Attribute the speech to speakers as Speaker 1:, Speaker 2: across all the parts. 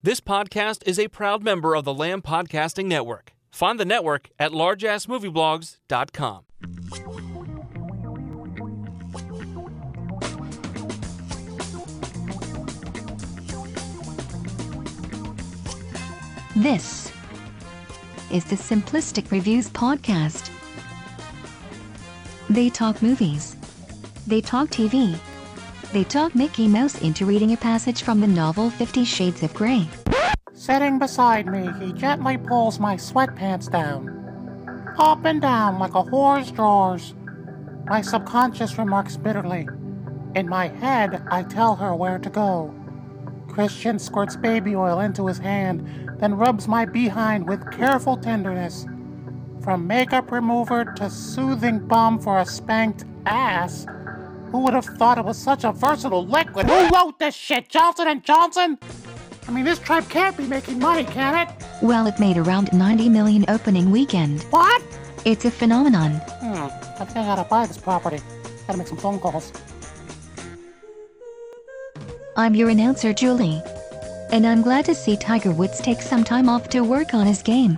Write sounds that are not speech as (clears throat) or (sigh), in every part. Speaker 1: This podcast is a proud member of the Lamb Podcasting Network. Find the network at largeassmovieblogs.com.
Speaker 2: This is the Simplistic Reviews podcast. They talk movies. They talk TV. They talk Mickey Mouse into reading a passage from the novel Fifty Shades of Grey.
Speaker 3: Sitting beside me, he gently pulls my sweatpants down. Up and down like a whore's drawers. My subconscious remarks bitterly. In my head, I tell her where to go. Christian squirts baby oil into his hand, then rubs my behind with careful tenderness. From makeup remover to soothing balm for a spanked ass. Who would have thought it was such a versatile liquid? Who wrote this shit? Johnson and Johnson? I mean, this tribe can't be making money, can it?
Speaker 2: Well, it made around 90 million opening weekend.
Speaker 3: What?
Speaker 2: It's a phenomenon.
Speaker 3: Hmm, I think I gotta buy this property. Gotta make some phone calls.
Speaker 2: I'm your announcer, Julie. And I'm glad to see Tiger Woods take some time off to work on his game.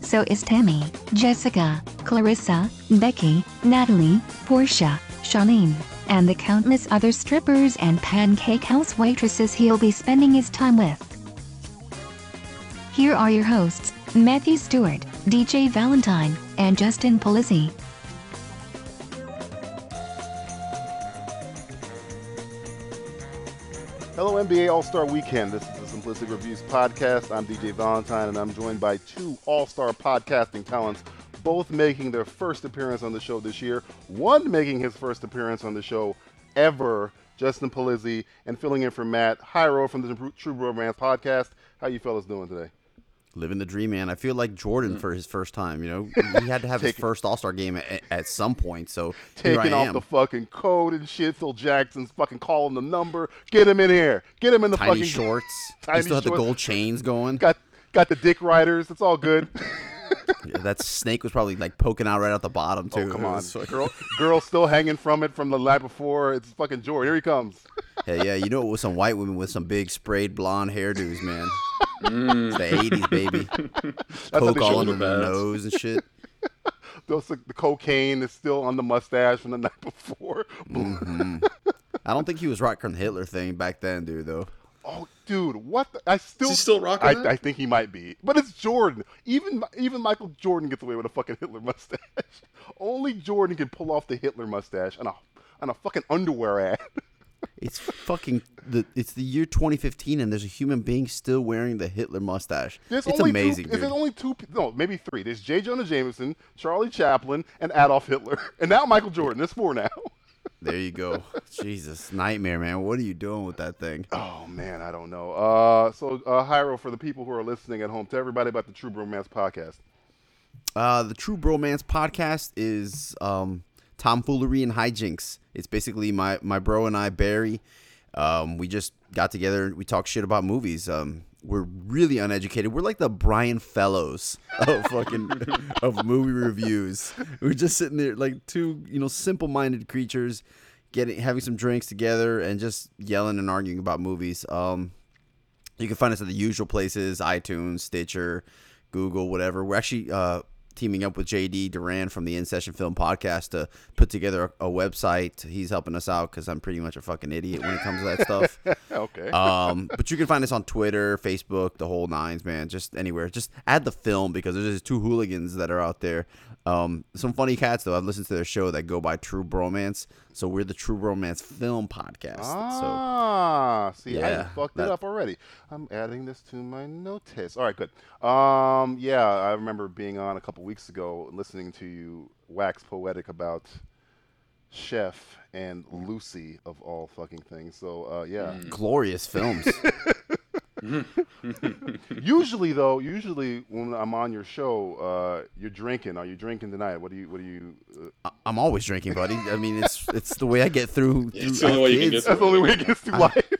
Speaker 2: So is Tammy, Jessica, Clarissa, Becky, Natalie, Portia, Charlene, and the countless other strippers and pancake house waitresses he'll be spending his time with. Here are your hosts, Matthew Stewart, DJ Valentine, and Justin Polizzi.
Speaker 4: Hello, NBA All Star Weekend. This is the Simplistic Reviews podcast. I'm DJ Valentine, and I'm joined by two All Star podcasting talents, both making their first appearance on the show this year. One making his first appearance on the show ever, Justin Polizzi, and filling in for Matt Hyro from the True- True Romance podcast. How you fellas doing today?
Speaker 5: living the dream, man. I feel like
Speaker 4: Mm.
Speaker 5: Jordan for his first time. You know, he had to
Speaker 4: (laughs)
Speaker 5: have his first All Star game at, at some point. So here I
Speaker 4: Taking off
Speaker 5: am.
Speaker 4: the fucking coat and shit. Phil Jackson's fucking calling the number. Get him in here. Get him in the
Speaker 5: Tiny
Speaker 4: fucking
Speaker 5: shorts.
Speaker 4: Tiny
Speaker 5: he still had the
Speaker 4: shorts.
Speaker 5: gold chains going.
Speaker 4: Got got the dick riders. It's all good. (laughs)
Speaker 5: Yeah, that snake was probably like poking out right out the bottom too.
Speaker 4: Oh, come
Speaker 5: (laughs) It
Speaker 4: on.
Speaker 5: was
Speaker 4: (laughs)
Speaker 5: like-
Speaker 4: girl, girl still hanging from it from the night before. It's fucking Jordan. Here he comes.
Speaker 5: yeah, yeah. You know it was some white women with some big sprayed blonde hairdos, man. It's the
Speaker 4: (laughs)
Speaker 5: '80s, baby.
Speaker 4: how
Speaker 5: Coke
Speaker 4: they
Speaker 5: all
Speaker 4: show
Speaker 5: under
Speaker 4: Mm. the
Speaker 5: the
Speaker 6: bads.
Speaker 5: nose and shit.
Speaker 4: Those, the cocaine is still on the mustache from the (laughs) night before.
Speaker 5: Mm-hmm. I don't think he was rocking the Hitler thing back then, dude. Though.
Speaker 4: Oh, dude, what? The, I still.
Speaker 6: he still rocking
Speaker 4: I,
Speaker 6: that?
Speaker 4: I think he might be, but it's Jordan. Even even Michael Jordan gets away with a fucking Hitler mustache. (laughs) Only Jordan can pull off the Hitler mustache on a on a fucking underwear ad. (laughs)
Speaker 5: It's fucking the. It's the year 2015, and there's a human being still wearing the Hitler mustache.
Speaker 4: There's
Speaker 5: it's
Speaker 4: only
Speaker 5: amazing,
Speaker 4: Two,
Speaker 5: dude.
Speaker 4: There's only two. pe- No, maybe three. There's J. Jonah Jameson, Charlie Chaplin, and Adolf Hitler, (laughs) and now Michael Jordan. There's four now.
Speaker 5: There you go. Jesus, nightmare, man. What are you doing with that thing?
Speaker 4: Oh man, I don't know. Uh, so uh, Hyro, for the people who are listening at home, tell everybody about the True Bromance podcast.
Speaker 5: Uh, the True Bromance podcast is um, tomfoolery and hijinks. It's basically my my bro and I, Barry. Um, we just got together. We talk shit about movies. Um, we're really uneducated. We're like the Brian Fellows of (laughs) fucking of movie reviews. We're just sitting there like two you know simple minded creatures, getting having some drinks together and just yelling and arguing about movies. Um, You can find us at the usual places: iTunes, Stitcher, Google, whatever. We're actually uh, teaming up with JD Duran from the In Session Film Podcast to put together a, a website. He's helping us out because I'm pretty much a fucking idiot when it comes to that stuff.
Speaker 4: Okay.
Speaker 5: Um, but you can find us on Twitter, Facebook, the whole nines, man. Just anywhere. Just add the film because there's just two hooligans that are out there. Um, some funny cats though. I've listened to their show that go by True Bromance. So we're the True Bromance Film Podcast. So
Speaker 4: Ah, see, I
Speaker 5: Yeah,
Speaker 4: fucked it
Speaker 5: that-
Speaker 4: up already. I'm adding this to my notice. All right, good. Um, yeah, I remember being on a couple weeks ago, listening to you wax poetic about Chef and Lucy of all fucking things. So uh, yeah,
Speaker 5: Hmm. (laughs) glorious films.
Speaker 4: usually though, usually when I'm on your show, uh, you're drinking. Are you drinking tonight? What do you? What do you? Uh,
Speaker 5: I'm always drinking, buddy. I mean,
Speaker 6: (laughs)
Speaker 5: it's it's the way I get through.
Speaker 6: It's
Speaker 5: through- I
Speaker 6: the only
Speaker 5: have
Speaker 6: way you can
Speaker 5: kids.
Speaker 6: get
Speaker 4: that's the only way it gets through life.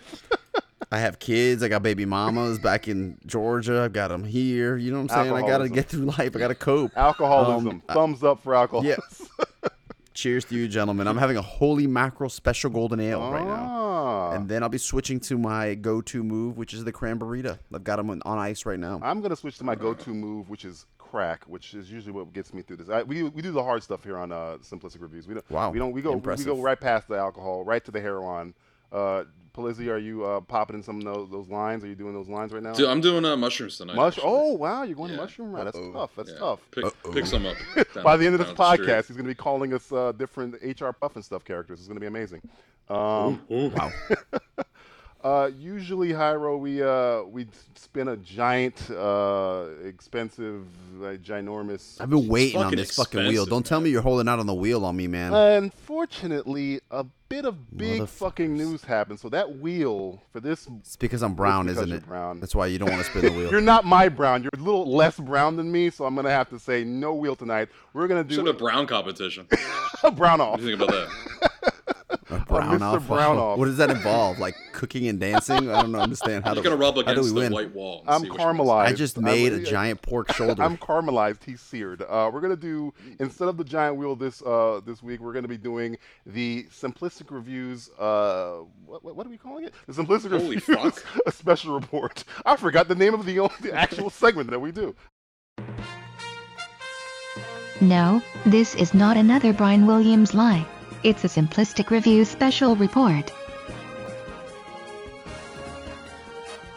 Speaker 5: I have kids. I got baby mamas back in Georgia. I've got them here. You know what I'm saying? I gotta
Speaker 4: Alcoholism.
Speaker 5: get through life. I
Speaker 6: (laughs)
Speaker 5: gotta cope.
Speaker 4: Alcoholism.
Speaker 5: Um,
Speaker 4: Thumbs up for alcohol. (laughs)
Speaker 5: yeah.
Speaker 4: Ah.
Speaker 5: Cheers to you, gentlemen. I'm having a holy mackerel special golden ale right now.
Speaker 6: Ah.
Speaker 5: and then I'll be switching to my go-to move, which is the cranberita. I've got them on, on ice right
Speaker 6: Ah,
Speaker 5: now.
Speaker 4: I'm gonna switch to my go-to move, which is crack, which is usually what gets me through this. I, we, we do the hard stuff here on uh, simplistic reviews. We don't.
Speaker 5: Wow.
Speaker 4: We don't. We go.
Speaker 5: Impressive.
Speaker 4: We go right past the alcohol, right to the heroin. Uh, Palizzi, are you uh, popping in some of those, those lines? Are you doing those lines right now?
Speaker 6: Dude, I'm doing uh, mushrooms tonight.
Speaker 4: Mush.
Speaker 6: actually.
Speaker 4: Oh wow, you're going to
Speaker 6: Yeah.
Speaker 4: mushroom route. That's
Speaker 5: Uh-oh.
Speaker 4: tough. That's
Speaker 6: Yeah.
Speaker 4: tough.
Speaker 6: Pick,
Speaker 5: Uh-oh.
Speaker 6: pick some up. down-
Speaker 4: (laughs) By the end of this
Speaker 6: down the street.
Speaker 4: podcast, he's going to be calling us uh, different HR Puff and stuff characters. It's going to be amazing. Um,
Speaker 5: Wow.
Speaker 4: (laughs) uh, usually, Hyro, we uh, we spin a giant, uh, expensive, uh, ginormous.
Speaker 5: I've been waiting on
Speaker 6: fucking
Speaker 5: this fucking wheel.
Speaker 6: expensive,
Speaker 5: Don't tell me
Speaker 6: man. Eh.
Speaker 5: you're holding out on the wheel on me, man.
Speaker 4: Unfortunately, a bit of big
Speaker 5: Motherfuckers.
Speaker 4: fucking news happened. So that wheel for this,
Speaker 5: it's because I'm brown,
Speaker 4: because
Speaker 5: isn't
Speaker 4: you're
Speaker 5: it?
Speaker 4: brown.
Speaker 5: That's why you don't want to spin the wheel.
Speaker 4: you're not my brown. You're a little less brown than me, so I'm gonna have to say no wheel tonight. We're gonna do
Speaker 6: Should have a brown competition. What
Speaker 4: (laughs) a brown off.
Speaker 6: do you think about that?
Speaker 5: A brown
Speaker 4: Mr.
Speaker 5: off. uh,
Speaker 4: Brown off.
Speaker 5: What does that involve? Like cooking and dancing? I don't know, understand how
Speaker 6: You're
Speaker 5: do-
Speaker 6: gonna rub
Speaker 5: how do
Speaker 6: against
Speaker 5: we
Speaker 6: the
Speaker 5: win?
Speaker 6: white wall. and
Speaker 4: I'm
Speaker 6: see which one's-
Speaker 4: caramelized.
Speaker 5: I just made
Speaker 4: a
Speaker 5: a giant
Speaker 4: (laughs)
Speaker 5: pork shoulder.
Speaker 4: I'm caramelized. He's seared. Uh, we're gonna do instead of the giant wheel this uh, this week, we're gonna be doing the simplistic reviews. Uh, what, what, what are we calling it? The simplistic
Speaker 6: Holy
Speaker 4: reviews.
Speaker 6: fuck.
Speaker 4: (laughs) A special report. I forgot the name of the, only, the
Speaker 6: (laughs)
Speaker 4: actual segment that we do.
Speaker 2: No, this is not another Brian Williams lie. It's a simplistic review special report.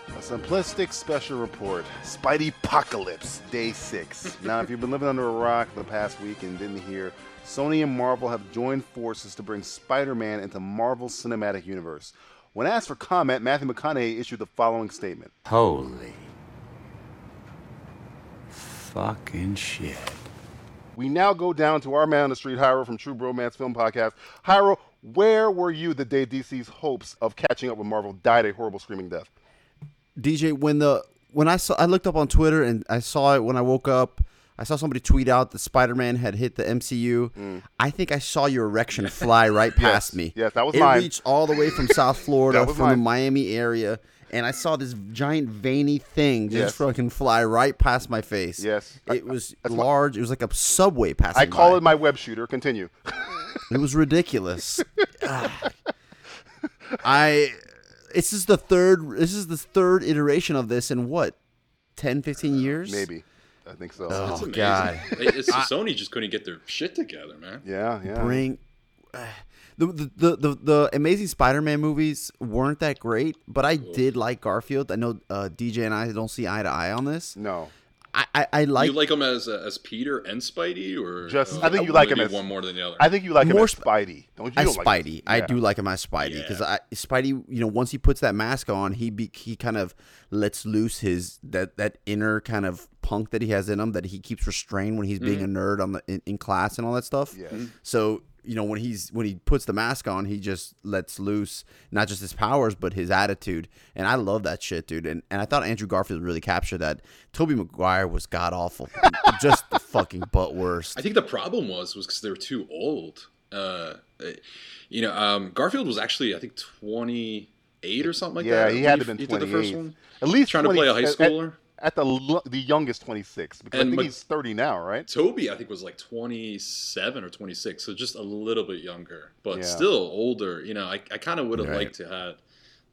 Speaker 4: A simplistic special report. Spidey Apocalypse, Day 6. now, if you've been living under a rock for the past week and didn't hear, Sony and Marvel have joined forces to bring Spider Man into Marvel's cinematic universe. When asked for comment, Matthew McConaughey issued the following statement
Speaker 7: Holy fucking shit.
Speaker 4: We now go down to our man on the street, Hyro from True Bromance Film Podcast. Hyro, where were you the day DC's hopes of catching up with Marvel died a horrible screaming death?
Speaker 5: DJ, when the when I saw I looked up on Twitter and I saw it when I woke up. I saw somebody tweet out that Spider-Man had hit the MCU. I think I saw your erection fly right past me.
Speaker 4: Mm. (laughs) Yes, that was
Speaker 5: it
Speaker 4: mine.
Speaker 5: reached all the way from
Speaker 4: (laughs)
Speaker 5: South Florida,
Speaker 4: was
Speaker 5: from
Speaker 4: mine.
Speaker 5: the Miami area, and I saw this giant veiny thing just
Speaker 4: Yes.
Speaker 5: fucking fly right past my face.
Speaker 4: Yes.
Speaker 5: it was large. it was like a subway passing.
Speaker 4: I call
Speaker 5: by.
Speaker 4: it my web shooter. Continue.
Speaker 5: It was ridiculous. Ah. I this is the third this is the third iteration of this in what 10 15 years?
Speaker 4: Maybe. I think so.
Speaker 5: Oh
Speaker 6: Amazing.
Speaker 5: god.
Speaker 6: It-
Speaker 4: (laughs)
Speaker 6: it's- Sony just couldn't get their shit together, man.
Speaker 4: Yeah, yeah.
Speaker 5: Bring ah. the, the, the, the, the amazing Spider-Man movies weren't that great, but I did like Garfield. I know uh, DJ and I don't see eye to eye on this.
Speaker 4: no.
Speaker 5: I, I, I like,
Speaker 6: you like him as uh, as Peter and Spidey, or
Speaker 4: Just-
Speaker 6: uh,
Speaker 4: I think you
Speaker 6: wanna
Speaker 4: like him
Speaker 6: do
Speaker 4: as-
Speaker 6: one more than the other.
Speaker 4: I think you like him
Speaker 5: More
Speaker 4: as
Speaker 5: Sp-
Speaker 4: Spidey. Don't you?
Speaker 5: I
Speaker 4: don't like
Speaker 5: Spidey. I do like him as Spidey because
Speaker 6: Yeah.
Speaker 5: I Spidey. You know, once he puts that mask on, he be, he kind of lets loose his that that inner kind of punk that he has in him that he keeps restrained when he's being
Speaker 6: Mm-hmm.
Speaker 5: a nerd on the in, in class and all that stuff.
Speaker 4: Yes. Mhm.
Speaker 5: So you know when he's when he puts the mask on, he just lets loose not just his powers but his attitude, and I love that shit, dude. And and I thought Andrew Garfield really captured that. Toby Maguire was god awful, (laughs) just the fucking butt worst.
Speaker 6: I think the problem was was because they were too old. Uh, it- you know, um, Garfield was actually I think twenty eight or something like
Speaker 4: yeah,
Speaker 6: that.
Speaker 4: he
Speaker 6: when
Speaker 4: had to been
Speaker 6: did the first
Speaker 4: 28.
Speaker 6: one.
Speaker 4: At least
Speaker 6: trying to play a
Speaker 4: 20
Speaker 6: high
Speaker 4: at- at-
Speaker 6: schooler.
Speaker 4: At the lo- the youngest, twenty six, because I
Speaker 6: And
Speaker 4: think
Speaker 6: Mc-
Speaker 4: he's thirty now, right?
Speaker 6: Toby I think was like twenty seven or twenty six, so just a little bit younger, but
Speaker 4: Yeah.
Speaker 6: still older. You know, I, I kind of would have
Speaker 5: Right.
Speaker 6: liked to have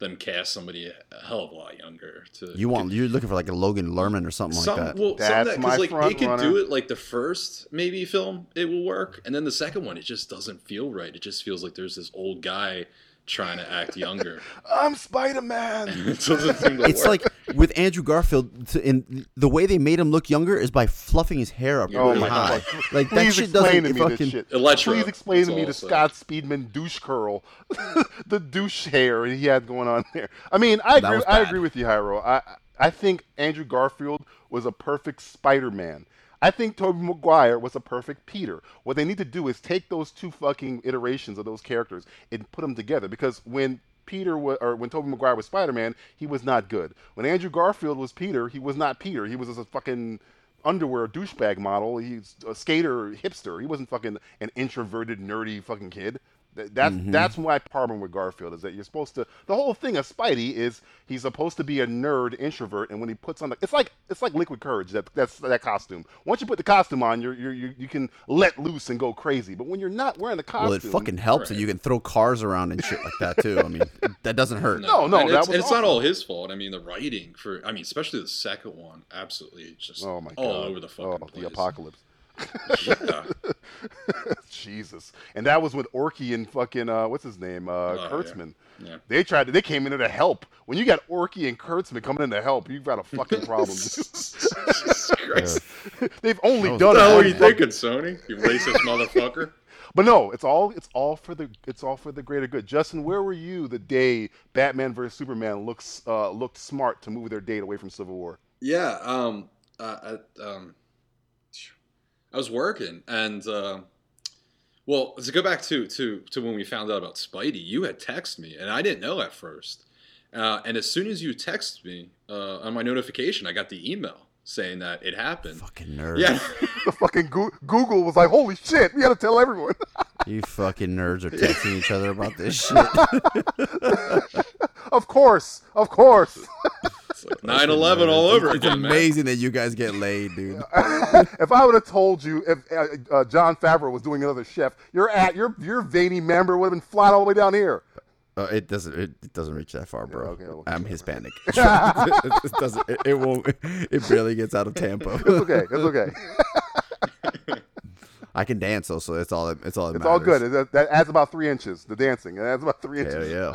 Speaker 6: them cast somebody a hell of a lot younger. To
Speaker 5: You want you're looking for like a Logan Lerman or something
Speaker 6: some,
Speaker 5: like that.
Speaker 6: Well, some
Speaker 4: That's
Speaker 6: of that
Speaker 4: my
Speaker 6: because like
Speaker 4: front
Speaker 6: they could
Speaker 4: runner.
Speaker 6: do it like the first maybe film it will work, and then the second one it just doesn't feel right. It just feels like there's this old guy trying to
Speaker 4: (laughs)
Speaker 6: act younger. (laughs)
Speaker 4: I'm Spider Man.
Speaker 6: it doesn't seem to
Speaker 5: (laughs) It's
Speaker 6: work.
Speaker 5: like with Andrew Garfield, t- and the way they made him look younger is by fluffing his hair up
Speaker 6: Oh
Speaker 5: really
Speaker 6: my
Speaker 5: high.
Speaker 4: (laughs) God.
Speaker 5: (laughs) Like that
Speaker 4: Please
Speaker 5: shit
Speaker 4: explain to
Speaker 5: doesn't
Speaker 4: me
Speaker 5: fucking.
Speaker 4: this shit.
Speaker 6: Electro,
Speaker 4: Please explain
Speaker 6: it's
Speaker 4: to me the
Speaker 6: also-
Speaker 4: Scott Speedman douche curl, (laughs) the douche hair he had going on there. I mean, I agree.
Speaker 5: was
Speaker 4: I
Speaker 5: bad.
Speaker 4: agree with you, Hyro. I I think Andrew Garfield was a perfect Spider Man. I think Tobey Maguire was a perfect Peter. What they need to do is take those two fucking iterations of those characters and put them together. Because when Peter wa or when Tobey Maguire was Spider Man, he was not good. When Andrew Garfield was Peter, he was not Peter. He was just a fucking underwear douchebag model. He's a skater hipster. He wasn't fucking an introverted nerdy fucking kid. Th- That's
Speaker 5: Mm-hmm.
Speaker 4: that's my problem with Garfield is that you're supposed to. The whole thing of Spidey is he's supposed to be a nerd introvert, and when he puts on the, it's like it's like Liquid Courage that that's that costume. Once you put the costume on, you're, you're you you can let loose and go crazy. But when you're not wearing the costume,
Speaker 5: Well, it fucking helps that you can throw cars around and shit like that too. I mean,
Speaker 4: (laughs)
Speaker 5: that doesn't hurt.
Speaker 4: No, no,
Speaker 6: and
Speaker 4: that
Speaker 6: it's,
Speaker 4: was
Speaker 6: it's not
Speaker 4: awful.
Speaker 6: all his fault. I mean, the writing for, I mean, especially the second one, absolutely it's just
Speaker 4: Oh my god!
Speaker 6: all over the fucking
Speaker 4: oh,
Speaker 6: place.
Speaker 4: the apocalypse.
Speaker 6: Yeah.
Speaker 4: Jesus. And that was with Orky and fucking uh, what's his name? Uh,
Speaker 6: Oh, yeah.
Speaker 4: Kurtzman.
Speaker 6: Yeah.
Speaker 4: They tried to they came in there to help. When you got Orky and Kurtzman coming in to help, you've got a fucking
Speaker 6: (laughs)
Speaker 4: problem. (laughs)
Speaker 5: (laughs)
Speaker 6: Jesus Christ.
Speaker 4: They've only
Speaker 5: That was
Speaker 4: done
Speaker 6: What the
Speaker 4: it
Speaker 6: hell
Speaker 4: one
Speaker 6: are you
Speaker 4: fuck-
Speaker 6: thinking, Sony? You racist motherfucker.
Speaker 4: But no, it's all it's all for the it's all for the greater good. Justin, where were you the day Batman vs Superman looks uh, looked smart to move their date away from Civil War?
Speaker 6: (laughs)
Speaker 4: (laughs)
Speaker 6: Yeah, um, I, I, um, I was working, and uh, well, to go back to to to when we found out about Spidey, you had texted me, and I didn't know at first. Uh, and as soon as you texted me uh, on my notification, I got the email saying that it happened.
Speaker 5: Fucking nerd.
Speaker 6: (laughs) Yeah,
Speaker 4: The fucking Goo- Google was like, "Holy shit, we got to tell everyone." (laughs)
Speaker 5: You fucking nerds are texting each other about this shit.
Speaker 4: of course, of course. (laughs)
Speaker 6: it's like 9/11 all over
Speaker 5: It's
Speaker 6: again, man.
Speaker 5: amazing that you guys get laid, dude.
Speaker 4: if I would have told you if uh, uh, John Favreau was doing another chef, your at your your veiny member would have been flying all the way down here.
Speaker 5: Uh, it doesn't. It, it doesn't reach that far, bro.
Speaker 4: okay, okay,
Speaker 5: I'm Hispanic.
Speaker 4: (laughs)
Speaker 5: (laughs) it doesn't. It, it won't. It barely gets out of tempo.
Speaker 4: It's (laughs) okay, it's
Speaker 6: (laughs)
Speaker 4: okay,
Speaker 5: I can dance though, so it's all. It's all. That
Speaker 4: it's all
Speaker 5: matters.
Speaker 4: good. It- That, that adds about three inches. The dancing that adds about three
Speaker 5: Hell
Speaker 4: inches.
Speaker 5: yeah.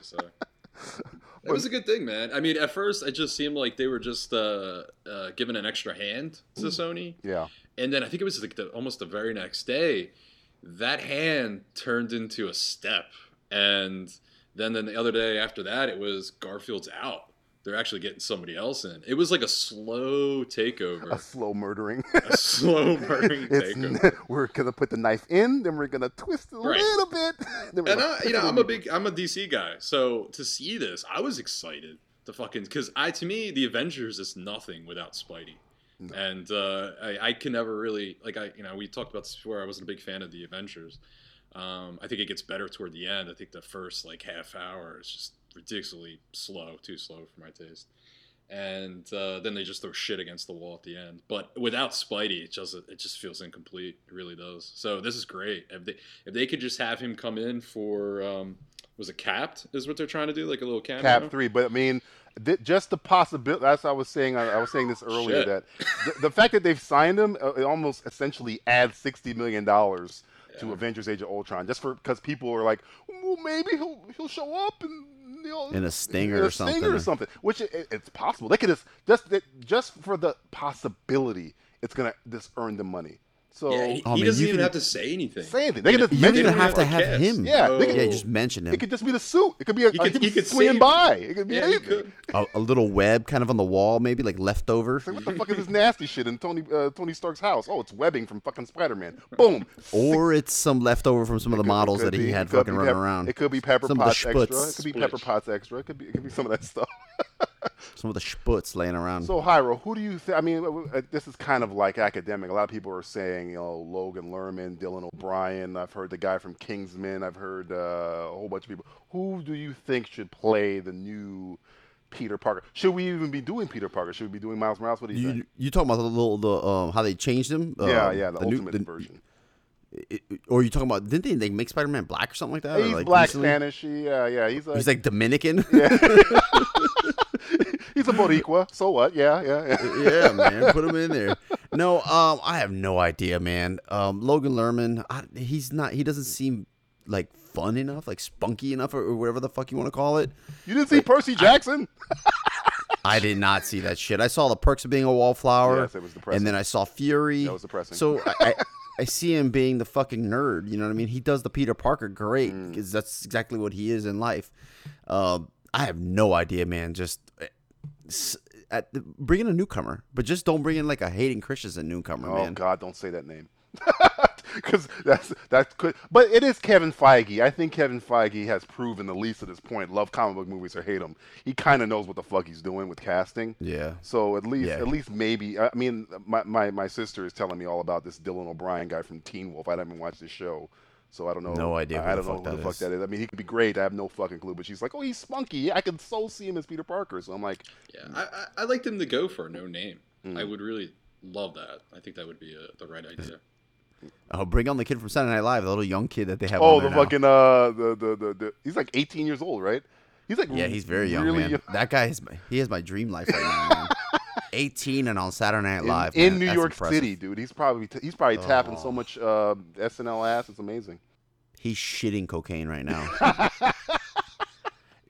Speaker 6: So, it was a good thing, man. I mean, at first, it just seemed like they were just uh, uh, giving an extra hand to Sony.
Speaker 4: Yeah,
Speaker 6: And then I think it was like the, almost the very next day, that hand turned into a step. And then, then the other day after that, it was Garfield's out. They're actually getting somebody else in. It was like a slow
Speaker 4: a (laughs)
Speaker 6: takeover,
Speaker 4: slow
Speaker 6: (laughs)
Speaker 4: murdering.
Speaker 6: a slow burning
Speaker 4: It's,
Speaker 6: takeover.
Speaker 4: (laughs) we're gonna put the knife in, then we're gonna twist it a
Speaker 6: Right.
Speaker 4: little bit. (laughs) then we're gonna
Speaker 6: And I, you know,
Speaker 4: twist it
Speaker 6: I'm a big, I'm a DC guy, so to see this, I was excited to fucking because I, to me, the Avengers is nothing without Spidey, and uh, I, I can never really like I, you know, we talked about this before. I wasn't a big fan of the Avengers. Um, I think it gets better toward the end. I think the first like half hour is just ridiculously slow, too slow for my taste. And uh, then they just throw shit against the wall at the end. But without Spidey, it just it just feels incomplete. It really does. So this is great. If they if they could just have him come in for um, was it capped? Is what they're trying to do, like a little cameo.
Speaker 4: Cap three, but I mean, th- just the possibility. That's what I was saying. I, I was saying this earlier
Speaker 6: Shit.
Speaker 4: that th- the fact that they've signed him, uh, it almost essentially adds sixty million dollars to
Speaker 6: Yeah.
Speaker 4: Avengers: Age of Ultron, just for because people are like, well, maybe he'll he'll show up and. You know,
Speaker 5: In a stinger
Speaker 4: in
Speaker 5: or something.
Speaker 4: stinger or something, which it, it- it's possible. They could just just that- just for the possibility, it's gonna just earn the money. So
Speaker 6: Yeah, he,
Speaker 5: Oh,
Speaker 6: he
Speaker 5: man,
Speaker 6: doesn't
Speaker 5: you
Speaker 6: even
Speaker 5: can-
Speaker 6: have to say anything.
Speaker 4: say anything. They could just
Speaker 5: You don't
Speaker 4: mention
Speaker 5: even
Speaker 4: him.
Speaker 5: have to
Speaker 6: like
Speaker 5: have
Speaker 6: cast.
Speaker 5: him.
Speaker 4: Yeah, they could-
Speaker 5: yeah. Just mention him.
Speaker 4: It could just be the suit. It could be a,
Speaker 6: He
Speaker 4: I
Speaker 6: could-
Speaker 4: could
Speaker 6: he could
Speaker 4: swinging
Speaker 6: save-
Speaker 4: by. It could be
Speaker 6: Yeah, you
Speaker 4: anything.
Speaker 6: could.
Speaker 5: a, a little web kind of on the wall, maybe like leftover.
Speaker 4: It's like, what
Speaker 5: (laughs)
Speaker 4: the fuck is this nasty shit in Tony uh, Tony Stark's house? Oh, it's webbing from fucking Spider Man. Boom.
Speaker 5: Or it's some leftover from some of the
Speaker 4: Could-
Speaker 5: models
Speaker 4: could
Speaker 5: that he
Speaker 4: be-
Speaker 5: had
Speaker 4: could
Speaker 5: fucking
Speaker 4: be
Speaker 5: running
Speaker 4: Pep-
Speaker 5: around.
Speaker 4: It could be Pepper
Speaker 5: Some of the
Speaker 4: Potts extra. It could
Speaker 5: Spitz.
Speaker 4: be Pepper Potts extra. It could be it could be some of that stuff.
Speaker 5: Some of the sputz laying around.
Speaker 4: so Hyro, who do you think? I mean, uh, uh, this is kind of like academic. A lot of people are saying, you know, Logan Lerman, Dylan O'Brien. I've heard the guy from Kingsman. I've heard uh, a whole bunch of people. Who do you think should play the new? Peter Parker. Should we even be doing Peter Parker? Should we be doing Miles Morales? What do you, think?
Speaker 5: you you talking about the little the um, how they changed him?
Speaker 4: yeah,
Speaker 5: Um,
Speaker 4: yeah, the,
Speaker 5: new-
Speaker 4: ultimate
Speaker 5: the-
Speaker 4: version.
Speaker 5: it- it- or you talking about didn't they, they make Spider Man black or something like that? or,
Speaker 4: He's
Speaker 5: like,
Speaker 4: black
Speaker 5: recently?
Speaker 4: Spanish. He, uh, yeah, he's like,
Speaker 5: He's like Dominican. (laughs)
Speaker 4: he's a
Speaker 5: (laughs)
Speaker 4: Boricua. So what? Yeah, yeah. yeah.
Speaker 5: yeah, man, put him in there. No, um, I have no idea, man. Um, Logan Lerman, I, he's not. He doesn't seem like fun enough, like spunky enough, or, or whatever the fuck you want to call it.
Speaker 4: You didn't see Percy Jackson?
Speaker 5: I did not see that shit. I saw the perks of being a wallflower.
Speaker 4: Yes, it was depressing.
Speaker 5: And then I saw Fury.
Speaker 4: That was depressing.
Speaker 5: So I,
Speaker 4: (laughs)
Speaker 5: I, I see him being the fucking nerd. You know what I mean? He does the Peter Parker great
Speaker 4: Mm.
Speaker 5: because that's exactly what he is in life. Um, I have no idea, man. Just uh, s- at the, bring in a newcomer, but just don't bring in like a Hayden Christensen newcomer,
Speaker 4: oh
Speaker 5: man.
Speaker 4: God, don't say that name. (laughs) Because that's that could, but it is Kevin Feige. I think Kevin Feige has proven, at least at this point, love comic book movies or hate them. He kind of knows what the fuck he's doing with casting.
Speaker 5: Yeah.
Speaker 4: So at least,
Speaker 5: Yeah.
Speaker 4: at least maybe. I mean, my, my my sister is telling me all about this Dylan O'Brien guy from Teen Wolf. I haven't watched this show, So I don't know.
Speaker 5: No idea who
Speaker 4: I, I
Speaker 5: the
Speaker 4: don't know
Speaker 5: fuck
Speaker 4: who
Speaker 5: that
Speaker 4: the fuck
Speaker 5: is.
Speaker 4: that is. I mean, he could be great. I have no fucking clue. But she's like, oh, he's spunky. I can so see him as Peter Parker. So I'm like,
Speaker 6: Yeah, I, I, I like them to go for a no name.
Speaker 4: Mm.
Speaker 6: I would really love that. I think that would be uh the right idea.
Speaker 5: Oh, bring on the kid from Saturday Night Live, the little young kid that they have.
Speaker 4: oh,
Speaker 5: on
Speaker 4: the
Speaker 5: there now.
Speaker 4: fucking uh, the, the the the he's like 18 years old, right? He's like
Speaker 5: Yeah, he's very young,
Speaker 4: really
Speaker 5: man.
Speaker 4: young.
Speaker 5: That guy is my, he has my dream life right now,
Speaker 4: (laughs)
Speaker 5: man. 18 and on Saturday Night
Speaker 4: In,
Speaker 5: Live
Speaker 4: in
Speaker 5: man.
Speaker 4: New
Speaker 5: That's
Speaker 4: York
Speaker 5: impressive. Oh.
Speaker 4: City, dude. He's probably t- he's probably tapping so much uh, SNL ass. It's amazing.
Speaker 5: He's shitting cocaine
Speaker 4: (laughs)
Speaker 5: right now.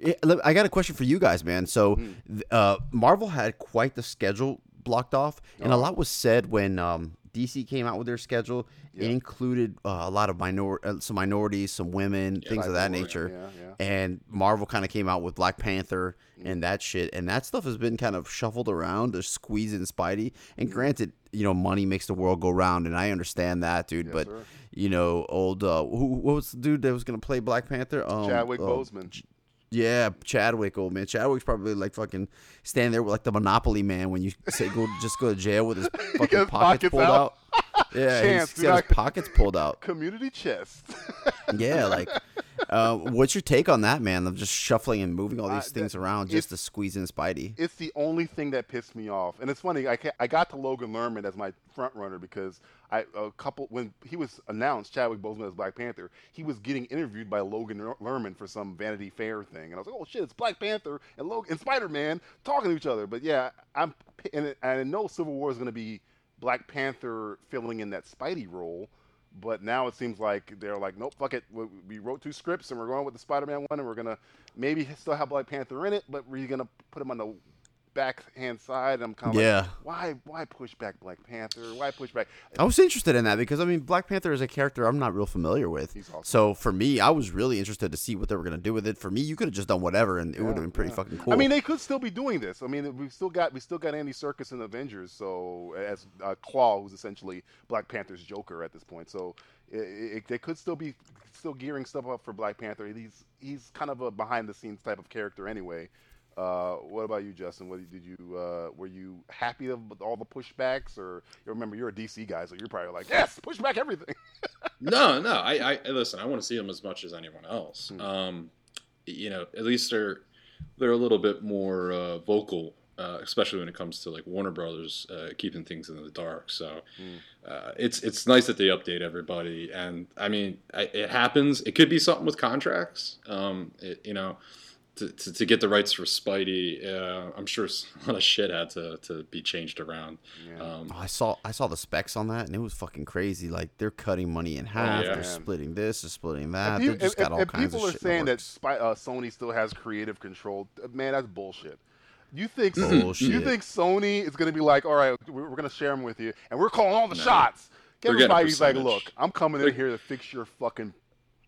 Speaker 5: Yeah, look, I got a question for you guys, man. So,
Speaker 4: Hmm.
Speaker 5: th- uh, Marvel had quite the schedule blocked off, and a
Speaker 4: Uh-huh.
Speaker 5: lot was said when um, DC came out with their schedule. It included uh, a lot of minor, uh, some minorities, some women, things of that
Speaker 4: minority,
Speaker 5: nature.
Speaker 4: yeah, yeah.
Speaker 5: And Marvel kind of came out with Black Panther
Speaker 4: Mm.
Speaker 5: and that shit, and that stuff has been kind of shuffled around to squeeze in
Speaker 4: Mm.
Speaker 5: Spidey. And granted, you know, money makes the world go round, and I understand that, dude. but you know, old uh, who, what was the dude that was gonna play Black Panther? Um,
Speaker 4: Chadwick
Speaker 5: uh,
Speaker 4: Boseman.
Speaker 5: yeah, Chadwick, old man. Chadwick's probably like fucking standing there with like the Monopoly man when you say go just go to jail with his
Speaker 4: (laughs)
Speaker 5: fucking
Speaker 4: got his
Speaker 5: pockets,
Speaker 4: pockets
Speaker 5: pulled
Speaker 4: out.
Speaker 5: out.
Speaker 4: (laughs)
Speaker 5: Yeah,
Speaker 4: Chance,
Speaker 5: he's
Speaker 4: do
Speaker 5: got his
Speaker 4: not-
Speaker 5: pockets pulled out.
Speaker 4: Community chest. (laughs)
Speaker 5: Yeah, like, uh, what's your take on that, man? Of just shuffling and moving all
Speaker 4: Uh,
Speaker 5: these things
Speaker 4: that-
Speaker 5: around
Speaker 4: it's-
Speaker 5: just to squeeze in Spidey.
Speaker 4: it's the only thing that pissed me off. And it's funny, I, ca- I got to Logan Lerman as my front runner because I a couple when he was announced Chadwick Boseman as Black Panther, he was getting interviewed by Logan Ler- Lerman for some Vanity Fair thing, and I was like, oh shit, it's Black Panther and Logan and Spider Man talking to each other. But yeah, I'm p- and I know Civil War is going to be Black Panther filling in that Spidey role. But now it seems like they're like, nope, fuck it. We, we wrote two scripts and we're going with the Spider-Man one, and we're gonna maybe still have Black Panther in it, but we're gonna put him on the backhand side. I'm kind of
Speaker 5: Yeah.
Speaker 4: like, why why push back Black Panther? Why push back?
Speaker 5: I was interested in that because I mean Black Panther is a character I'm not real familiar with.
Speaker 4: He's awesome.
Speaker 5: So for me, I was really interested to see what they were gonna do with it. For me, you could have just done whatever, and it would have been pretty fucking cool.
Speaker 4: I mean, they could still be doing this. I mean, we've still got we still got Andy Circus in Avengers, so as uh, Claw, who's essentially Black Panther's Joker at this point. So i it, they could still be still gearing stuff up for Black Panther. He's he's kind of a behind the scenes type of character anyway. Uh, what about you, Justin? What did you uh, were you happy with all the pushbacks, or you remember you're a DC guy, so you're probably like, yes, push back everything.
Speaker 6: No, no. I, I listen. I want to see them as much as anyone else. Um, you know, at least they're they're a little bit more uh, vocal, uh, especially when it comes to like Warner Brothers uh, keeping things in the dark. So uh, it's it's nice that they update everybody. And I mean, I, it happens. It could be something with contracts. Um, it, you know. To, to, to get the rights for Spidey, uh, I'm sure (laughs) a lot of shit had to, to be changed around. Um,
Speaker 5: Oh, I saw I saw the specs on that and it was fucking crazy. Like they're cutting money in half,
Speaker 6: yeah.
Speaker 5: they're splitting this, they're splitting that.
Speaker 4: Oh, If you-
Speaker 5: They just
Speaker 4: if-
Speaker 5: got all
Speaker 4: if
Speaker 5: kinds of
Speaker 4: people
Speaker 5: shit.
Speaker 4: are saying that Spy, uh, Sony still has creative control, uh, man, that's bullshit. You think you
Speaker 5: Mm-hmm. Bullshit.
Speaker 4: think Sony is going to be like, all right, we're, we're going to share them with you, and we're calling all the shots.
Speaker 6: They're
Speaker 4: Kevin
Speaker 6: getting a
Speaker 4: Feige's like,
Speaker 6: percentage.
Speaker 4: look, I'm coming in
Speaker 6: They're-
Speaker 4: here to fix your fucking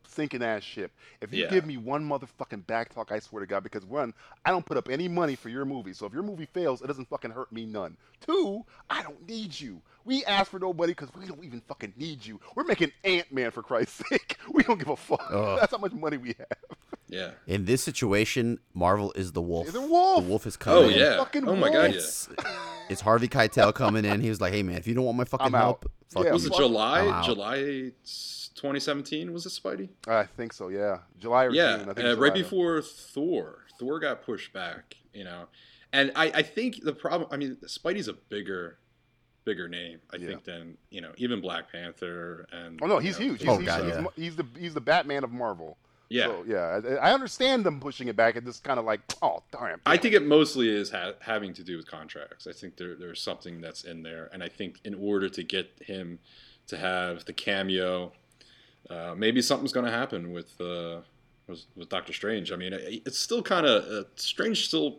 Speaker 4: sinking ass ship. If you
Speaker 6: Yeah.
Speaker 4: give me one motherfucking backtalk, I swear to God, because one, I don't put up any money for your movie, so if your movie fails, it doesn't fucking hurt me none. Two, I don't need you. We ask for nobody because we don't even fucking need you. We're making Ant Man for Christ's (laughs) sake. We don't give a fuck.
Speaker 5: Ugh.
Speaker 4: That's how much money we have.
Speaker 6: yeah.
Speaker 5: in this situation, Marvel is the wolf.
Speaker 4: The wolf!
Speaker 5: The wolf is coming.
Speaker 6: Oh
Speaker 5: in.
Speaker 6: yeah.
Speaker 4: fucking
Speaker 6: Oh my god. Yeah.
Speaker 5: It's, it's Harvey Keitel coming in. He was like, "Hey man, if you don't want my fucking
Speaker 4: out.
Speaker 5: help, fuck
Speaker 4: Yeah,
Speaker 5: you."
Speaker 6: was it
Speaker 4: fuck-
Speaker 5: I'm
Speaker 6: July?
Speaker 5: out.
Speaker 6: July 2017 was it Spidey?
Speaker 4: I think so. Yeah, July or
Speaker 6: yeah,
Speaker 4: June. I think
Speaker 6: uh,
Speaker 4: July.
Speaker 6: right before Thor. Thor got pushed back, you know, and I, I think the problem. I mean, Spidey's a bigger, bigger name, I
Speaker 4: Yeah.
Speaker 6: think, than you know even Black Panther and.
Speaker 4: Oh no,
Speaker 6: you
Speaker 4: he's
Speaker 6: know,
Speaker 4: huge. He's,
Speaker 5: Oh,
Speaker 4: he's,
Speaker 5: God,
Speaker 4: he's,
Speaker 5: yeah.
Speaker 4: mo- he's the he's the Batman of Marvel.
Speaker 6: Yeah,
Speaker 4: So, yeah, I, I understand them pushing it back. It just kind of like, oh damn.
Speaker 6: I think it mostly is ha- having to do with contracts. I think there, there's something that's in there, and I think in order to get him to have the cameo, uh, maybe something's going to happen with uh, with, with Doctor Strange. I mean, it, it's still kind of uh, Strange still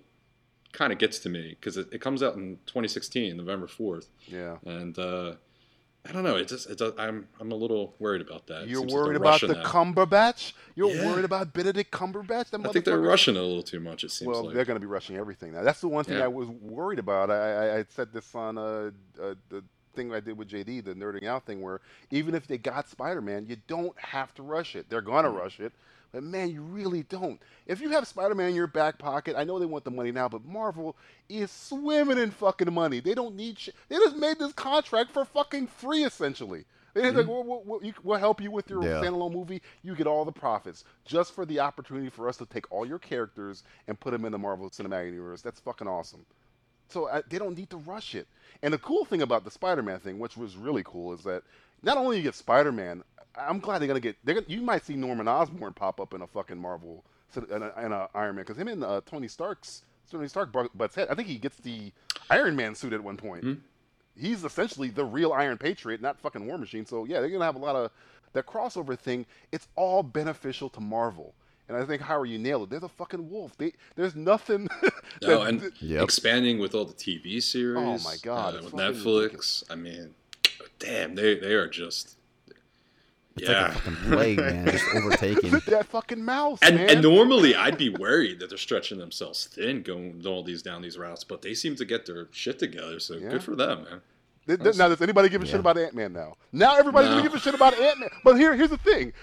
Speaker 6: kind of gets to me because it, it comes out in 2016, November 4th,
Speaker 4: Yeah.
Speaker 6: and uh, I don't know. It just it does, I'm I'm a little worried about that. It
Speaker 4: You're
Speaker 6: uh, seems like they're
Speaker 4: worried about
Speaker 6: rushing
Speaker 4: the
Speaker 6: that.
Speaker 4: Cumberbatch. You're
Speaker 6: Yeah.
Speaker 4: worried about Benedict Cumberbatch. That
Speaker 6: I think they're
Speaker 4: motherfucker-
Speaker 6: rushing it a little too much. It seems
Speaker 4: Well,
Speaker 6: like
Speaker 4: they're going to be rushing everything now. That's the one thing
Speaker 6: Yeah.
Speaker 4: I was worried about. I, I, I said this on uh, uh, the thing I did with JD, the nerding out thing, where even if they got Spider-Man, you don't have to rush it. They're going to
Speaker 6: Mm.
Speaker 4: rush it, but man, you really don't. If you have Spider-Man in your back pocket, I know they want the money now, but Marvel is swimming in fucking money. They don't need. Sh- they just made this contract for fucking free, essentially. They're like, we'll, we'll- we'll- you- we'll help you with your
Speaker 5: Yeah.
Speaker 4: standalone movie. You get all the profits just for the opportunity for us to take all your characters and put them in the Marvel Cinematic Universe. That's fucking awesome. So I, they don't need to rush it. And the cool thing about the Spider-Man thing, which was really cool, is that not only you get Spider-Man, I- I'm glad they're gonna get. They're gonna, you might see Norman Osborn pop up in a fucking Marvel so- in a, in a Iron Man because him and uh, Tony Stark's Tony Stark bu- butts head. I think he gets the Iron Man suit at one point.
Speaker 6: Hmm?
Speaker 4: He's essentially the real Iron Patriot, not fucking War Machine. So yeah, they're gonna have a lot of that crossover thing. It's all beneficial to Marvel. And I think Howard, you nailed it. There's a fucking wolf. They, there's nothing. (laughs)
Speaker 6: No,
Speaker 4: that-
Speaker 6: and
Speaker 5: Yep.
Speaker 6: expanding with all the TV series.
Speaker 4: Oh my God,
Speaker 6: uh,
Speaker 4: it's
Speaker 6: with
Speaker 4: fucking
Speaker 6: Netflix.
Speaker 4: ridiculous.
Speaker 6: I mean, damn, they they are just yeah.
Speaker 5: Fucking plague,
Speaker 4: (laughs)
Speaker 5: man, just overtaking.
Speaker 4: that fucking mouse.
Speaker 6: and,
Speaker 4: man.
Speaker 6: and normally I'd be worried that they're stretching themselves thin going all these down these routes, but they seem to get their shit together. So
Speaker 4: Yeah.
Speaker 6: good for them, man.
Speaker 4: Th- th- now, does anybody give a shit
Speaker 5: Yeah.
Speaker 4: about Ant Man now? Now everybody's gonna
Speaker 6: No.
Speaker 4: give a shit about Ant Man. But here, here's the thing.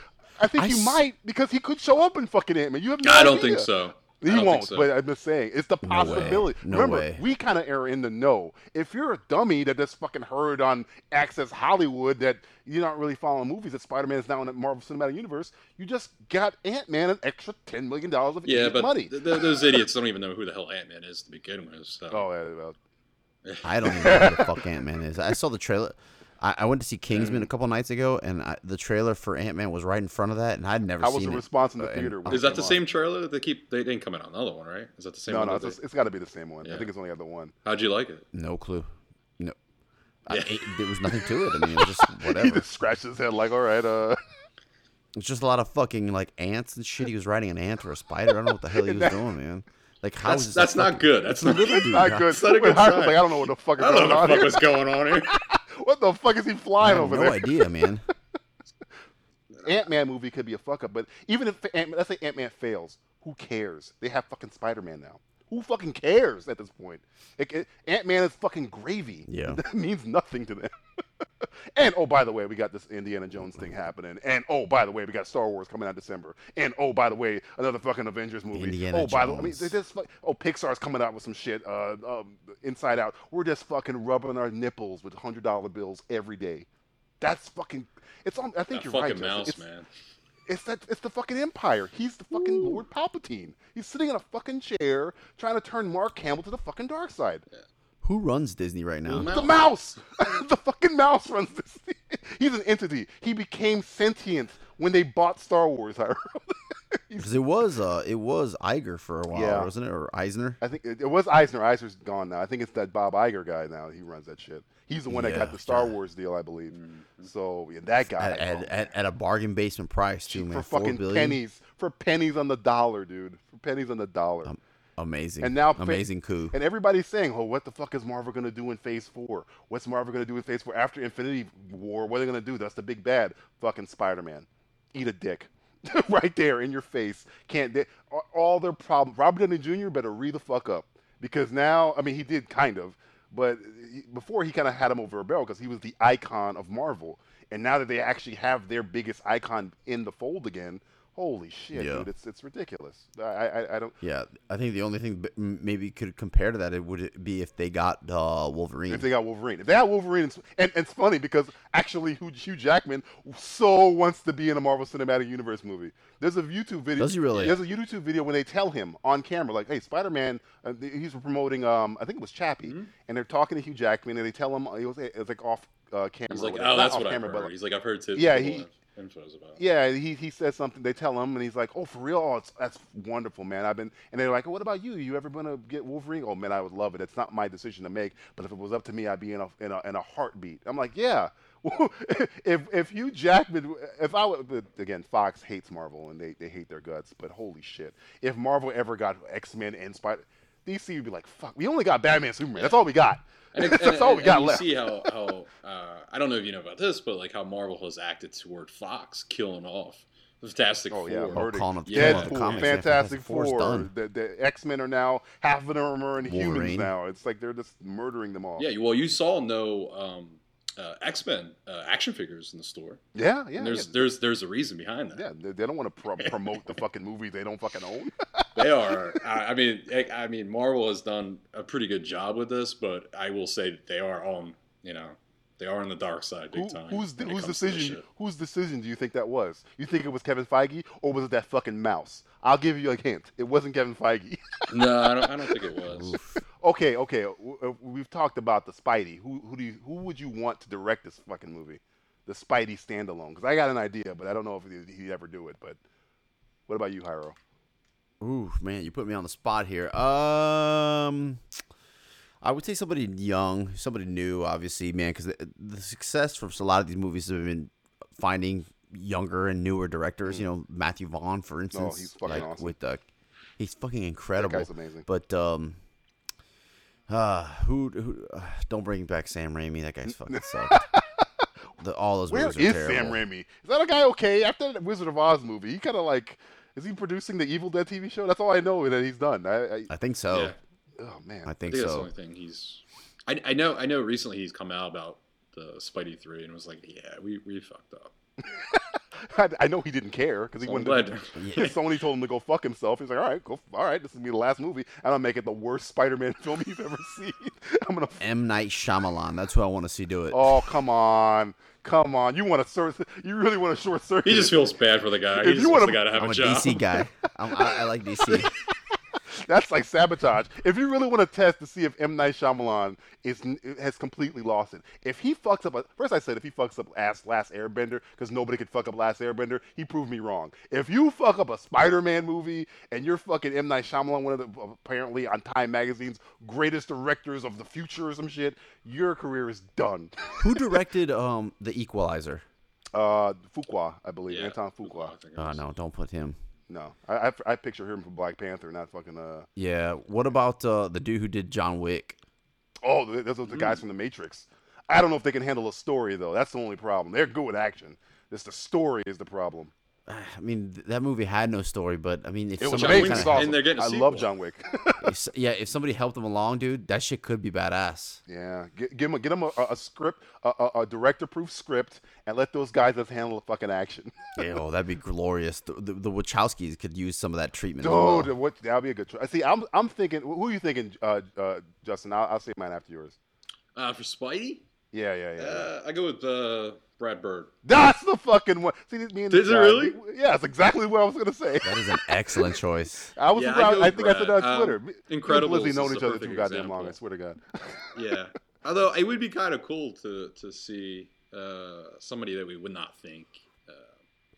Speaker 4: I think
Speaker 5: I
Speaker 4: you
Speaker 5: s-
Speaker 4: might because he could show up in fucking Ant Man. You have no
Speaker 6: I don't think
Speaker 4: idea.
Speaker 6: so.
Speaker 4: He
Speaker 6: I don't think
Speaker 4: won't,
Speaker 6: so.
Speaker 4: but I'm just saying it's the
Speaker 5: No way.
Speaker 4: possibility.
Speaker 5: No
Speaker 4: Remember,
Speaker 5: way.
Speaker 4: we kind of err in the know. If you're a dummy that just fucking heard on Access Hollywood that you're not really following movies that Spider Man is now in the Marvel Cinematic Universe, you just got Ant Man an extra ten million dollars of
Speaker 6: yeah,
Speaker 4: idiot
Speaker 6: but
Speaker 4: money.
Speaker 6: th- th- those idiots don't even know who the hell Ant Man is to begin with. So.
Speaker 4: oh, yeah, well,
Speaker 5: I don't even know who the fuck Ant Man is. I saw the trailer. I, I went to see Kingsman a couple nights ago, and I, the trailer for Ant Man was right in front of that, and I'd never
Speaker 4: how was
Speaker 5: seen
Speaker 4: the
Speaker 5: it.
Speaker 4: response in the
Speaker 5: Uh, and-
Speaker 4: theater? when
Speaker 6: Is
Speaker 4: it
Speaker 6: that the
Speaker 4: came on?
Speaker 6: same trailer that they keep? They didn't come out on another one, right? Is that the same
Speaker 4: No,
Speaker 6: one?
Speaker 4: no,
Speaker 6: that
Speaker 4: it's,
Speaker 6: they-
Speaker 4: it's got to be the same one. I
Speaker 6: Yeah.
Speaker 4: think it's only got the one.
Speaker 6: How'd you like it?
Speaker 5: No clue. No. I,
Speaker 6: Yeah.
Speaker 5: it- there was nothing to it. I mean, it
Speaker 4: (laughs)
Speaker 5: was just
Speaker 4: He
Speaker 5: whatever.
Speaker 4: just scratched his head like, all right, uh,
Speaker 5: It's just a lot of fucking like ants and shit. He was riding an ant or a spider. I don't know what the hell he was doing, man. Like how
Speaker 6: That's
Speaker 5: is
Speaker 6: that's
Speaker 5: this a
Speaker 6: not
Speaker 5: fucking-
Speaker 6: good. That's not
Speaker 4: it's (laughs) not good.
Speaker 6: It's not a
Speaker 4: When
Speaker 6: good
Speaker 4: Howard was
Speaker 6: sign.
Speaker 4: like, I don't know what the fuck is
Speaker 6: I don't
Speaker 4: going
Speaker 6: know
Speaker 4: on
Speaker 6: what the fuck
Speaker 4: here.
Speaker 6: was going on here.
Speaker 4: (laughs) What the fuck is he
Speaker 5: I
Speaker 4: flying
Speaker 5: have
Speaker 4: over
Speaker 5: no
Speaker 4: there?
Speaker 5: idea,
Speaker 4: (laughs)
Speaker 5: man.
Speaker 4: Ant Man movie could be a fuck up, but even if Ant- let's say Ant Man fails, who cares? They have fucking Spider Man now. Who fucking cares at this point? Ant Man is fucking gravy.
Speaker 5: Yeah.
Speaker 4: (laughs) that means nothing to them. (laughs) and oh, by the way, we got this Indiana Jones thing happening. And oh, by the way, we got Star Wars coming out December. And oh, by the way, another fucking Avengers movie.
Speaker 5: Indiana
Speaker 4: oh, by the way, I mean,
Speaker 5: Jones.
Speaker 4: they're just like, oh, Pixar's coming out with some shit. Uh, um, Inside Out. We're just fucking rubbing our nipples with hundred dollar bills every day. That's fucking. It's on. I think
Speaker 6: That
Speaker 4: you're right.
Speaker 6: fucking
Speaker 4: Justin.
Speaker 6: mouse,
Speaker 4: it's,
Speaker 6: man.
Speaker 4: it's that it's the fucking Empire. He's the fucking Lord Palpatine. He's sitting in a fucking chair trying to turn Mark Hamill to the fucking dark side.
Speaker 5: Who runs Disney right now?
Speaker 4: The mouse! the fucking mouse runs this. He's an entity. He became sentient when they bought Star Wars. Hiram.
Speaker 5: Because it was uh, it was Iger for a while,
Speaker 4: Yeah.
Speaker 5: wasn't it, or Eisner?
Speaker 4: I think it, it was Eisner. Eisner's gone now. I think it's that Bob Iger guy now. He runs that shit. He's the one that got
Speaker 5: Yeah,
Speaker 4: the Star
Speaker 5: yeah.
Speaker 4: Wars deal, I believe. So yeah, that guy
Speaker 5: At, at, at, at a bargain basement price too, man.
Speaker 4: for
Speaker 5: Four
Speaker 4: fucking
Speaker 5: billion?
Speaker 4: pennies, for pennies on the dollar, dude. For pennies on the dollar.
Speaker 5: Amazing.
Speaker 4: And now,
Speaker 5: amazing coup.
Speaker 4: And everybody's saying, "Oh, what the fuck is Marvel gonna do in Phase Four? What's Marvel gonna do in Phase Four after Infinity War? What are they gonna do? That's the big bad. Fucking Spider-Man, eat a dick, (laughs) right there in your face. Can't they, all- all their problems? Robert Downey Jr. better read the fuck up because now, I mean, he did kind of, but he- before he kind of had him over a barrel because he was the icon of Marvel, and now that they actually have their biggest icon in the fold again." Holy shit,
Speaker 5: Yeah.
Speaker 4: dude! It's it's ridiculous. I I, I don't.
Speaker 5: Yeah, I think the only thing b- m- maybe could compare to that it would be if they got uh, Wolverine.
Speaker 4: If they got Wolverine, if they got Wolverine, it's, and, and it's funny because actually, Hugh, Hugh Jackman so wants to be in a Marvel Cinematic Universe movie. There's a YouTube video.
Speaker 5: Does he really?
Speaker 4: There's a YouTube video when they tell him on camera, like, "Hey, Spider-Man," uh, th- he's promoting. Um, I think it was Chappie,
Speaker 5: Hmm?
Speaker 4: and they're talking to Hugh Jackman, and they tell him it was, it was like off uh, camera.
Speaker 6: He's
Speaker 4: or
Speaker 6: like,
Speaker 4: whatever.
Speaker 6: oh,
Speaker 4: Not
Speaker 6: that's
Speaker 4: off
Speaker 6: what I
Speaker 4: camera,
Speaker 6: heard.
Speaker 4: but, like,
Speaker 6: He's like, I've heard t-
Speaker 4: Yeah,
Speaker 6: people
Speaker 4: he-
Speaker 6: have infos about. it.
Speaker 4: yeah, he, he says something. They tell him, and he's like, "Oh, for real? Oh, it's, that's wonderful, man. I've been." And they're like, "What about you? You ever gonna get Wolverine?" Oh man, I would love it. It's not my decision to make, but if it was up to me, I'd be in a in a, in a heartbeat. I'm like, yeah. (laughs) if if Hugh Jackman, if I would but again, Fox hates Marvel and they, they hate their guts, but holy shit, if Marvel ever got X Men and Spider, DC would be like, fuck, we only got Batman, Superman. That's all we got.
Speaker 6: And,
Speaker 4: (laughs)
Speaker 6: it,
Speaker 4: that's
Speaker 6: and,
Speaker 4: all we
Speaker 6: and
Speaker 4: got
Speaker 6: you
Speaker 4: left.
Speaker 6: see how, how uh, I don't know if you know about this, but like how Marvel has acted toward Fox killing off the Fantastic
Speaker 4: Oh,
Speaker 6: Four.
Speaker 4: yeah,
Speaker 5: Oh,
Speaker 4: Murder.
Speaker 5: calling up,
Speaker 6: Yeah,
Speaker 5: calling up the
Speaker 6: Deadpool,
Speaker 5: comics. yeah,
Speaker 4: Fantastic
Speaker 5: Four's
Speaker 4: Four.
Speaker 5: done.
Speaker 4: The, the X Men are now half of them are in humans
Speaker 5: Wolverine.
Speaker 4: now. It's like they're just murdering them all.
Speaker 6: Yeah, well, you saw no um, uh, X Men uh, action figures in the store.
Speaker 4: yeah, yeah.
Speaker 6: and there's
Speaker 4: yeah.
Speaker 6: there's there's a reason behind that.
Speaker 4: Yeah, they, they don't want to pro- promote the fucking movie they don't fucking own.
Speaker 6: They are. I, I mean, I, I mean, Marvel has done a pretty good job with this, but I will say that they are on you know They are on the dark side (laughs) big
Speaker 4: Who,
Speaker 6: time.
Speaker 4: whose
Speaker 6: when it
Speaker 4: whose
Speaker 6: comes to this
Speaker 4: decision
Speaker 6: shit.
Speaker 4: whose decision do you think that was? You think it was Kevin Feige or was it that fucking mouse? I'll give you a hint. It wasn't Kevin Feige.
Speaker 6: No, I don't. I don't think it was.
Speaker 4: okay, okay. w- uh, We've talked about the Spidey. Who who do you, who would you want to direct this fucking movie? The Spidey standalone. Because I got an idea, but I don't know if he'd, he'd ever do it. But what about you, Hyro?
Speaker 5: Ooh, man, you put me on the spot here. Um, I would say somebody young, somebody new, obviously, man, because the, the success from a lot of these movies have been finding younger and newer directors. You know, Matthew Vaughn, for instance.
Speaker 4: Mm. Oh, he's fucking
Speaker 5: like,
Speaker 4: awesome.
Speaker 5: With uh, he's fucking incredible.
Speaker 4: guy's amazing.
Speaker 5: But um, uh, who, who uh, don't bring back Sam Raimi? That guy's fucking
Speaker 4: (laughs)
Speaker 5: sucked. The, all those
Speaker 4: Where is
Speaker 5: movies are terrible.
Speaker 4: Sam Raimi? Is that a guy okay after that Wizard of Oz movie? He kind of like is he producing the Evil Dead TV show? That's all I know that he's done. I, I
Speaker 5: I think so.
Speaker 6: Yeah.
Speaker 4: oh man.
Speaker 5: I think
Speaker 6: I think that's the
Speaker 5: so.
Speaker 6: only thing he's. I, I know I know recently he's come out about the Spidey three and was like, yeah, we, we fucked up.
Speaker 4: I, I know he didn't care because he
Speaker 6: So I'm
Speaker 4: wouldn't.
Speaker 6: glad.
Speaker 4: (laughs) Sony told him to go fuck himself. He's like, all right, go, all right, this is gonna be the last movie, and I'll make it the worst Spider-Man (laughs) film you've ever seen. I'm gonna. F-
Speaker 5: M Night Shyamalan. That's who I want to see do it.
Speaker 4: oh come on, come on! You want to short? You really want to short circuit?
Speaker 6: He just feels bad for the guy.
Speaker 4: If
Speaker 6: He
Speaker 4: you
Speaker 6: just wants
Speaker 4: wanna-
Speaker 6: the guy to have
Speaker 5: I'm
Speaker 6: a
Speaker 5: a
Speaker 6: job.
Speaker 5: DC guy. I'm, I, I like DC.
Speaker 4: That's like sabotage. If you really want to test to see if M Night Shyamalan is has completely lost it, if he fucks up, a, first I said if he fucks up ass Last Airbender because nobody could fuck up Last Airbender, he proved me wrong. If you fuck up a Spider-Man movie and you're fucking M Night Shyamalan, one of the apparently on Time Magazine's greatest directors of the future or some shit, your career is done.
Speaker 5: Who directed um the Equalizer?
Speaker 4: Uh, Fuqua, I believe
Speaker 6: Yeah.
Speaker 4: Anton Fuqua.
Speaker 6: I think it
Speaker 5: Oh
Speaker 6: was.
Speaker 5: no, don't put him.
Speaker 4: No, I, I I picture him from Black Panther, not fucking uh.
Speaker 5: Yeah. What about uh, the dude who did John Wick?
Speaker 4: Oh, th- those are the guys from the Matrix. I don't know if they can handle a story though. That's the only problem. They're good with action. It's the story is the problem.
Speaker 5: I mean, th- that movie had no story, but I mean, if
Speaker 4: It was
Speaker 5: somebody
Speaker 4: amazing.
Speaker 6: kinda-
Speaker 4: It's
Speaker 5: kinda,
Speaker 4: awesome.
Speaker 6: And they're getting a
Speaker 4: I love
Speaker 6: sequel.
Speaker 4: John Wick. (laughs)
Speaker 5: if s- yeah, if somebody helped him along, dude, that shit could be badass.
Speaker 4: yeah, get, give him a, get him a, a- a script, a, a, a director-proof script, and let those guys just handle the fucking action. (laughs)
Speaker 5: Yeah, oh, that'd be glorious. The, the, the Wachowskis could use some of that treatment. as well.
Speaker 4: Dude, what? That'd be a good. Try. See, I'm I'm thinking. Who are you thinking, uh, uh, Justin? I'll, I'll say mine after yours.
Speaker 6: Uh, for Spidey,
Speaker 4: Yeah, yeah, yeah.
Speaker 6: uh, I go with uh, Brad Bird.
Speaker 4: That's the fucking one. See, me and
Speaker 6: Is it
Speaker 4: uh,
Speaker 6: really?
Speaker 4: we- yeah, that's exactly what I was gonna say.
Speaker 5: That is an excellent choice.
Speaker 4: I was
Speaker 6: Yeah, I
Speaker 4: surprised.
Speaker 6: go
Speaker 4: I,
Speaker 6: with
Speaker 4: think I said
Speaker 6: Brad.
Speaker 4: that on Twitter. Me- me and
Speaker 6: Incredibles
Speaker 4: Blizzy
Speaker 6: is
Speaker 4: known
Speaker 6: the
Speaker 4: each other too
Speaker 6: perfect
Speaker 4: goddamn long. I
Speaker 6: example.
Speaker 4: swear to God. (laughs)
Speaker 6: Yeah. Although it would be kind of cool to to see uh, somebody that we would not think. Uh,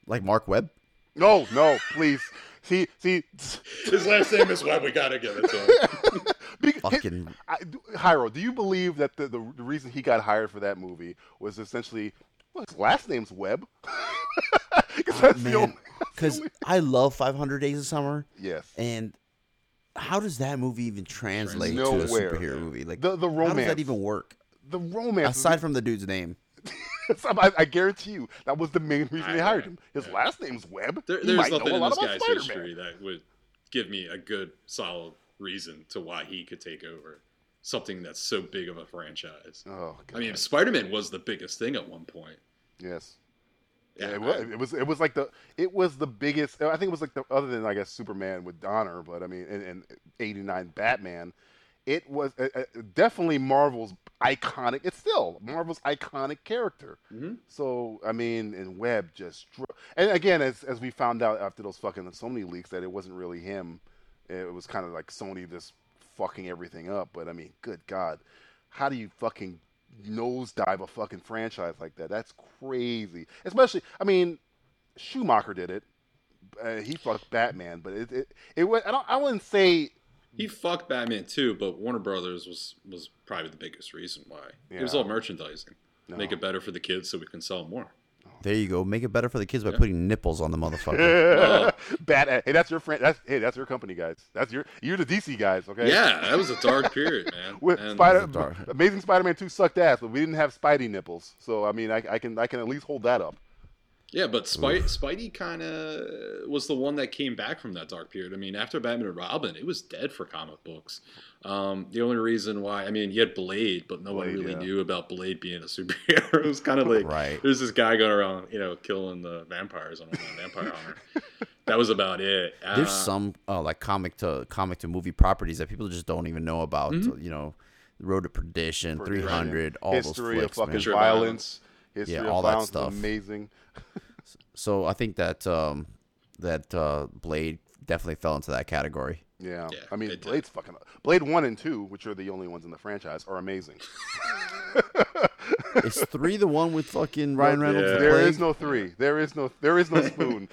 Speaker 5: Like Mark Webb.
Speaker 4: No, no, please. See, see, (laughs)
Speaker 6: his last name is Webb. We gotta give it to him.
Speaker 4: be,
Speaker 5: Fucking-
Speaker 4: I, do- Hyro, do you believe that the, the the reason he got hired for that movie was essentially well, his last name's Webb? (laughs)
Speaker 5: Ah,
Speaker 4: 'Cause that's the only-
Speaker 5: Because I love 500 Days of Summer,
Speaker 4: yes,
Speaker 5: and how does that movie even translate to a
Speaker 4: Nowhere.
Speaker 5: superhero movie? Like
Speaker 4: The- the
Speaker 5: How does
Speaker 4: romance.
Speaker 5: that even work?
Speaker 4: the romance.
Speaker 5: Aside from the dude's name,
Speaker 4: (laughs) I, I guarantee you that was the main reason they
Speaker 6: I-
Speaker 4: hired him. His
Speaker 6: yeah.
Speaker 4: last name's Webb.
Speaker 6: There,
Speaker 4: He
Speaker 6: there's
Speaker 4: might know
Speaker 6: nothing
Speaker 4: a
Speaker 6: in
Speaker 4: lot
Speaker 6: this
Speaker 4: about
Speaker 6: guy's
Speaker 4: Spider-Man.
Speaker 6: history that would give me a good, solid reason to why he could take over something that's so big of a franchise.
Speaker 4: Oh, God.
Speaker 6: I mean, Spider-Man was the biggest thing at one point.
Speaker 4: yes.
Speaker 6: Yeah,
Speaker 4: it, was,
Speaker 6: I-
Speaker 4: it was it was like the it was the biggest. I think it was like the other than I guess Superman with Donner, but I mean, and, and '89 Batman, it was uh, uh, definitely Marvel's iconic. It's still Marvel's iconic character.
Speaker 6: Mhm.
Speaker 4: So I mean, and Webb just dro- and again, as as we found out after those fucking so many leaks that it wasn't really him. It was kind of like Sony just fucking everything up. But I mean, good God, how do you fucking nosedive a fucking franchise like that? That's crazy. Especially, I mean, Schumacher did it. Uh, he fucked Batman, but it it, it was, I don't I wouldn't say (laughs)
Speaker 6: He fucked Batman too, but Warner Brothers was was probably the biggest reason why. It was
Speaker 4: Yeah.
Speaker 6: all merchandising. Make it better for the kids so we can sell more.
Speaker 5: there you go. Make it better for the kids by putting nipples on the motherfucker.
Speaker 4: (laughs) Bat. Hey, that's your friend. That's hey, that's your company, guys. That's your you're the DC guys, okay?
Speaker 6: Yeah, that was a dark period, man.
Speaker 4: (laughs) With
Speaker 6: And-
Speaker 4: Spider,
Speaker 5: dark.
Speaker 4: Amazing Spider-Man 2 sucked ass, but we didn't have Spidey nipples, so I mean, I, I can I can at least hold that up.
Speaker 6: Yeah, but Spidey, Spidey kind of was the one that came back from that dark period. I mean, after Batman and Robin, it was dead for comic books. Um, the only reason why, I mean, you had Blade, but no one
Speaker 4: Blade,
Speaker 6: really
Speaker 4: yeah.
Speaker 6: knew about Blade being a superhero. (laughs) it was kind of like
Speaker 5: Right.
Speaker 6: there's this guy going around, you know, killing the vampires on a vampire hunter. That was about it.
Speaker 5: There's
Speaker 6: Uh,
Speaker 5: some uh, like comic to comic to movie properties that people just don't even know about. You know, Road to Perdition,
Speaker 4: Perdition.
Speaker 5: 300, all
Speaker 4: history
Speaker 5: those flicks,
Speaker 4: of fucking
Speaker 5: man.
Speaker 6: Sure,
Speaker 4: violence, history
Speaker 5: Yeah,
Speaker 4: of
Speaker 5: all that
Speaker 4: violence, is
Speaker 5: stuff.
Speaker 4: amazing.
Speaker 5: So I think that um, that uh, Blade definitely fell into
Speaker 4: (laughs)
Speaker 5: that category.
Speaker 4: Yeah.
Speaker 6: Yeah,
Speaker 4: I mean,
Speaker 6: it did.
Speaker 4: Blade's fucking. Blade one and two, which are the only ones in the franchise, are amazing.
Speaker 5: Is three the one with fucking (laughs) Ryan Reynolds?
Speaker 6: Yeah.
Speaker 5: the
Speaker 4: There
Speaker 5: Blade?
Speaker 4: is no three. There is no. There is
Speaker 6: (laughs)
Speaker 4: no spoon.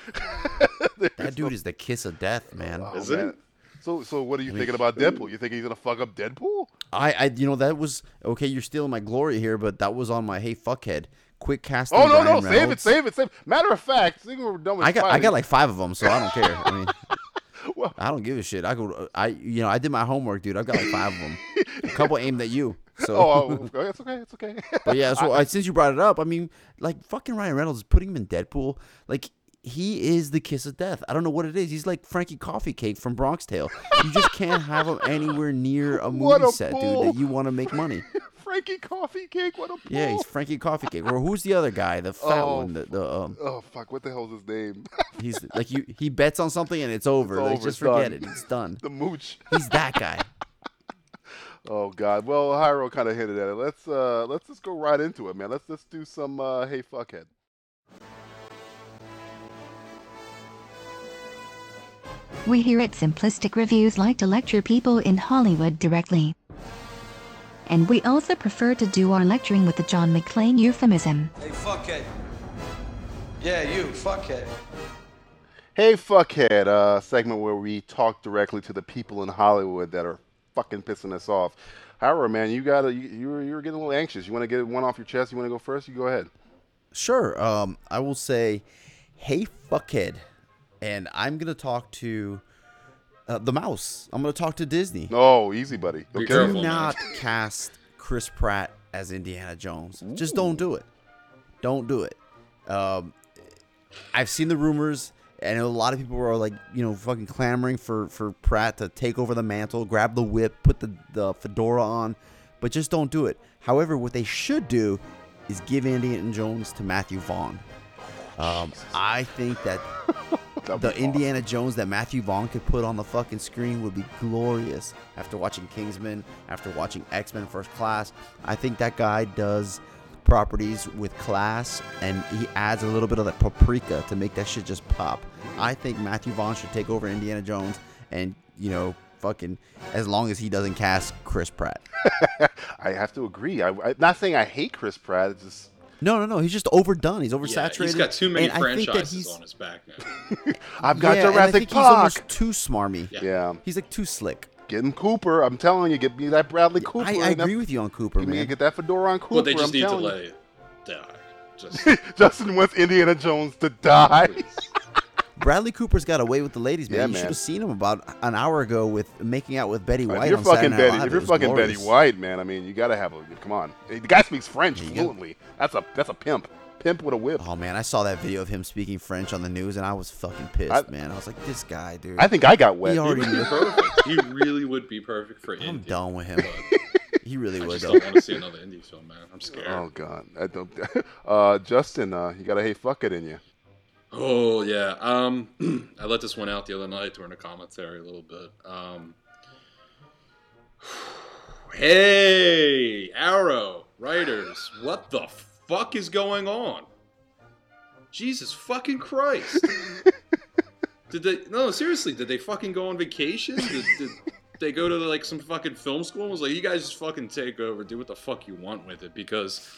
Speaker 5: that dude is the kiss of death, man.
Speaker 4: Oh,
Speaker 6: Is it?
Speaker 4: man. So, so what are you thinking about Deadpool? You think he's gonna fuck up Deadpool? Oh,
Speaker 5: I, I, you know, that was okay. You're stealing my glory here, but that was on my hey fuckhead quick cast.
Speaker 4: Oh
Speaker 5: on
Speaker 4: no, no,
Speaker 5: Ryan
Speaker 4: save it,
Speaker 5: Reynolds.
Speaker 4: save it, save. it. Matter of fact, I think we're done with.
Speaker 5: I got, I
Speaker 4: fighting.
Speaker 5: got like five of them, so I don't care. I mean,
Speaker 4: (laughs) Well-
Speaker 5: I don't give a shit. I go, I, you know, I did my homework, dude. I've got like five of them.
Speaker 4: (laughs)
Speaker 5: a couple aimed at you. So, (laughs)
Speaker 4: Oh, oh, it's okay, it's okay. (laughs)
Speaker 5: but yeah. So I, since you brought it up, I mean, like fucking Ryan Reynolds putting him in Deadpool, like. He is the kiss of death. I don't know what it is. He's like Frankie Coffee Cake from Bronx Tale. You just can't have him anywhere near
Speaker 4: (laughs)
Speaker 5: a
Speaker 4: What
Speaker 5: movie
Speaker 4: a
Speaker 5: set,
Speaker 4: bull.
Speaker 5: dude, that you want to make money.
Speaker 4: Frankie Coffee Cake, what a pull.
Speaker 5: Yeah, he's Frankie Coffee Cake. Or who's the other guy? The fat
Speaker 4: Oh.
Speaker 5: one. The, the um,
Speaker 4: Oh fuck! What the hell's his name? (laughs)
Speaker 5: he's like you. He bets on something and it's over.
Speaker 4: It's
Speaker 5: like,
Speaker 4: over,
Speaker 5: just
Speaker 4: it's done.
Speaker 5: forget it. It's done.
Speaker 4: the Mooch.
Speaker 5: He's that guy.
Speaker 4: Oh God. Well, Hyro kind of hinted at it. Let's uh, let's just go right into it, man. Let's let's do some uh, hey fuckhead.
Speaker 2: We here at Simplistic Reviews like to lecture people in Hollywood directly. And we also prefer to do our lecturing with the John McClane euphemism.
Speaker 8: Hey, fuckhead. Yeah, you, fuckhead.
Speaker 4: Hey fuckhead. Uh, segment where we talk directly to the people in Hollywood that are fucking pissing us off. Hyro, man, you gotta you you were, you were getting a little anxious. You want to get one off your chest? You want to go first? You go ahead.
Speaker 5: Sure. Um, I will say, hey fuckhead, and I'm gonna talk to uh, the mouse. I'm gonna talk to Disney.
Speaker 4: No, easy, buddy.
Speaker 6: Be
Speaker 4: Okay.
Speaker 6: careful.
Speaker 5: Do
Speaker 6: man.
Speaker 5: not cast Chris Pratt as Indiana Jones. Just don't do it. Don't do it. Um, I've seen the rumors, and a lot of people are like, you know, fucking clamoring for for Pratt to take over the mantle, grab the whip, put the the fedora on, but just don't do it. However, what they should do is give Indiana Jones to Matthew Vaughn. Um, I think that
Speaker 4: That'd
Speaker 5: the
Speaker 4: be awesome.
Speaker 5: Indiana Jones that Matthew Vaughn could put on the fucking screen would be glorious. After watching Kingsman, after watching X Men First Class, I think that guy does properties with class and he adds a little bit of that paprika to make that shit just pop. I think Matthew Vaughn should take over Indiana Jones and, you know, fucking as long as he doesn't cast Chris Pratt.
Speaker 4: I have to agree. I, am not saying I hate Chris Pratt. It's just
Speaker 5: No, no, no. He's just overdone. He's
Speaker 6: Yeah,
Speaker 5: oversaturated.
Speaker 6: he's got too many
Speaker 5: and I think that
Speaker 6: franchises
Speaker 5: he's-
Speaker 6: on his back now.
Speaker 4: I've got
Speaker 5: yeah, and I
Speaker 4: Jurassic
Speaker 5: think he's
Speaker 4: Park.
Speaker 5: almost too smarmy.
Speaker 6: Yeah.
Speaker 4: yeah,
Speaker 5: He's like too slick.
Speaker 4: get him Cooper. I'm telling you, get me that Bradley Cooper.
Speaker 5: I, I agree with you on Cooper,
Speaker 4: You need to
Speaker 5: man.
Speaker 4: get that fedora on Cooper.
Speaker 6: But they just
Speaker 4: I'm
Speaker 6: need to
Speaker 4: telling
Speaker 6: let
Speaker 4: you.
Speaker 6: it die.
Speaker 5: (laughs)
Speaker 6: Just
Speaker 4: (laughs) Justin wants Indiana Jones to die.
Speaker 6: (laughs)
Speaker 5: Bradley Cooper's got away with the ladies, man.
Speaker 4: Yeah,
Speaker 5: you
Speaker 4: man.
Speaker 5: should have seen him about an hour ago with making out with Betty White.
Speaker 4: if you're
Speaker 5: on
Speaker 4: fucking
Speaker 5: Saturday Night
Speaker 4: Betty,
Speaker 5: Live.
Speaker 4: if
Speaker 5: It
Speaker 4: you're
Speaker 5: was
Speaker 4: fucking Betty
Speaker 5: glorious.
Speaker 4: White, man, I mean, you gotta have a. Come on, the guy speaks French
Speaker 5: you go.
Speaker 4: fluently. That's a that's a pimp. Pimp with a whip.
Speaker 5: Oh man, I saw that video of him speaking French on the news, and I was fucking pissed,
Speaker 4: I-
Speaker 5: man. I was like, this guy, dude.
Speaker 4: I think I got wet. (laughs)
Speaker 5: he already.
Speaker 6: He'd be perfect. He really would be perfect
Speaker 5: (laughs)
Speaker 6: for
Speaker 5: I'm
Speaker 6: Indy.
Speaker 5: done
Speaker 4: (laughs)
Speaker 5: with him. he really
Speaker 6: I
Speaker 5: would.
Speaker 6: just
Speaker 5: though. (laughs)
Speaker 6: don't want to see another indie film, man. I'm scared.
Speaker 4: Oh
Speaker 6: Oh,
Speaker 4: god, I don't. (laughs) Uh, Justin, uh, you gotta hate fuck it in you.
Speaker 6: Oh, yeah. Um, (clears throat) I let this one out the other night during a commentary a little bit. Um, (sighs) hey, Arrow writers, what the fuck is going on? Jesus fucking Christ! did they? No, seriously, did they fucking go on vacation? Did, did they go to like some fucking film school and was like, "You guys just fucking take over, do what the fuck you want with it"? Because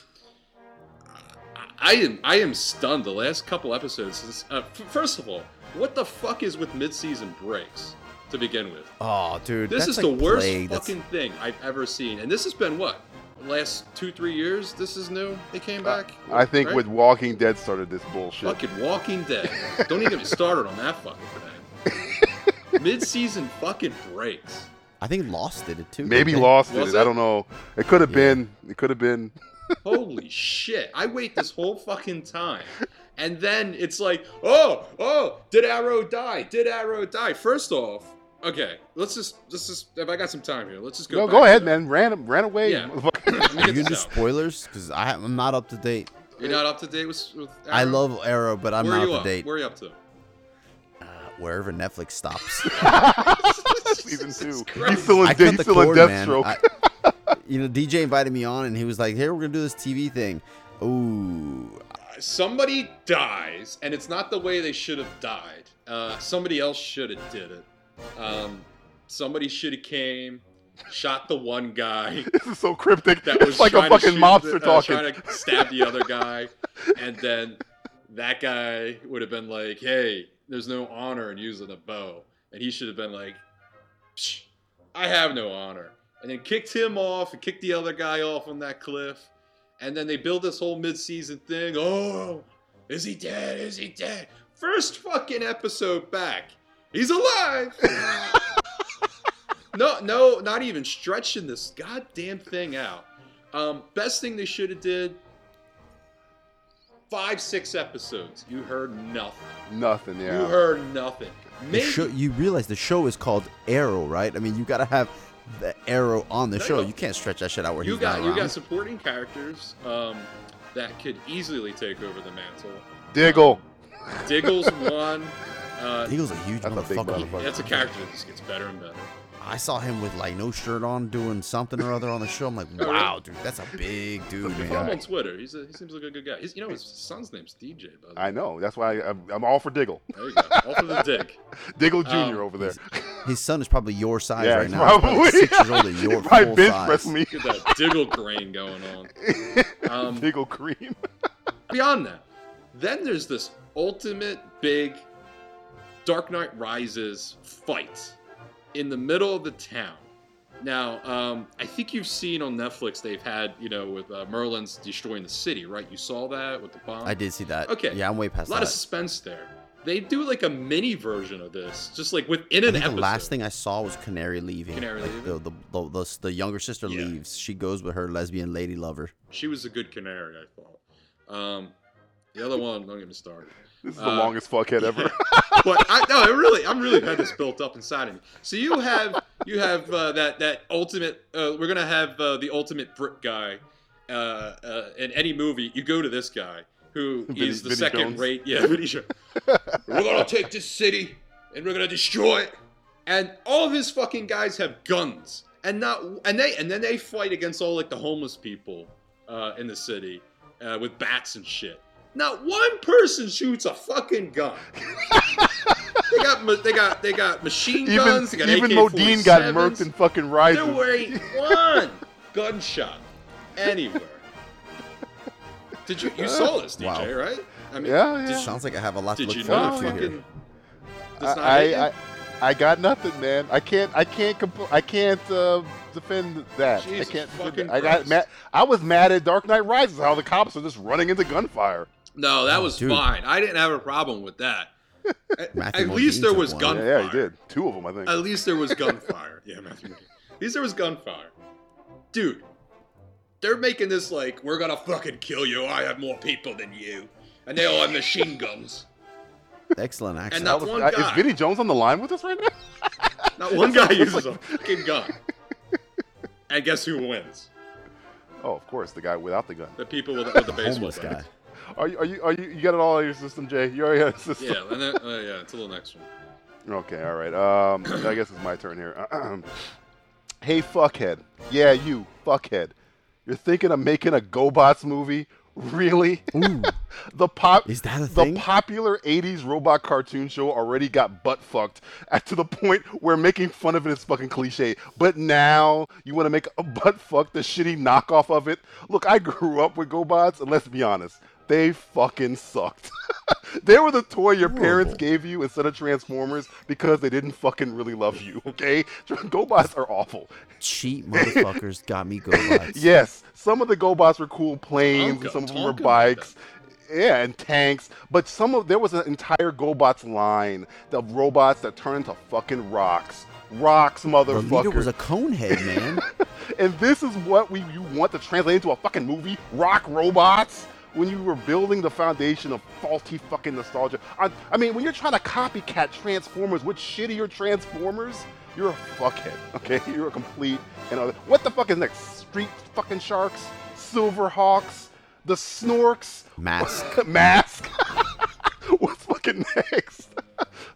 Speaker 6: I am I am stunned. The last couple episodes. is- Uh, f- first of all, what the fuck is with mid-season breaks to begin with?
Speaker 5: Oh, dude,
Speaker 6: This
Speaker 5: that's
Speaker 6: is
Speaker 5: like
Speaker 6: the worst
Speaker 5: plague. That's-
Speaker 6: fucking thing I've ever seen, and this has been what last two three years. This is new. They came back.
Speaker 4: I think
Speaker 6: right?
Speaker 4: with Walking Dead started this bullshit.
Speaker 6: fucking Walking Dead. Don't even get me started on that fucking
Speaker 4: (laughs)
Speaker 6: thing. Mid-season fucking breaks.
Speaker 5: I think Lost did it too.
Speaker 4: Maybe
Speaker 5: didn't they?
Speaker 4: Lost did
Speaker 6: Was
Speaker 4: it. I
Speaker 6: it?
Speaker 4: don't know. It could have
Speaker 5: Yeah.
Speaker 4: been. It could have been.
Speaker 6: Holy shit. I wait this whole fucking time. And then it's like, oh, oh, did Arrow die? Did Arrow die? First off, okay, let's just, let's just, if I got some time here, let's just go.
Speaker 4: no,
Speaker 6: back
Speaker 4: go
Speaker 6: to
Speaker 4: ahead,
Speaker 6: that.
Speaker 4: man. Ran, ran away. (laughs)
Speaker 6: Yeah.
Speaker 4: motherfucker.
Speaker 6: (laughs) Let me
Speaker 5: Are
Speaker 6: get
Speaker 5: you gonna do
Speaker 6: this out.
Speaker 5: spoilers? Because I'm not up to date.
Speaker 6: You're not up to date with, with Arrow?
Speaker 5: I love Arrow, but I'm
Speaker 6: Where
Speaker 5: not
Speaker 6: are you
Speaker 5: up to
Speaker 6: up?
Speaker 5: date.
Speaker 6: Where are you
Speaker 5: (laughs)
Speaker 6: up to?
Speaker 5: Uh, wherever Netflix stops.
Speaker 4: Season two.
Speaker 6: Christ.
Speaker 4: He's still in,
Speaker 5: I
Speaker 4: de-
Speaker 5: cut
Speaker 4: he's
Speaker 5: the
Speaker 4: still in
Speaker 5: cord, man.
Speaker 4: Deathstroke.
Speaker 5: I- you know, DJ invited me on, and he was like, "Here, we're gonna do this TV thing." Ooh,
Speaker 6: somebody dies, and it's not the way they should have died. Uh, somebody else should have did it. Um, somebody should have came, shot the one guy
Speaker 4: (laughs) This is so cryptic.
Speaker 6: that was
Speaker 4: it's like a
Speaker 6: trying to
Speaker 4: fucking
Speaker 6: shoot
Speaker 4: mobster
Speaker 6: the- uh,
Speaker 4: talking.
Speaker 6: trying to stab the
Speaker 4: (laughs)
Speaker 6: other guy, and then that guy would have been like, "Hey, there's no honor in using a bow," and he should have been like, Psh, "I have no honor," and then kicked him off and kicked the other guy off on that cliff, and then they build this whole mid-season thing. Oh, is he dead? Is he dead? First fucking episode back,
Speaker 4: (laughs)
Speaker 6: he's alive. no, no, not even stretching this goddamn thing out. Um, best thing they should have did. Five, six episodes. You heard nothing.
Speaker 4: Nothing. Yeah.
Speaker 6: You heard nothing.
Speaker 5: The
Speaker 6: Maybe
Speaker 5: show, you realize the show is called Arrow, right? I mean, you gotta have the arrow on the
Speaker 6: No,
Speaker 5: show.
Speaker 6: no.
Speaker 5: You can't stretch that shit out where
Speaker 6: you
Speaker 5: he's
Speaker 6: got
Speaker 5: not
Speaker 6: you
Speaker 5: around.
Speaker 6: got supporting characters um, that could easily take over the mantle.
Speaker 4: Diggle.
Speaker 6: Diggle's
Speaker 5: (laughs)
Speaker 6: one. Uh,
Speaker 5: Eagle's a huge
Speaker 4: That's a big
Speaker 5: motherfucker.
Speaker 4: motherfucker.
Speaker 6: that's a character that just gets better and better.
Speaker 5: I saw him with like no shirt on, doing something or other on the show. I'm like,
Speaker 6: Oh, really?
Speaker 5: wow, dude, that's a big dude,
Speaker 6: Follow him on
Speaker 5: man.
Speaker 6: Twitter. He's a, he seems like a good guy. His, you know his son's name's DJ. By the way.
Speaker 4: I know. That's why I, I'm, I'm all for Diggle.
Speaker 6: There you go. Off of the dick.
Speaker 4: Diggle Junior
Speaker 6: Um,
Speaker 4: over there.
Speaker 5: His son is probably your size
Speaker 4: yeah,
Speaker 5: Oh, right
Speaker 4: he's
Speaker 5: now. He's
Speaker 4: probably.
Speaker 5: probably six years old
Speaker 4: (laughs)
Speaker 5: and
Speaker 4: He
Speaker 5: your
Speaker 4: probably
Speaker 5: full
Speaker 4: bench
Speaker 5: size.
Speaker 4: pressed me.
Speaker 6: Get that diggle grain going
Speaker 5: (laughs)
Speaker 6: on. Um,
Speaker 4: Diggle cream.
Speaker 6: beyond that, then there's this ultimate big Dark Knight Rises fight in the middle of the town. Now, um, I think you've seen on Netflix they've had, you know, with uh, Merlin's destroying the city, right? You saw that with the bomb.
Speaker 5: I did see that.
Speaker 6: Okay.
Speaker 5: Yeah, I'm way past
Speaker 6: a lot
Speaker 5: that.
Speaker 6: of suspense there. They do like a mini version of this, just like within
Speaker 5: I
Speaker 6: an
Speaker 5: think
Speaker 6: episode.
Speaker 5: the last thing I saw was Canary leaving.
Speaker 6: Canary
Speaker 5: Like,
Speaker 6: leaving?
Speaker 5: The, the, the, the, the younger sister
Speaker 6: Yeah.
Speaker 5: leaves. She goes with her lesbian lady lover.
Speaker 6: she was a good canary, I thought. Um, the other one, don't get me started.
Speaker 4: (laughs) This is the
Speaker 6: Uh,
Speaker 4: longest fuckhead ever.
Speaker 5: (laughs)
Speaker 6: but I no, it really, I'm really had this built up inside of me. So you have you have uh, that that ultimate. Uh, we're gonna have uh, the ultimate brick guy uh, uh, in any movie. You go to this guy who
Speaker 4: Vinny-
Speaker 6: is the
Speaker 4: Vinny
Speaker 6: second
Speaker 4: Jones.
Speaker 6: rate. Yeah, Vinny Jones. we're gonna take this city and we're gonna destroy it. And all of his fucking guys have guns, and not and they and then they fight against all like the homeless people uh, in the city uh, with bats and shit. Not one person shoots a fucking gun. they got ma- they got they got machine
Speaker 4: even
Speaker 6: guns. They got
Speaker 4: even Modine
Speaker 6: AK-47s.
Speaker 4: got murked in fucking Rises.
Speaker 6: There were ain't one gunshot anywhere. Did you you saw this DJ
Speaker 5: Wow.
Speaker 6: right? I
Speaker 4: Yeah, yeah.
Speaker 6: Did,
Speaker 5: Sounds like I have a lot to
Speaker 6: did
Speaker 5: look
Speaker 6: you
Speaker 5: forward
Speaker 6: not
Speaker 5: to here.
Speaker 6: fucking? does not hit you?
Speaker 4: I, I, I I got nothing, man. I can't I can't compl- I can't uh, defend that.
Speaker 6: Jesus
Speaker 4: I can't. defend
Speaker 6: fucking
Speaker 4: that. I got
Speaker 6: Christ.
Speaker 4: mad. I was mad at Dark Knight Rises how the cops are just running into gunfire.
Speaker 6: No, that
Speaker 5: Oh,
Speaker 6: was
Speaker 5: dude.
Speaker 6: fine. I didn't have a problem
Speaker 4: (laughs)
Speaker 6: with that. At,
Speaker 5: Matthew
Speaker 6: at least there
Speaker 5: Modine
Speaker 6: was
Speaker 5: took one.
Speaker 6: gunfire.
Speaker 4: Yeah, yeah, he did. Two of them, I think.
Speaker 6: At least there was gunfire. yeah, Matthew. McConaughey. At least there was gunfire. Dude, they're making this like we're gonna fucking kill you. I have more people than you, and they all have machine guns.
Speaker 5: Excellent accent.
Speaker 6: And not
Speaker 4: Was-
Speaker 6: one
Speaker 4: uh,
Speaker 6: guy.
Speaker 4: Is Vinny Jones on the line with us right now?
Speaker 6: Not one guy uses a fucking gun. And guess who wins?
Speaker 4: Oh, of course, the guy without the gun.
Speaker 6: The people with, with the baseball
Speaker 5: homeless guy.
Speaker 6: bat.
Speaker 4: Are you? Are you? Are you? You got it all out of your system, Jay. You already got a system.
Speaker 6: Yeah, and then, uh, yeah, until the next one.
Speaker 4: Okay, all right. Um, (coughs) I guess it's my turn here. (clears throat) hey, fuckhead. Yeah, you, fuckhead. You're thinking of making a GoBots movie? Really? the pop
Speaker 5: Is that a
Speaker 4: the
Speaker 5: thing?
Speaker 4: popular '80s robot cartoon show already got butt fucked at to the point where making fun of it is fucking cliche. But now you want to make a butt fuck the shitty knockoff of it? Look, I grew up with GoBots, and let's be honest, they fucking sucked. (laughs) they were the toy your parents gave you instead of Transformers because they didn't fucking really love you. Okay, (laughs) GoBots are awful.
Speaker 5: Cheat motherfuckers got me
Speaker 6: (laughs)
Speaker 5: go bots.
Speaker 4: Yes, some of the GoBots were cool planes,
Speaker 6: Tonka-
Speaker 4: and some of them were
Speaker 6: Tonka made
Speaker 4: bikes. Yeah, and tanks, but some of there was an entire GoBots line of robots that turned into fucking rocks, rocks,
Speaker 5: The leader
Speaker 4: motherfucker.
Speaker 5: was a conehead,
Speaker 6: (laughs)
Speaker 5: man.
Speaker 4: and this is what we you want to translate into a fucking movie, rock robots. When you were building the foundation of faulty fucking nostalgia, I, I mean, when you're trying to copycat Transformers with shittier Transformers, you're a fuckhead, (laughs) okay? You're a complete and other. What the fuck is next? Street fucking sharks, Silverhawks, the Snorks, (laughs)
Speaker 5: Mask.
Speaker 4: mask. What's fucking next? (laughs)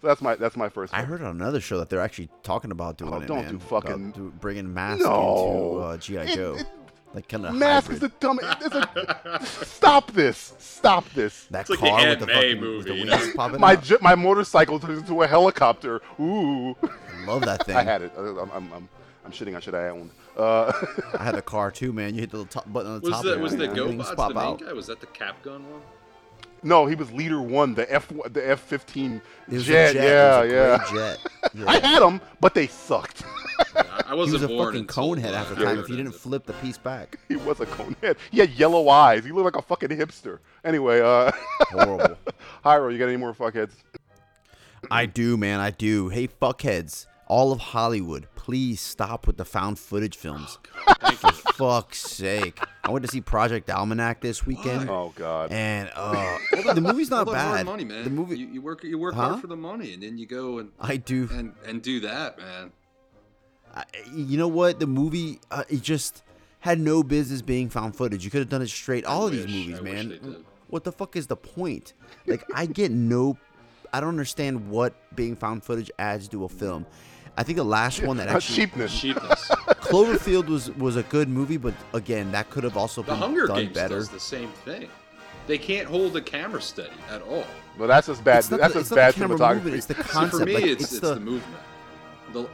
Speaker 4: So that's my that's my first.
Speaker 5: I
Speaker 4: pick.
Speaker 5: heard on another show that they're actually talking about doing
Speaker 4: Oh,
Speaker 5: it.
Speaker 4: don't
Speaker 5: man,
Speaker 4: do fucking-
Speaker 5: about do- bringing masks
Speaker 4: No.
Speaker 5: into uh, GI
Speaker 4: It-
Speaker 5: Joe,
Speaker 4: it-
Speaker 5: like kind of
Speaker 4: Mask is the dumb. It's a, (laughs) stop this! Stop this!
Speaker 5: that
Speaker 6: It's like the
Speaker 5: car with
Speaker 6: Aunt
Speaker 5: the
Speaker 6: May
Speaker 5: fucking
Speaker 6: movie,
Speaker 5: with
Speaker 6: you
Speaker 5: the
Speaker 6: know?
Speaker 5: wings popping
Speaker 4: My
Speaker 5: out.
Speaker 4: j- my motorcycle turns into a helicopter. Ooh, (laughs)
Speaker 5: I love that
Speaker 6: (laughs)
Speaker 5: thing.
Speaker 4: I had it. I- I'm I'm I'm, I'm shitting on shit I owned. Uh, (laughs)
Speaker 5: I had a car too, man. You hit the little top button on the
Speaker 6: Was
Speaker 5: top.
Speaker 6: the
Speaker 5: and
Speaker 6: was the
Speaker 5: everything, things
Speaker 6: GoBots
Speaker 5: pop
Speaker 6: the main
Speaker 5: out.
Speaker 6: guy? Was that the Cap Gun one?
Speaker 4: no, he was leader one, the F the F fifteen
Speaker 5: It was a
Speaker 4: jet.
Speaker 5: jet. It
Speaker 4: Yeah,
Speaker 5: was a
Speaker 4: yeah.
Speaker 5: great jet.
Speaker 6: (laughs)
Speaker 5: Yeah.
Speaker 4: I had them, but they sucked. (laughs)
Speaker 6: I- I
Speaker 5: He
Speaker 6: wasn't
Speaker 5: was a
Speaker 6: born
Speaker 5: fucking
Speaker 6: until,
Speaker 5: conehead
Speaker 6: uh,
Speaker 5: half the
Speaker 6: I
Speaker 5: time.
Speaker 6: heard
Speaker 5: If he
Speaker 6: it.
Speaker 5: didn't flip the piece
Speaker 6: (laughs)
Speaker 5: back,
Speaker 4: he was a conehead. He had yellow eyes. He looked like a fucking hipster. Anyway, uh, (laughs)
Speaker 5: horrible.
Speaker 4: Hyro, you got any more fuckheads?
Speaker 5: I do, man. I do. Hey, fuckheads, all of Hollywood, please stop with the found footage films.
Speaker 6: Oh,
Speaker 5: For fuck's sake. I went to see Project Almanac this weekend.
Speaker 4: Oh God.
Speaker 5: And
Speaker 6: (laughs)
Speaker 5: uh, the movie's not
Speaker 6: Hold on,
Speaker 5: bad.
Speaker 6: hard Money, man.
Speaker 5: The movie,
Speaker 6: You, you work. You work
Speaker 5: Huh?
Speaker 6: hard for the money, and then you go and
Speaker 5: I do.
Speaker 6: and and do that, man.
Speaker 5: I, you know what? The movie, uh, it just had no business being found footage. You could have done it straight. All of these
Speaker 6: wish-
Speaker 5: movies,
Speaker 6: I wish
Speaker 5: man.
Speaker 6: they did.
Speaker 5: What the fuck is the point? Like, I get no. I don't understand what being found footage adds to a film. I think the last
Speaker 4: (laughs)
Speaker 5: one that
Speaker 4: Uh,
Speaker 5: actually
Speaker 4: cheapness.
Speaker 6: Cheapness.
Speaker 5: Cloverfield was was a good movie, but again, that could have also
Speaker 6: the
Speaker 5: been
Speaker 6: Hunger
Speaker 5: done
Speaker 6: Games
Speaker 5: better.
Speaker 6: does the same thing. They can't hold the camera steady at all.
Speaker 4: But that's just bad.
Speaker 5: It's not
Speaker 4: That's
Speaker 5: the-
Speaker 4: just
Speaker 5: it's not
Speaker 4: bad
Speaker 5: the camera movement,
Speaker 4: cinematography.
Speaker 5: It's the
Speaker 6: So
Speaker 5: concept.
Speaker 6: for me,
Speaker 5: like,
Speaker 6: it's, it's,
Speaker 5: the,
Speaker 6: the, movement. The,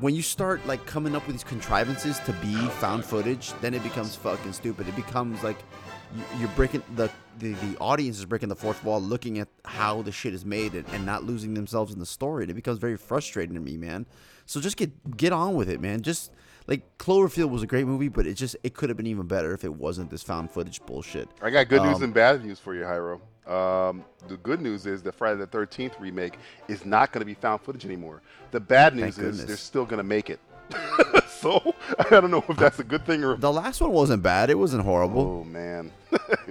Speaker 5: when you start like coming up with these contrivances to be found footage, then it becomes fucking stupid. It becomes like you- you're breaking the, the the audience is breaking the fourth wall, looking at how the shit is made and, and not losing themselves in the story. And it becomes very frustrating to me, man. So just get get on with it, man. Just like Cloverfield was a great movie, but it just it could have been even better if it wasn't this found footage bullshit.
Speaker 4: I got good news
Speaker 5: Um,
Speaker 4: and bad news for you, Hyro. Um, the good news is the Friday the 13th remake is not going to be found footage anymore. The bad news is
Speaker 5: goodness.
Speaker 4: they're still going to make it. (laughs) so I don't know if that's a good thing or.
Speaker 5: The last one wasn't bad. It wasn't horrible.
Speaker 4: Oh man,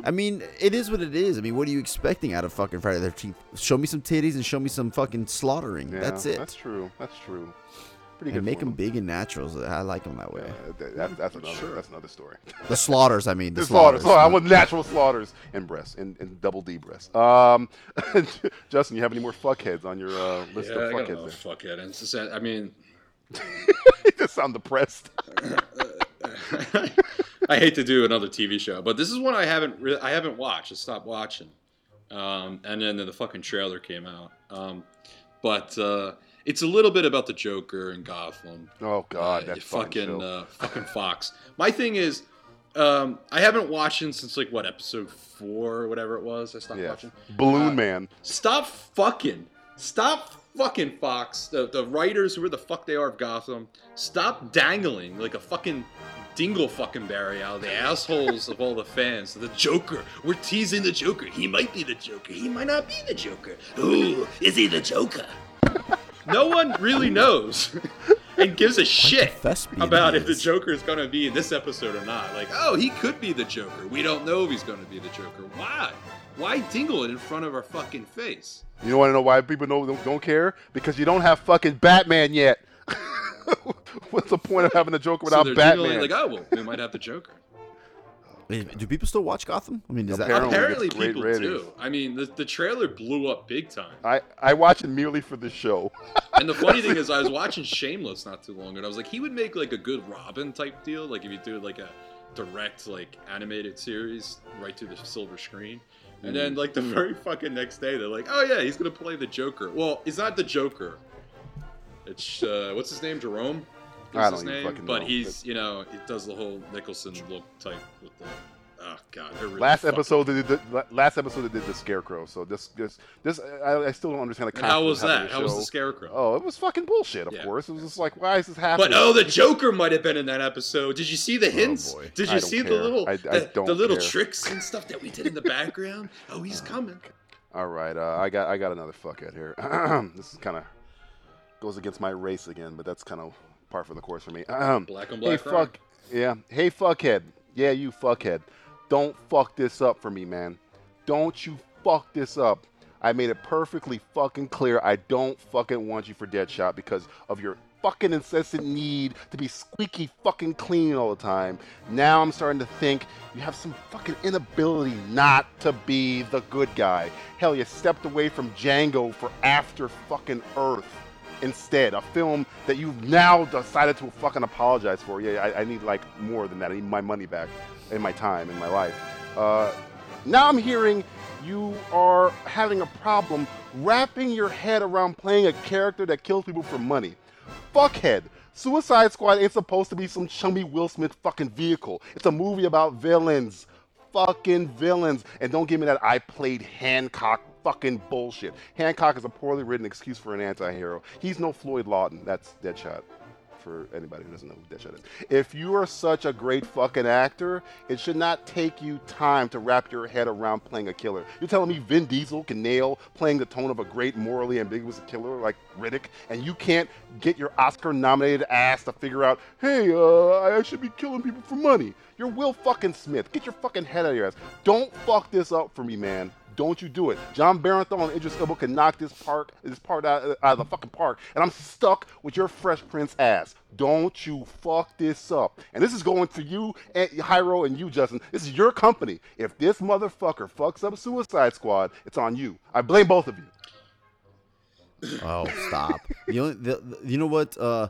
Speaker 5: I mean, it is what it is. I mean, what are you expecting out of fucking Friday the 13th? Show me some titties and show me some fucking slaughtering.
Speaker 4: Yeah,
Speaker 5: (laughs) that's it.
Speaker 4: That's true. That's true. Pretty good.
Speaker 5: and make
Speaker 4: for
Speaker 5: them big and natural. So I like them that way.
Speaker 4: Yeah, that- that- that's another. That's another story.
Speaker 5: The slaughters, I mean,
Speaker 4: (laughs)
Speaker 5: the,
Speaker 4: The
Speaker 5: slaughters.
Speaker 4: slaughters. Sorry, I want natural slaughters and breasts and, and double D breasts. Um, (laughs) Justin, you have any more fuckheads on your uh, list
Speaker 6: yeah,
Speaker 4: of
Speaker 6: I
Speaker 4: fuckheads?
Speaker 6: got another
Speaker 4: There?
Speaker 6: fuckhead. And it's just, I mean,
Speaker 4: you (laughs) just sound depressed.
Speaker 6: (laughs) I hate to do another TV show, but this is one I haven't really, I haven't watched. I stopped watching, um, and then the fucking trailer came out. Um, but uh, it's a little bit about the Joker and Gotham.
Speaker 4: Oh God,
Speaker 6: Uh,
Speaker 4: that fucking.
Speaker 6: fucking
Speaker 4: show.
Speaker 6: uh, fucking Fox. My thing is, um, I haven't watched it since like what episode four or whatever it was. I stopped
Speaker 4: Yeah.
Speaker 6: watching.
Speaker 4: Balloon
Speaker 6: Uh,
Speaker 4: Man.
Speaker 6: Stop fucking. Stop fucking Fox. The, the writers, whoever the fuck they are of Gotham, stop dangling like a fucking dingle fucking berry out of the assholes of all the fans. The Joker. We're teasing the Joker. He might be the Joker. He might not be the Joker. Ooh, is he the Joker? no one really knows (laughs) and gives a shit
Speaker 5: thespian
Speaker 6: about
Speaker 5: he
Speaker 6: if the
Speaker 5: is.
Speaker 6: Joker is going to be in this episode or not. Like, oh, he could be the Joker. We don't know if he's going to be the Joker. Why? Why dingle it in front of our fucking face?
Speaker 4: You want to know why people know, don't, don't care? Because you don't have fucking Batman yet. (laughs) What's the point of having a Joker without
Speaker 6: so they're
Speaker 4: Batman?
Speaker 6: dingling like, oh, well, we might have the Joker.
Speaker 5: Do people still watch Gotham? I mean, is that
Speaker 4: Apparently.
Speaker 6: Apparently,
Speaker 4: gets great
Speaker 6: people
Speaker 4: ratings.
Speaker 6: do. I mean, the, the trailer blew up big time.
Speaker 4: I, I watch it merely for the show.
Speaker 6: And the funny thing is, I was watching Shameless not too long ago, and I was like, he would make like a good Robin type deal, like if you do like a direct like animated series right to the silver screen. And then
Speaker 4: Mm-hmm.
Speaker 6: like the very fucking next day, they're like, oh yeah, he's gonna play the Joker. Well, he's not the Joker. It's uh, what's his name, Jerome.
Speaker 4: I
Speaker 6: Is
Speaker 4: don't
Speaker 6: his
Speaker 4: even
Speaker 6: name,
Speaker 4: fucking
Speaker 6: but
Speaker 4: know,
Speaker 6: he's you know he does the whole Nicholson look type with the. Oh god, they're really
Speaker 4: last
Speaker 6: fucking-
Speaker 4: episode they did the, last episode they did the Scarecrow. So this this this I, I still don't understand the
Speaker 6: And
Speaker 4: concept.
Speaker 6: How was
Speaker 4: of having
Speaker 6: that?
Speaker 4: a
Speaker 6: How was the
Speaker 4: show.
Speaker 6: Scarecrow?
Speaker 4: Oh, it was fucking bullshit. Of
Speaker 6: Yeah.
Speaker 4: course, it was just like, why is this happening?
Speaker 6: But oh, the Joker might have been in that episode. Did you see the hints?
Speaker 5: boy.
Speaker 6: Did
Speaker 4: Oh, I
Speaker 6: you
Speaker 4: don't
Speaker 6: see
Speaker 4: care.
Speaker 6: the little
Speaker 4: I- I
Speaker 6: the,
Speaker 4: don't
Speaker 6: the little
Speaker 4: care.
Speaker 6: tricks and stuff that we did in the background? Oh, he's coming.
Speaker 4: All right, uh, I got I got another fuck out here. (clears throat) this is kind of goes against my race again, but that's kind of par for the course for me.
Speaker 6: Black
Speaker 4: hey
Speaker 6: on black crime.
Speaker 4: fuck, yeah, hey fuckhead, yeah you fuckhead, don't fuck this up for me, man. Don't you fuck this up. I made it perfectly fucking clear. I don't fucking want you for Deadshot because of your fucking incessant need to be squeaky fucking clean all the time. Now I'm starting to think You have some fucking inability not to be the good guy. Hell, you stepped away from Django for After fucking Earth instead. A film that you've now decided to fucking apologize for. Yeah, I, I need like more than that. I need my money back and my time and my life. Uh, now I'm hearing you are having a problem wrapping your head around playing a character that kills people for money. Fuckhead. Suicide Squad ain't supposed to be some chummy Will Smith fucking vehicle. It's a movie about villains. Fucking villains. And don't give me that I played Hancock fucking bullshit. Hancock is a poorly written excuse for an anti hero. He's no Floyd Lawton. That's Deadshot for anybody who doesn't know who Deadshot is. If you are such a great fucking actor, it should not take you time to wrap your head around playing a killer. You're telling me Vin Diesel can nail playing the tone of a great morally ambiguous killer like Riddick, and you can't get your Oscar nominated ass to figure out, hey, uh, I should be killing people for money. You're Will fucking Smith. Get your fucking head out of your ass. Don't fuck this up for me, man. Don't you do it. John Barenthal and Idris Elba can knock this park, this part out, uh, out of the fucking park, and I'm stuck with your Fresh Prince ass. Don't you fuck this up. And this is going to you, and Hyro, and you, Justin. This is your company. If this motherfucker fucks up Suicide Squad, it's on you. I blame both of you.
Speaker 5: Oh, stop. the only, the, the- you know what? Uh,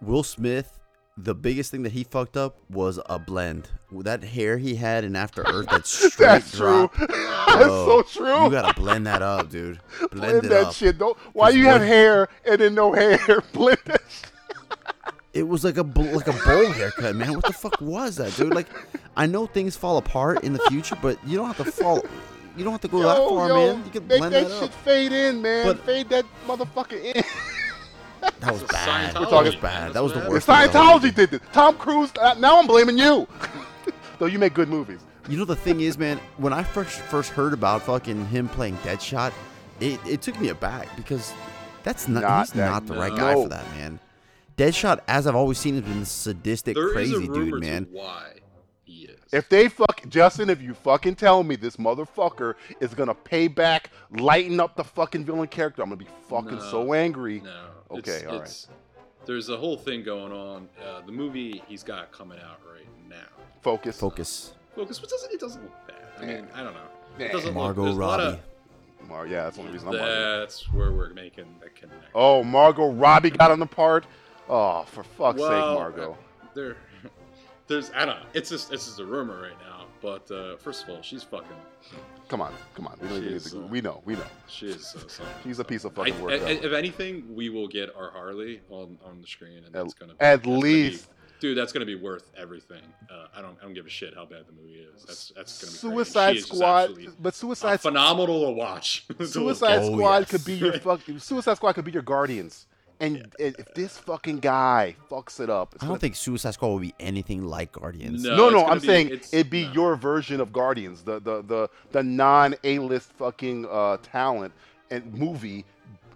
Speaker 5: Will Smith, the biggest thing that he fucked up was a blend. That hair he had in After Earth,
Speaker 4: (laughs)
Speaker 5: that's straight
Speaker 4: That's true.
Speaker 5: drop.
Speaker 4: (laughs) That's so
Speaker 5: Bro,
Speaker 4: true.
Speaker 5: You gotta blend that up, dude. Blend,
Speaker 4: blend
Speaker 5: it
Speaker 4: that
Speaker 5: up.
Speaker 4: shit. Don't. Why
Speaker 5: Just
Speaker 4: you have
Speaker 5: blend-
Speaker 4: hair and then no (laughs) hair? blend that. Shit.
Speaker 5: It was like a bl- like a bowl haircut, man. What the fuck was that, dude? Like, I know things fall apart in the future, but you don't have to fall. You don't have to go that far, man. You can
Speaker 4: make
Speaker 5: blend
Speaker 4: that,
Speaker 5: that,
Speaker 4: shit
Speaker 5: up.
Speaker 4: fade in, man.
Speaker 5: But-
Speaker 4: fade that motherfucker in.
Speaker 5: That was
Speaker 6: It's a
Speaker 5: bad.
Speaker 6: Scientology,
Speaker 5: That was
Speaker 6: man.
Speaker 5: bad.
Speaker 6: That's
Speaker 5: That was the
Speaker 6: what
Speaker 4: If
Speaker 5: worst. thing that whole movie.
Speaker 4: Scientology did this. Tom Cruise. Uh, now I'm blaming you. (laughs) Though you make good movies.
Speaker 5: You know the thing is, man, when I first first heard about fucking him playing Deadshot, it, it took me aback because that's not,
Speaker 4: Not
Speaker 5: he's
Speaker 4: that-
Speaker 5: not the right guy
Speaker 4: no.
Speaker 5: for that, man. Deadshot, as I've always seen, has been sadistic,
Speaker 6: There is
Speaker 5: crazy
Speaker 6: a rumor
Speaker 5: dude, man.
Speaker 6: to why he is.
Speaker 4: If they fuck Justin, if you fucking tell me this motherfucker is gonna pay back, lighten up the fucking villain character, I'm gonna be fucking
Speaker 6: No.
Speaker 4: so angry.
Speaker 6: No.
Speaker 4: Okay,
Speaker 6: it's,
Speaker 4: all right.
Speaker 6: it's, There's a whole thing going on. Uh, the movie he's got coming out right now.
Speaker 4: Focus.
Speaker 5: Focus,
Speaker 6: Focus, what doesn't it doesn't look bad. I mean, I don't know.
Speaker 4: Nah.
Speaker 6: It doesn't
Speaker 5: Margot
Speaker 6: look. there's a lot
Speaker 5: Robbie.
Speaker 6: of-
Speaker 4: Mar- yeah, that's the only reason I'm. arguing.
Speaker 6: That's where we're making the connection.
Speaker 4: Oh, Margot Robbie got on the part. Oh, for fuck's
Speaker 6: Well,
Speaker 4: sake, Margot.
Speaker 6: uh, There, (laughs) there's I don't know. It's just this is a rumor right now. But uh, first of all, she's fucking.
Speaker 4: Come on, come on. We don't even need
Speaker 6: She's,
Speaker 4: to.
Speaker 6: uh,
Speaker 4: We know, we know.
Speaker 6: She is
Speaker 4: (laughs)
Speaker 6: so something.
Speaker 4: She's a piece of
Speaker 6: I,
Speaker 4: fucking work.
Speaker 6: I-
Speaker 4: that
Speaker 6: if
Speaker 4: one.
Speaker 6: anything, we will get our Harley on, on the screen, and
Speaker 4: At-
Speaker 6: that's gonna be,
Speaker 4: at
Speaker 6: that's gonna be-
Speaker 4: least.
Speaker 6: dude, that's gonna be worth everything. Uh, I don't I don't give a shit how bad the movie is. That's that's gonna be
Speaker 4: Suicide
Speaker 6: crazy. She is just
Speaker 4: Squad,
Speaker 6: absolutely,
Speaker 4: but
Speaker 6: uh,
Speaker 4: Suicide
Speaker 6: phenomenal to watch. (laughs) To look
Speaker 4: Suicide
Speaker 6: at.
Speaker 5: Oh,
Speaker 4: Squad
Speaker 5: yes.
Speaker 4: could be your fuck. Suicide Squad could be your guardians. And and if this fucking guy fucks it up, it's
Speaker 5: I
Speaker 4: gonna
Speaker 5: don't think Suicide Squad will be anything like Guardians.
Speaker 6: No.
Speaker 4: No,
Speaker 6: it's
Speaker 4: no,
Speaker 6: gonna
Speaker 4: I'm
Speaker 6: be-
Speaker 4: saying
Speaker 6: it's-
Speaker 4: it'd be
Speaker 6: no.
Speaker 4: your version of Guardians, the the the, the non A list fucking uh, talent and movie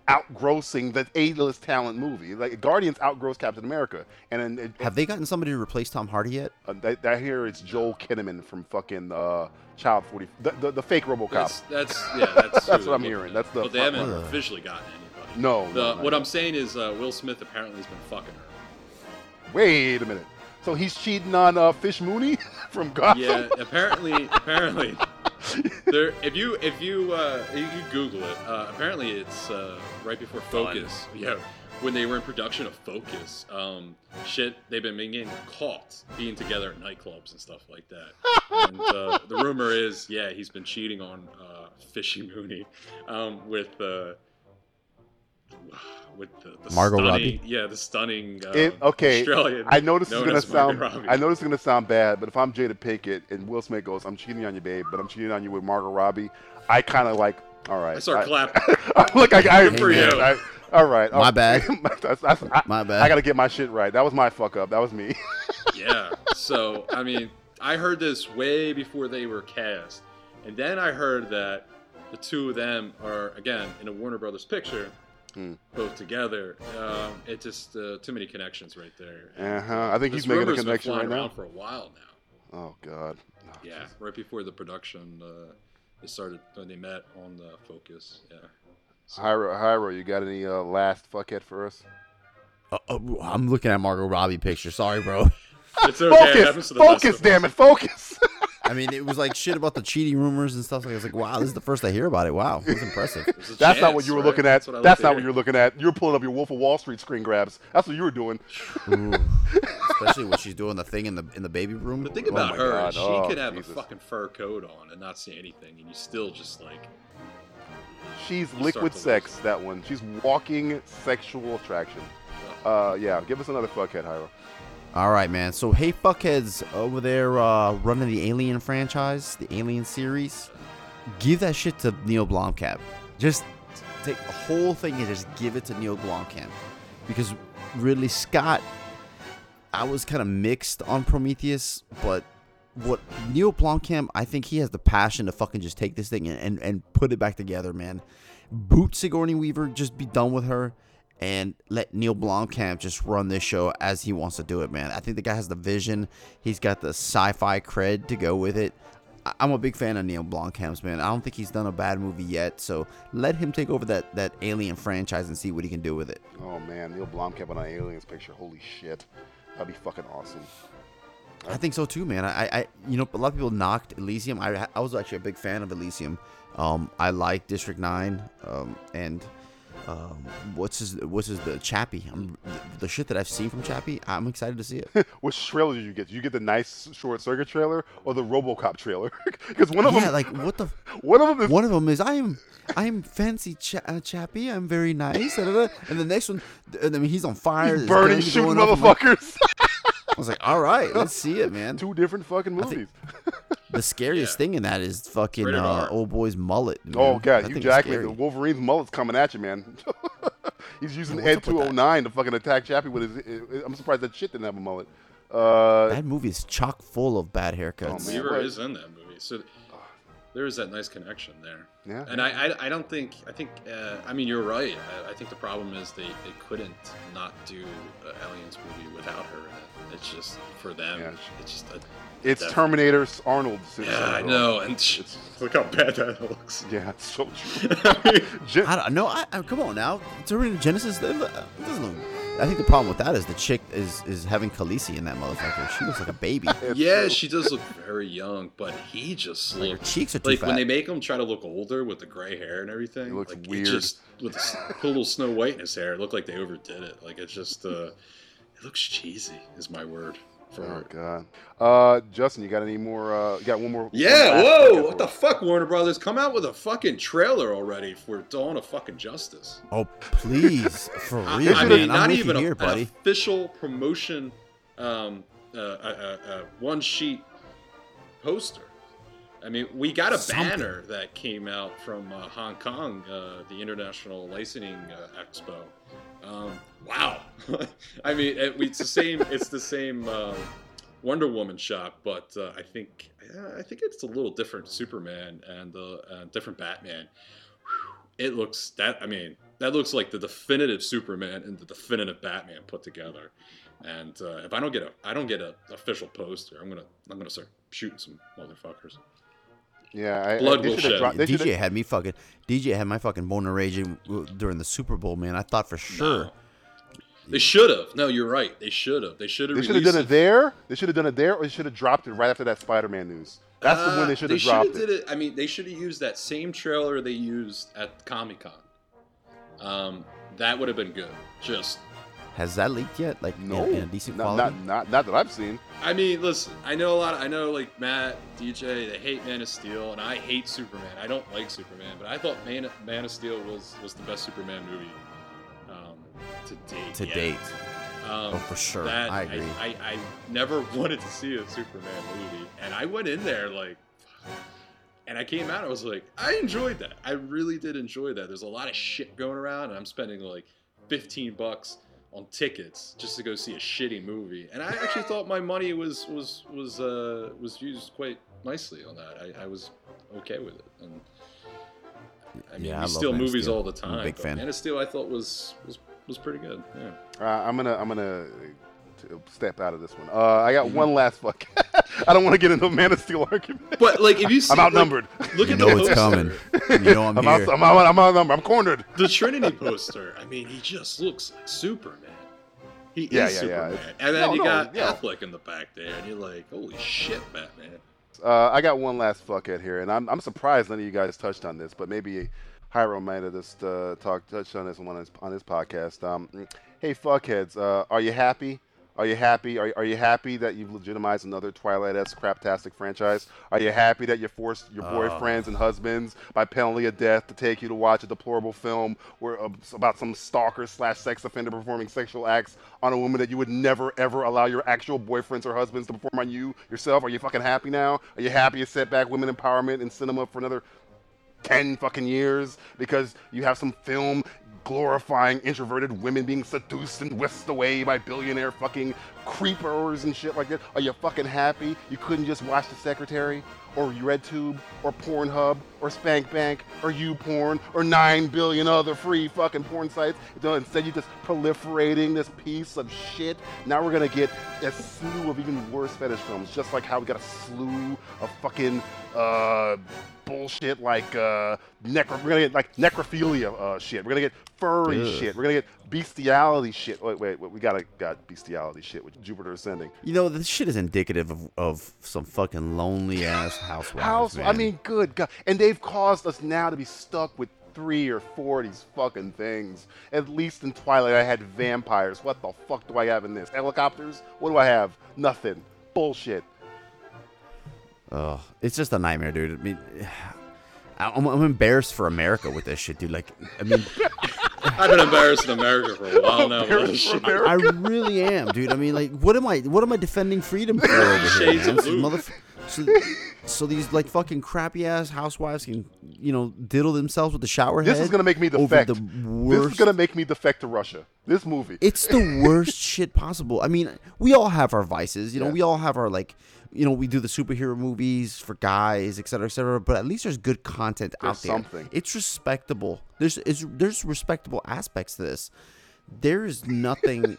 Speaker 4: outgrossing the A list talent movie. Like Guardians outgrows Captain America, and then it,
Speaker 5: Have they gotten somebody to replace Tom Hardy yet?
Speaker 4: uh, that, that here it's Joel Kinnaman from fucking uh, Child 40, the, the the fake RoboCop.
Speaker 6: That's, that's yeah,
Speaker 4: (laughs)
Speaker 6: that's,
Speaker 4: That's
Speaker 6: who
Speaker 4: what I'm
Speaker 6: they're
Speaker 4: hearing.
Speaker 6: looking
Speaker 4: That's the
Speaker 6: But they
Speaker 4: front
Speaker 6: haven't
Speaker 5: runner.
Speaker 6: officially gotten anybody.
Speaker 4: No,
Speaker 6: The,
Speaker 4: no, no,
Speaker 6: what
Speaker 4: no.
Speaker 6: I'm saying is uh, Will Smith apparently has been fucking her.
Speaker 4: Wait a minute. So he's cheating on uh, Fish Mooney (laughs) from Gotham.
Speaker 6: Yeah, apparently, apparently, there. If you if you uh, you, you Google it, uh, apparently it's uh, right before Focus. Yeah, when they were in production of Focus, um, shit, they've been being getting caught being together at nightclubs and stuff like that. And uh, the rumor is, yeah, he's been cheating on uh, Fishy Mooney um, with. Uh, with the, the
Speaker 5: Margot
Speaker 6: stunning,
Speaker 5: Robbie?
Speaker 6: yeah, the stunning uh,
Speaker 4: It, okay,
Speaker 6: Australian.
Speaker 4: I know this is
Speaker 6: known
Speaker 4: gonna
Speaker 6: as Margot
Speaker 4: sound.
Speaker 6: Robbie.
Speaker 4: I know this is gonna sound bad, but if I'm Jada Pinkett and Will Smith goes, "I'm cheating on you, babe," but I'm cheating on you with Margot Robbie, I kind of like, all right.
Speaker 6: I start clapping.
Speaker 4: (laughs) Look, I, I
Speaker 6: Good for
Speaker 4: agree.
Speaker 6: you.
Speaker 4: I, all right.
Speaker 5: My
Speaker 4: all-
Speaker 5: bad.
Speaker 4: (laughs) That's- that's- I,
Speaker 5: My bad.
Speaker 4: I gotta get my shit right. That was my fuck up. That was me. (laughs)
Speaker 6: yeah. So I mean, I heard this way before they were cast, and then I heard that the two of them are again in a Warner Brothers picture,
Speaker 4: Hmm.
Speaker 6: both together. Um, it just uh, too many connections right there.
Speaker 4: Uh huh. I think
Speaker 6: This
Speaker 4: he's making a
Speaker 6: rumor's been
Speaker 4: connection
Speaker 6: flying
Speaker 4: right
Speaker 6: around
Speaker 4: now.
Speaker 6: for a while now.
Speaker 4: Oh God. Oh,
Speaker 6: Yeah,
Speaker 4: jeez.
Speaker 6: right before the production, uh, they started when they met on the Focus. Yeah.
Speaker 4: Hyro, Hyro, you got any uh, last fuckhead for us?
Speaker 5: Uh, uh, I'm looking at Margot Robbie picture. Sorry, bro.
Speaker 6: It's okay. it
Speaker 4: focus,
Speaker 6: happens to the best
Speaker 4: focus,
Speaker 6: of us.
Speaker 4: damn it, focus.
Speaker 5: (laughs) I mean, it was like shit about the cheating rumors and stuff. Like I was like, wow, this is the first I hear about it. Wow, that's impressive.
Speaker 6: There's a
Speaker 4: That's not
Speaker 6: chance,
Speaker 4: what you were
Speaker 6: right?
Speaker 4: looking at.
Speaker 6: I like
Speaker 4: That's,
Speaker 6: to
Speaker 4: not what
Speaker 6: hear.
Speaker 4: you're looking at. You're pulling up your Wolf of Wall Street screen grabs. That's what you were doing.
Speaker 5: Ooh. Especially when she's doing the thing in the in the baby room.
Speaker 6: But think
Speaker 5: Oh
Speaker 6: about
Speaker 5: my
Speaker 6: her.
Speaker 4: God.
Speaker 6: She
Speaker 4: Oh,
Speaker 6: could have
Speaker 4: Jesus.
Speaker 6: a fucking fur coat on and not say anything, and you still just like
Speaker 4: She's
Speaker 6: start
Speaker 4: liquid
Speaker 6: to lose.
Speaker 4: sex. That one. She's walking sexual attraction. Uh, yeah. Give us another fuckhead, Hyro.
Speaker 5: All right, man. So hey, fuckheads over there uh, running the Alien franchise, the Alien series, give that shit to Neil Blomkamp. Just take the whole thing and just give it to Neil Blomkamp, because Ridley Scott, I was kind of mixed on Prometheus, but what Neil Blomkamp, I think he has the passion to fucking just take this thing and and, and put it back together, man. Boot Sigourney Weaver, just be done with her and let Neil Blomkamp just run this show as he wants to do it, man. I think the guy has the vision. He's got the sci-fi cred to go with it. I- I'm a big fan of Neil Blomkamp's, man. I don't think he's done a bad movie yet, so let him take over that that Alien franchise and see what he can do with it.
Speaker 4: Oh man, Neil Blomkamp on an aliens picture. Holy shit. That'd be fucking awesome. (laughs)
Speaker 5: I think so too, man. I, I you know, a lot of people knocked Elysium. I, I was actually a big fan of Elysium. Um, I like District Nine, um, and um, what's his, what's his, the Chappie. I'm, the, the shit that I've seen from Chappie, I'm excited to
Speaker 4: (laughs)
Speaker 5: see it.
Speaker 4: Which trailer did you get? Did you get the nice short circuit trailer or the RoboCop trailer? (laughs) Because one of
Speaker 5: yeah,
Speaker 4: them,
Speaker 5: like what the.
Speaker 4: one of them is
Speaker 5: One of them is I am I am fancy cha- uh, chappy. I'm very nice. da, da, da." And the next one, and I mean, he's on fire. there's
Speaker 4: burning,
Speaker 5: guns
Speaker 4: shooting
Speaker 5: going off. I'm like-
Speaker 4: motherfuckers.
Speaker 5: (laughs) I was like, all right,
Speaker 4: (laughs)
Speaker 5: let's see it, man.
Speaker 4: Two different fucking movies.
Speaker 5: The scariest
Speaker 6: Yeah.
Speaker 5: thing in that is fucking
Speaker 6: Rated
Speaker 5: uh,
Speaker 6: R.
Speaker 5: old boy's mullet. man.
Speaker 4: Oh
Speaker 5: That
Speaker 4: god,
Speaker 5: thing
Speaker 4: Hugh
Speaker 5: is
Speaker 4: Jackman,
Speaker 5: scary.
Speaker 4: the Wolverine's mullet's coming at you, man. (laughs) He's using
Speaker 5: Yeah,
Speaker 4: Ed
Speaker 5: what's up with
Speaker 4: 209 to fucking attack Chappie with his. eh, I'm surprised that shit didn't have a mullet. Uh,
Speaker 5: That movie is chock full of bad haircuts.
Speaker 4: man.
Speaker 6: Weaver
Speaker 4: Right.
Speaker 6: is in that movie, so there is that nice connection there.
Speaker 4: Yeah.
Speaker 6: And I, I, I don't think I think uh, I mean you're right. I, I think the problem is they, they couldn't not do an aliens movie without her. in it. It's just for them.
Speaker 4: Yeah.
Speaker 6: It's just a,
Speaker 4: it's
Speaker 6: definitely-
Speaker 4: Terminator's Arnold.
Speaker 6: Yeah, I know. And (laughs) look how bad that looks.
Speaker 4: (laughs) Yeah, it's so true. Gen-
Speaker 5: I don't know. I, I, come on now, Terminator Genesis. That, that doesn't look. I think the problem with that is the chick is is having Khaleesi in that motherfucker. She looks like a baby.
Speaker 4: (laughs)
Speaker 6: yeah, she does look very young, but he just
Speaker 5: Like, her
Speaker 6: looks
Speaker 5: cheeks are too
Speaker 6: like
Speaker 5: fat.
Speaker 6: when they make him try to look older with the gray hair and everything.
Speaker 4: He looks
Speaker 6: like,
Speaker 4: weird.
Speaker 6: It just with
Speaker 4: (laughs)
Speaker 6: the s- put a little Snow White in his hair, it looked like they overdid it. Like it's just, uh, it looks cheesy. Is my word for
Speaker 4: Oh
Speaker 6: it.
Speaker 4: god. Uh, Justin, you got any more? Uh, you got one more? one
Speaker 6: Yeah,
Speaker 4: last
Speaker 6: whoa!
Speaker 4: fucking
Speaker 6: What the
Speaker 4: for us?
Speaker 6: fuck, Warner Brothers? Come out with a fucking trailer already for Dawn of Fucking Justice.
Speaker 5: Oh please, for
Speaker 6: I-
Speaker 5: real,
Speaker 6: I
Speaker 5: man.
Speaker 6: mean,
Speaker 5: I'm
Speaker 6: not
Speaker 5: with
Speaker 6: even
Speaker 5: you
Speaker 6: a-
Speaker 5: here,
Speaker 6: an
Speaker 5: buddy.
Speaker 6: official promotion, um, uh, uh, uh, uh, one sheet poster. I mean, we got a
Speaker 5: Something.
Speaker 6: banner that came out from uh, Hong Kong, uh, the International Licensing uh, Expo. Um, wow! (laughs) I mean, it, we- it's the same. It's the same uh, Wonder Woman shop, but uh, I think uh, I think it's a little different Superman and uh, uh, different Batman. Whew, It looks that I mean that looks like the definitive Superman and the definitive Batman put together. And uh, if I don't get a I don't get a official poster, I'm gonna I'm gonna start shooting some motherfuckers.
Speaker 4: Yeah, I,
Speaker 6: Blood
Speaker 4: I, they
Speaker 6: will
Speaker 4: should've
Speaker 6: shed.
Speaker 4: dropped- they should've-
Speaker 5: DJ had me fucking. DJ had my fucking boner raging w- during the Super Bowl, man. I thought for sure.
Speaker 6: No. They should have. No, you're right. They should have. They should have.
Speaker 4: They should have done it there. They should have done it there, or they should have dropped it right after that Spider-Man news. That's the one they should have dropped
Speaker 6: Uh, did
Speaker 4: it.
Speaker 6: it. I mean, they should have used that same trailer they used at Comic Con. Um, that would have been good. Just,
Speaker 5: Has that leaked yet? Like, in-
Speaker 4: No,
Speaker 5: in, a decent
Speaker 4: not,
Speaker 5: quality.
Speaker 4: not not not that I've seen.
Speaker 6: I mean, listen. I know a lot. Of, I know like Matt, DJ, they hate Man of Steel, and I hate Superman. I don't like Superman, but I thought Man, Man of Steel was was the best Superman movie um, to date.
Speaker 5: to
Speaker 6: yeah. (laughs)
Speaker 5: date.
Speaker 6: Um,
Speaker 5: Oh, for sure.
Speaker 6: That,
Speaker 5: I agree.
Speaker 6: I, I, never (laughs) wanted to see a Superman movie, and I went in there like, and I came out. I was like, I enjoyed that. I really did enjoy that. There's a lot of shit going around, and I'm spending like 15 bucks on tickets just to go see a shitty movie. And I actually thought my money was was was uh, was used quite nicely on that. I, I was okay with it. And I mean,
Speaker 5: Yeah, I
Speaker 6: we
Speaker 5: love
Speaker 6: steal
Speaker 5: Man of
Speaker 6: movies
Speaker 5: Steel.
Speaker 6: all the
Speaker 5: I'm a
Speaker 6: time.
Speaker 5: big
Speaker 6: but
Speaker 5: fan.
Speaker 6: Man of Steel, I thought was was was pretty good. Yeah.
Speaker 4: Uh, I'm gonna I'm gonna uh, t- step out of this one. Uh, I got one last fuck. (laughs) I don't want to get into a Man of Steel (laughs) argument.
Speaker 6: But like, if you see,
Speaker 4: I'm outnumbered.
Speaker 6: Like, look
Speaker 5: You
Speaker 6: at
Speaker 5: know
Speaker 6: the
Speaker 5: it's
Speaker 6: poster, (laughs)
Speaker 5: coming. You know I'm,
Speaker 4: I'm,
Speaker 5: here.
Speaker 4: out, I'm, out, I'm outnumbered. I'm cornered.
Speaker 6: the Trinity poster. I mean, he just looks like Superman. He
Speaker 4: Yeah,
Speaker 6: is
Speaker 4: yeah, yeah.
Speaker 6: Superman.
Speaker 4: It's-
Speaker 6: And then
Speaker 4: no,
Speaker 6: you
Speaker 4: no,
Speaker 6: got
Speaker 4: yeah.
Speaker 6: Affleck in the back there, and you're like, holy shit, Batman.
Speaker 4: fuckheads. Uh, I got one last fuckhead here, and I'm, I'm surprised none of you guys touched on this, but maybe Hyro might have just uh, talked touched on this one on his, on his podcast. Um, hey, fuckheads, uh, are you happy? Are you happy? Are, are you happy that you've legitimized another Twilight-esque craptastic franchise? Are you happy that you forced your boyfriends and husbands by penalty of death to take you to watch a deplorable film where uh, about some stalker slash sex offender performing sexual acts on a woman that you would never ever allow your actual boyfriends or husbands to perform on you yourself? Are you fucking happy now? Are you happy you set back women empowerment in cinema for another 10 fucking years because you have some film glorifying introverted women being seduced and whisked away by billionaire fucking creepers and shit like that. Are you fucking happy you couldn't just watch The Secretary or RedTube or Pornhub or Spank Bank or YouPorn or 9 billion other free fucking porn sites? No, Instead, you're just proliferating this piece of shit. Now we're gonna get a slew of even worse fetish films, just like how we got a slew of fucking, uh, bullshit like uh, necro. We're gonna get like necrophilia uh, shit. We're gonna get furry
Speaker 5: Ugh.
Speaker 4: shit. We're gonna get bestiality shit. Wait, wait, wait we gotta got bestiality shit with Jupiter ascending.
Speaker 5: You know, this shit is indicative of, of some fucking lonely ass housewives.
Speaker 4: House, I
Speaker 5: man.
Speaker 4: mean, good god, and they've caused us now to be stuck with three or four of these fucking things. At least in Twilight, I had vampires. What the fuck do I have in this? Helicopters? What do I have? Nothing. Bullshit.
Speaker 5: Ugh, it's just a nightmare, dude. I mean, (sighs) I- I'm, I'm embarrassed for America with this shit, dude. Like, I mean,
Speaker 6: I've been embarrassed in America for a while now. with this
Speaker 4: Embarrassed for
Speaker 6: shit.
Speaker 4: America.
Speaker 5: I really am, dude. I mean, like, what am I? What am I defending freedom for over here,
Speaker 6: Shades
Speaker 5: man?
Speaker 6: of
Speaker 5: So,
Speaker 6: Luke.
Speaker 5: motherf- so, so these like fucking crappy ass housewives can, you know, diddle themselves with the shower
Speaker 4: This
Speaker 5: head
Speaker 4: is gonna make me
Speaker 5: over
Speaker 4: defect.
Speaker 5: the
Speaker 4: This
Speaker 5: worst.
Speaker 4: is gonna make me defect to Russia. This movie.
Speaker 5: It's the
Speaker 4: (laughs)
Speaker 5: worst shit possible. I mean, we all have our vices, you know.
Speaker 4: Yeah.
Speaker 5: We all have our like, you know, we do the superhero movies for guys, et cetera, et cetera. But at least there's good content
Speaker 4: There's
Speaker 5: out there.
Speaker 4: something.
Speaker 5: It's respectable. There's is there's respectable aspects to this. There
Speaker 4: (laughs)
Speaker 5: is nothing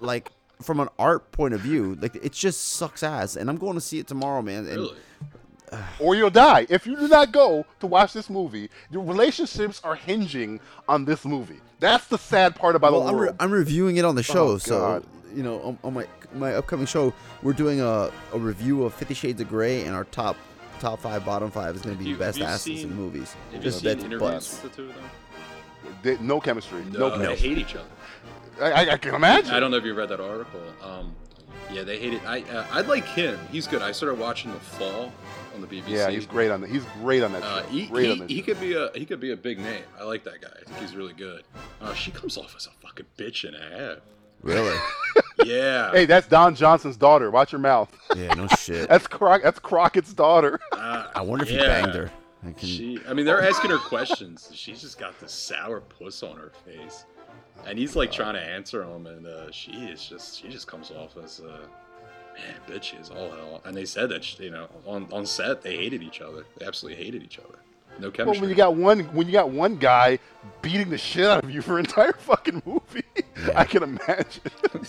Speaker 5: like from an art point of view. Like it just sucks ass. And I'm going to see it tomorrow, man. And
Speaker 6: Really?
Speaker 4: or you'll die. If you do not go to watch this movie, your relationships are hinging on this movie. That's the sad part about
Speaker 5: Well,
Speaker 4: the
Speaker 5: I'm, re-
Speaker 4: world.
Speaker 5: I'm reviewing it on the show,
Speaker 4: Oh,
Speaker 5: so
Speaker 4: God.
Speaker 5: you know, on, on my my upcoming show, we're doing a, a review of Fifty Shades of Grey, and our top top five, bottom five is going to be
Speaker 6: You-
Speaker 5: best
Speaker 6: you've
Speaker 5: asses
Speaker 6: seen-
Speaker 5: in movies.
Speaker 6: Have you
Speaker 5: Just
Speaker 6: seen
Speaker 5: bets
Speaker 6: interviews (laughs)
Speaker 5: butts.
Speaker 6: with the two of them?
Speaker 4: They- no chemistry. No,
Speaker 6: No, they
Speaker 4: chemistry.
Speaker 6: hate each other.
Speaker 4: I, I- I can imagine.
Speaker 6: I don't know if you read that article. Um, yeah, they hate it. I uh, I like him. He's good. I started watching The Fall on the BBC.
Speaker 4: yeah, he's great on that. He's great on that show.
Speaker 6: Uh, he,
Speaker 4: great
Speaker 6: he,
Speaker 4: on that
Speaker 6: he
Speaker 4: show.
Speaker 6: could be a he could be a big name. I like that guy. I think he's really good. Uh, she comes off as a fucking bitch and a
Speaker 5: Really?
Speaker 6: half. Yeah.
Speaker 4: Hey, that's Don Johnson's daughter. Watch your mouth. (laughs)
Speaker 5: yeah,
Speaker 6: (laughs)
Speaker 5: no shit.
Speaker 4: That's Croc. That's Crockett's daughter.
Speaker 6: uh,
Speaker 5: I wonder if
Speaker 6: yeah.
Speaker 5: he banged her. I can,
Speaker 6: She, I mean, they're asking her questions. She's just got this sour puss on her face, and he's like trying to answer them, and uh, she is just she just comes off as uh, man, bitch is all hell. And they said that she, you know on on set they hated each other. They absolutely hated each other. No
Speaker 4: But
Speaker 6: chemistry.
Speaker 4: when you got one, when you got one guy beating the shit out of you for an (laughs) entire fucking movie, I can imagine. (laughs)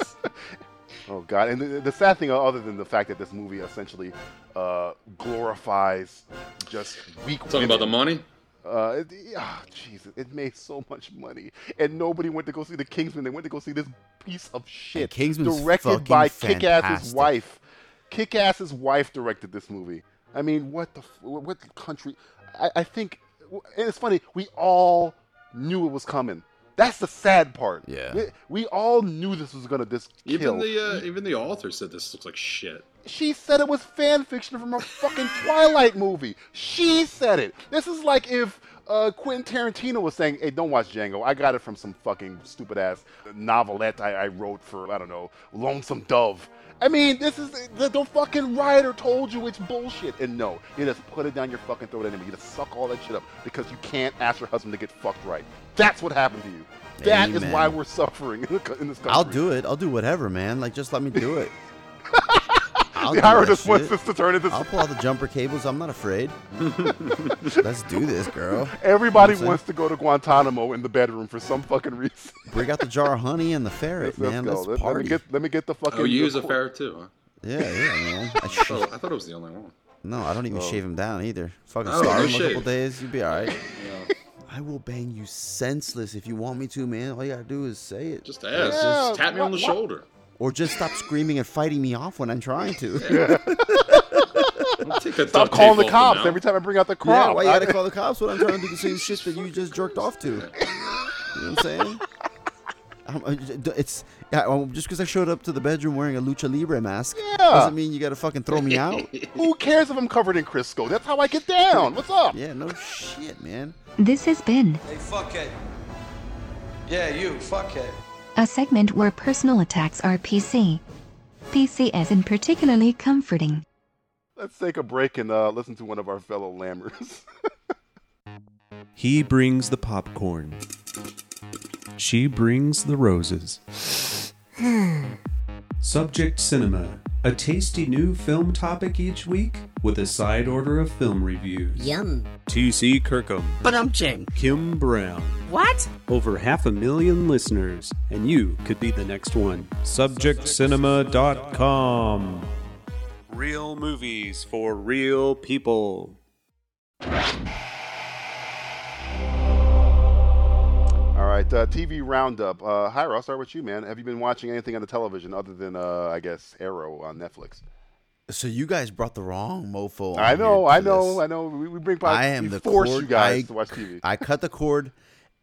Speaker 4: oh god! And the, the sad thing, other than the fact that this movie essentially uh, glorifies just weak
Speaker 6: Talking about the
Speaker 4: women,
Speaker 6: money.
Speaker 4: Uh, it, ah, Jesus, it made so much money, and nobody went to go see the Kingsman. They went to go see this piece of shit.
Speaker 5: Kingsman's
Speaker 4: directed
Speaker 5: fucking
Speaker 4: by Kick-Ass's
Speaker 5: fantastic.
Speaker 4: wife. Kick-Ass's wife directed this movie. I mean, what the f- what the country? I, I think, and it's funny. We all knew it was coming. That's the sad part.
Speaker 5: Yeah.
Speaker 4: we, we all knew this was gonna just kill.
Speaker 6: Even the uh, even the author said this looks like shit.
Speaker 4: She said it was fan fiction from a fucking Twilight movie. She said it. This is like if uh, Quentin Tarantino was saying, "Hey, don't watch Django. I got it from some fucking stupid ass novelette I, I wrote for I don't know Lonesome Dove." I mean, this is the, the fucking writer told you it's bullshit, and no, you just put it down your fucking throat anyway. You just suck all that shit up because you can't ask your husband to get fucked right. That's what happened to you. That is
Speaker 5: Amen.
Speaker 4: why we're suffering (laughs) in, the, co- in this country.
Speaker 5: I'll do it. I'll do whatever, man. Like, just let me
Speaker 4: (laughs)
Speaker 5: do it. I'll
Speaker 4: The
Speaker 5: do
Speaker 4: Ira
Speaker 5: that
Speaker 4: just wants
Speaker 5: shit.
Speaker 4: this to turn into
Speaker 5: I'll pull out the jumper cables. I'm not
Speaker 4: (laughs)
Speaker 5: afraid. Let's do this, girl.
Speaker 4: Everybody
Speaker 5: You know what I'm
Speaker 4: wants to go to Guantanamo in the bedroom for some fucking reason. (laughs)
Speaker 5: Bring out the jar of honey and the ferret,
Speaker 4: Let's, let's
Speaker 5: man.
Speaker 4: go.
Speaker 5: Let's
Speaker 4: Let, let me
Speaker 5: party.
Speaker 4: get let me get the fucking.
Speaker 6: Oh, you
Speaker 4: the
Speaker 6: use a
Speaker 4: qu-
Speaker 6: ferret too, huh?
Speaker 5: Yeah, yeah, man. I
Speaker 6: I
Speaker 5: sh-
Speaker 6: thought, I thought it was the only one.
Speaker 5: No, I don't even shave him down either. Fucking
Speaker 6: Oh,
Speaker 5: starve
Speaker 6: no
Speaker 5: him a couple
Speaker 6: shave.
Speaker 5: days, you'll be all right.
Speaker 6: Yeah.
Speaker 5: I will bang you senseless if you want me to, man. All you gotta do is say it,
Speaker 6: Just ask.
Speaker 4: Yeah,
Speaker 6: just tap me on the
Speaker 4: what- what-
Speaker 6: shoulder.
Speaker 5: or just stop screaming and fighting me off when I'm trying to.
Speaker 6: I'll take got
Speaker 4: Stop
Speaker 6: duct tape
Speaker 4: calling the
Speaker 6: over
Speaker 4: cops
Speaker 6: now.
Speaker 4: every time I bring out the crop.
Speaker 5: Yeah, why you gotta call the cops when I'm trying to do the same shit that you just jerked off to? You know what I'm saying? I'm, I- d- it's yeah, well, just because I showed up to the bedroom wearing a lucha libre mask
Speaker 4: Yeah.
Speaker 5: doesn't mean you gotta fucking throw me out.
Speaker 4: Who cares if I'm covered in Crisco? That's how I get down. What's up?
Speaker 5: Yeah, no shit, man.
Speaker 2: This has been
Speaker 8: Hey, fuckhead. Yeah, you, fuckhead.
Speaker 2: a segment where personal attacks are PC. PC as in particularly comforting.
Speaker 4: Let's take a break and uh, listen to one of our fellow lammers. (laughs)
Speaker 9: He brings the popcorn. She brings the roses. Subject Cinema, a tasty new film topic each week with a side order of film reviews.
Speaker 10: Yum.
Speaker 9: TC Kirkham,
Speaker 10: But I'm Jing.
Speaker 9: Kim Brown,
Speaker 10: What?
Speaker 9: over half a million listeners, and you could be the next one. SubjectCinema.com. Real movies for real people.
Speaker 4: All right, uh, TV roundup. Uh, Hira, I'll start with you, man. Have you been watching anything on the television other than, uh, I guess, Arrow on Netflix?
Speaker 5: So you guys brought the wrong mofo.
Speaker 4: I
Speaker 5: on
Speaker 4: know,
Speaker 5: here
Speaker 4: I
Speaker 5: to
Speaker 4: know,
Speaker 5: this.
Speaker 4: I know. We, we bring. Pod-
Speaker 5: I am
Speaker 4: we
Speaker 5: the
Speaker 4: force
Speaker 5: cord-
Speaker 4: you guys
Speaker 5: I-
Speaker 4: to watch TV.
Speaker 5: I cut the cord,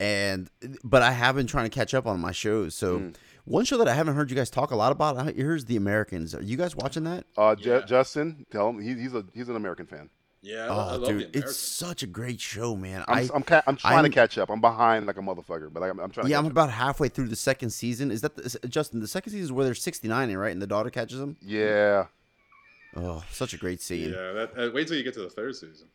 Speaker 5: and but I have been trying to catch up on my shows. So
Speaker 4: Hmm.
Speaker 5: one show that I haven't heard you guys talk a lot about out here is The Americans. Are you guys watching that?
Speaker 4: uh, Ju-
Speaker 6: Yeah.
Speaker 4: Justin, tell him he, he's a he's an American fan.
Speaker 6: Yeah, I, I love
Speaker 5: Oh, dude,
Speaker 6: the
Speaker 5: it's such a great show, man.
Speaker 4: I'm
Speaker 5: I-
Speaker 4: s- I'm, ca- I'm trying to
Speaker 5: I'm-
Speaker 4: catch up. I'm behind like a motherfucker, but I'm, I'm trying.
Speaker 5: yeah,
Speaker 4: to
Speaker 5: I'm
Speaker 4: catch up.
Speaker 5: about halfway through the second season. Is that the, is- Justin? The second season is where they're 69, right? And the daughter catches them.
Speaker 4: Yeah,
Speaker 5: Oh, such a great scene.
Speaker 6: Yeah, that, uh, wait till you get to the third season.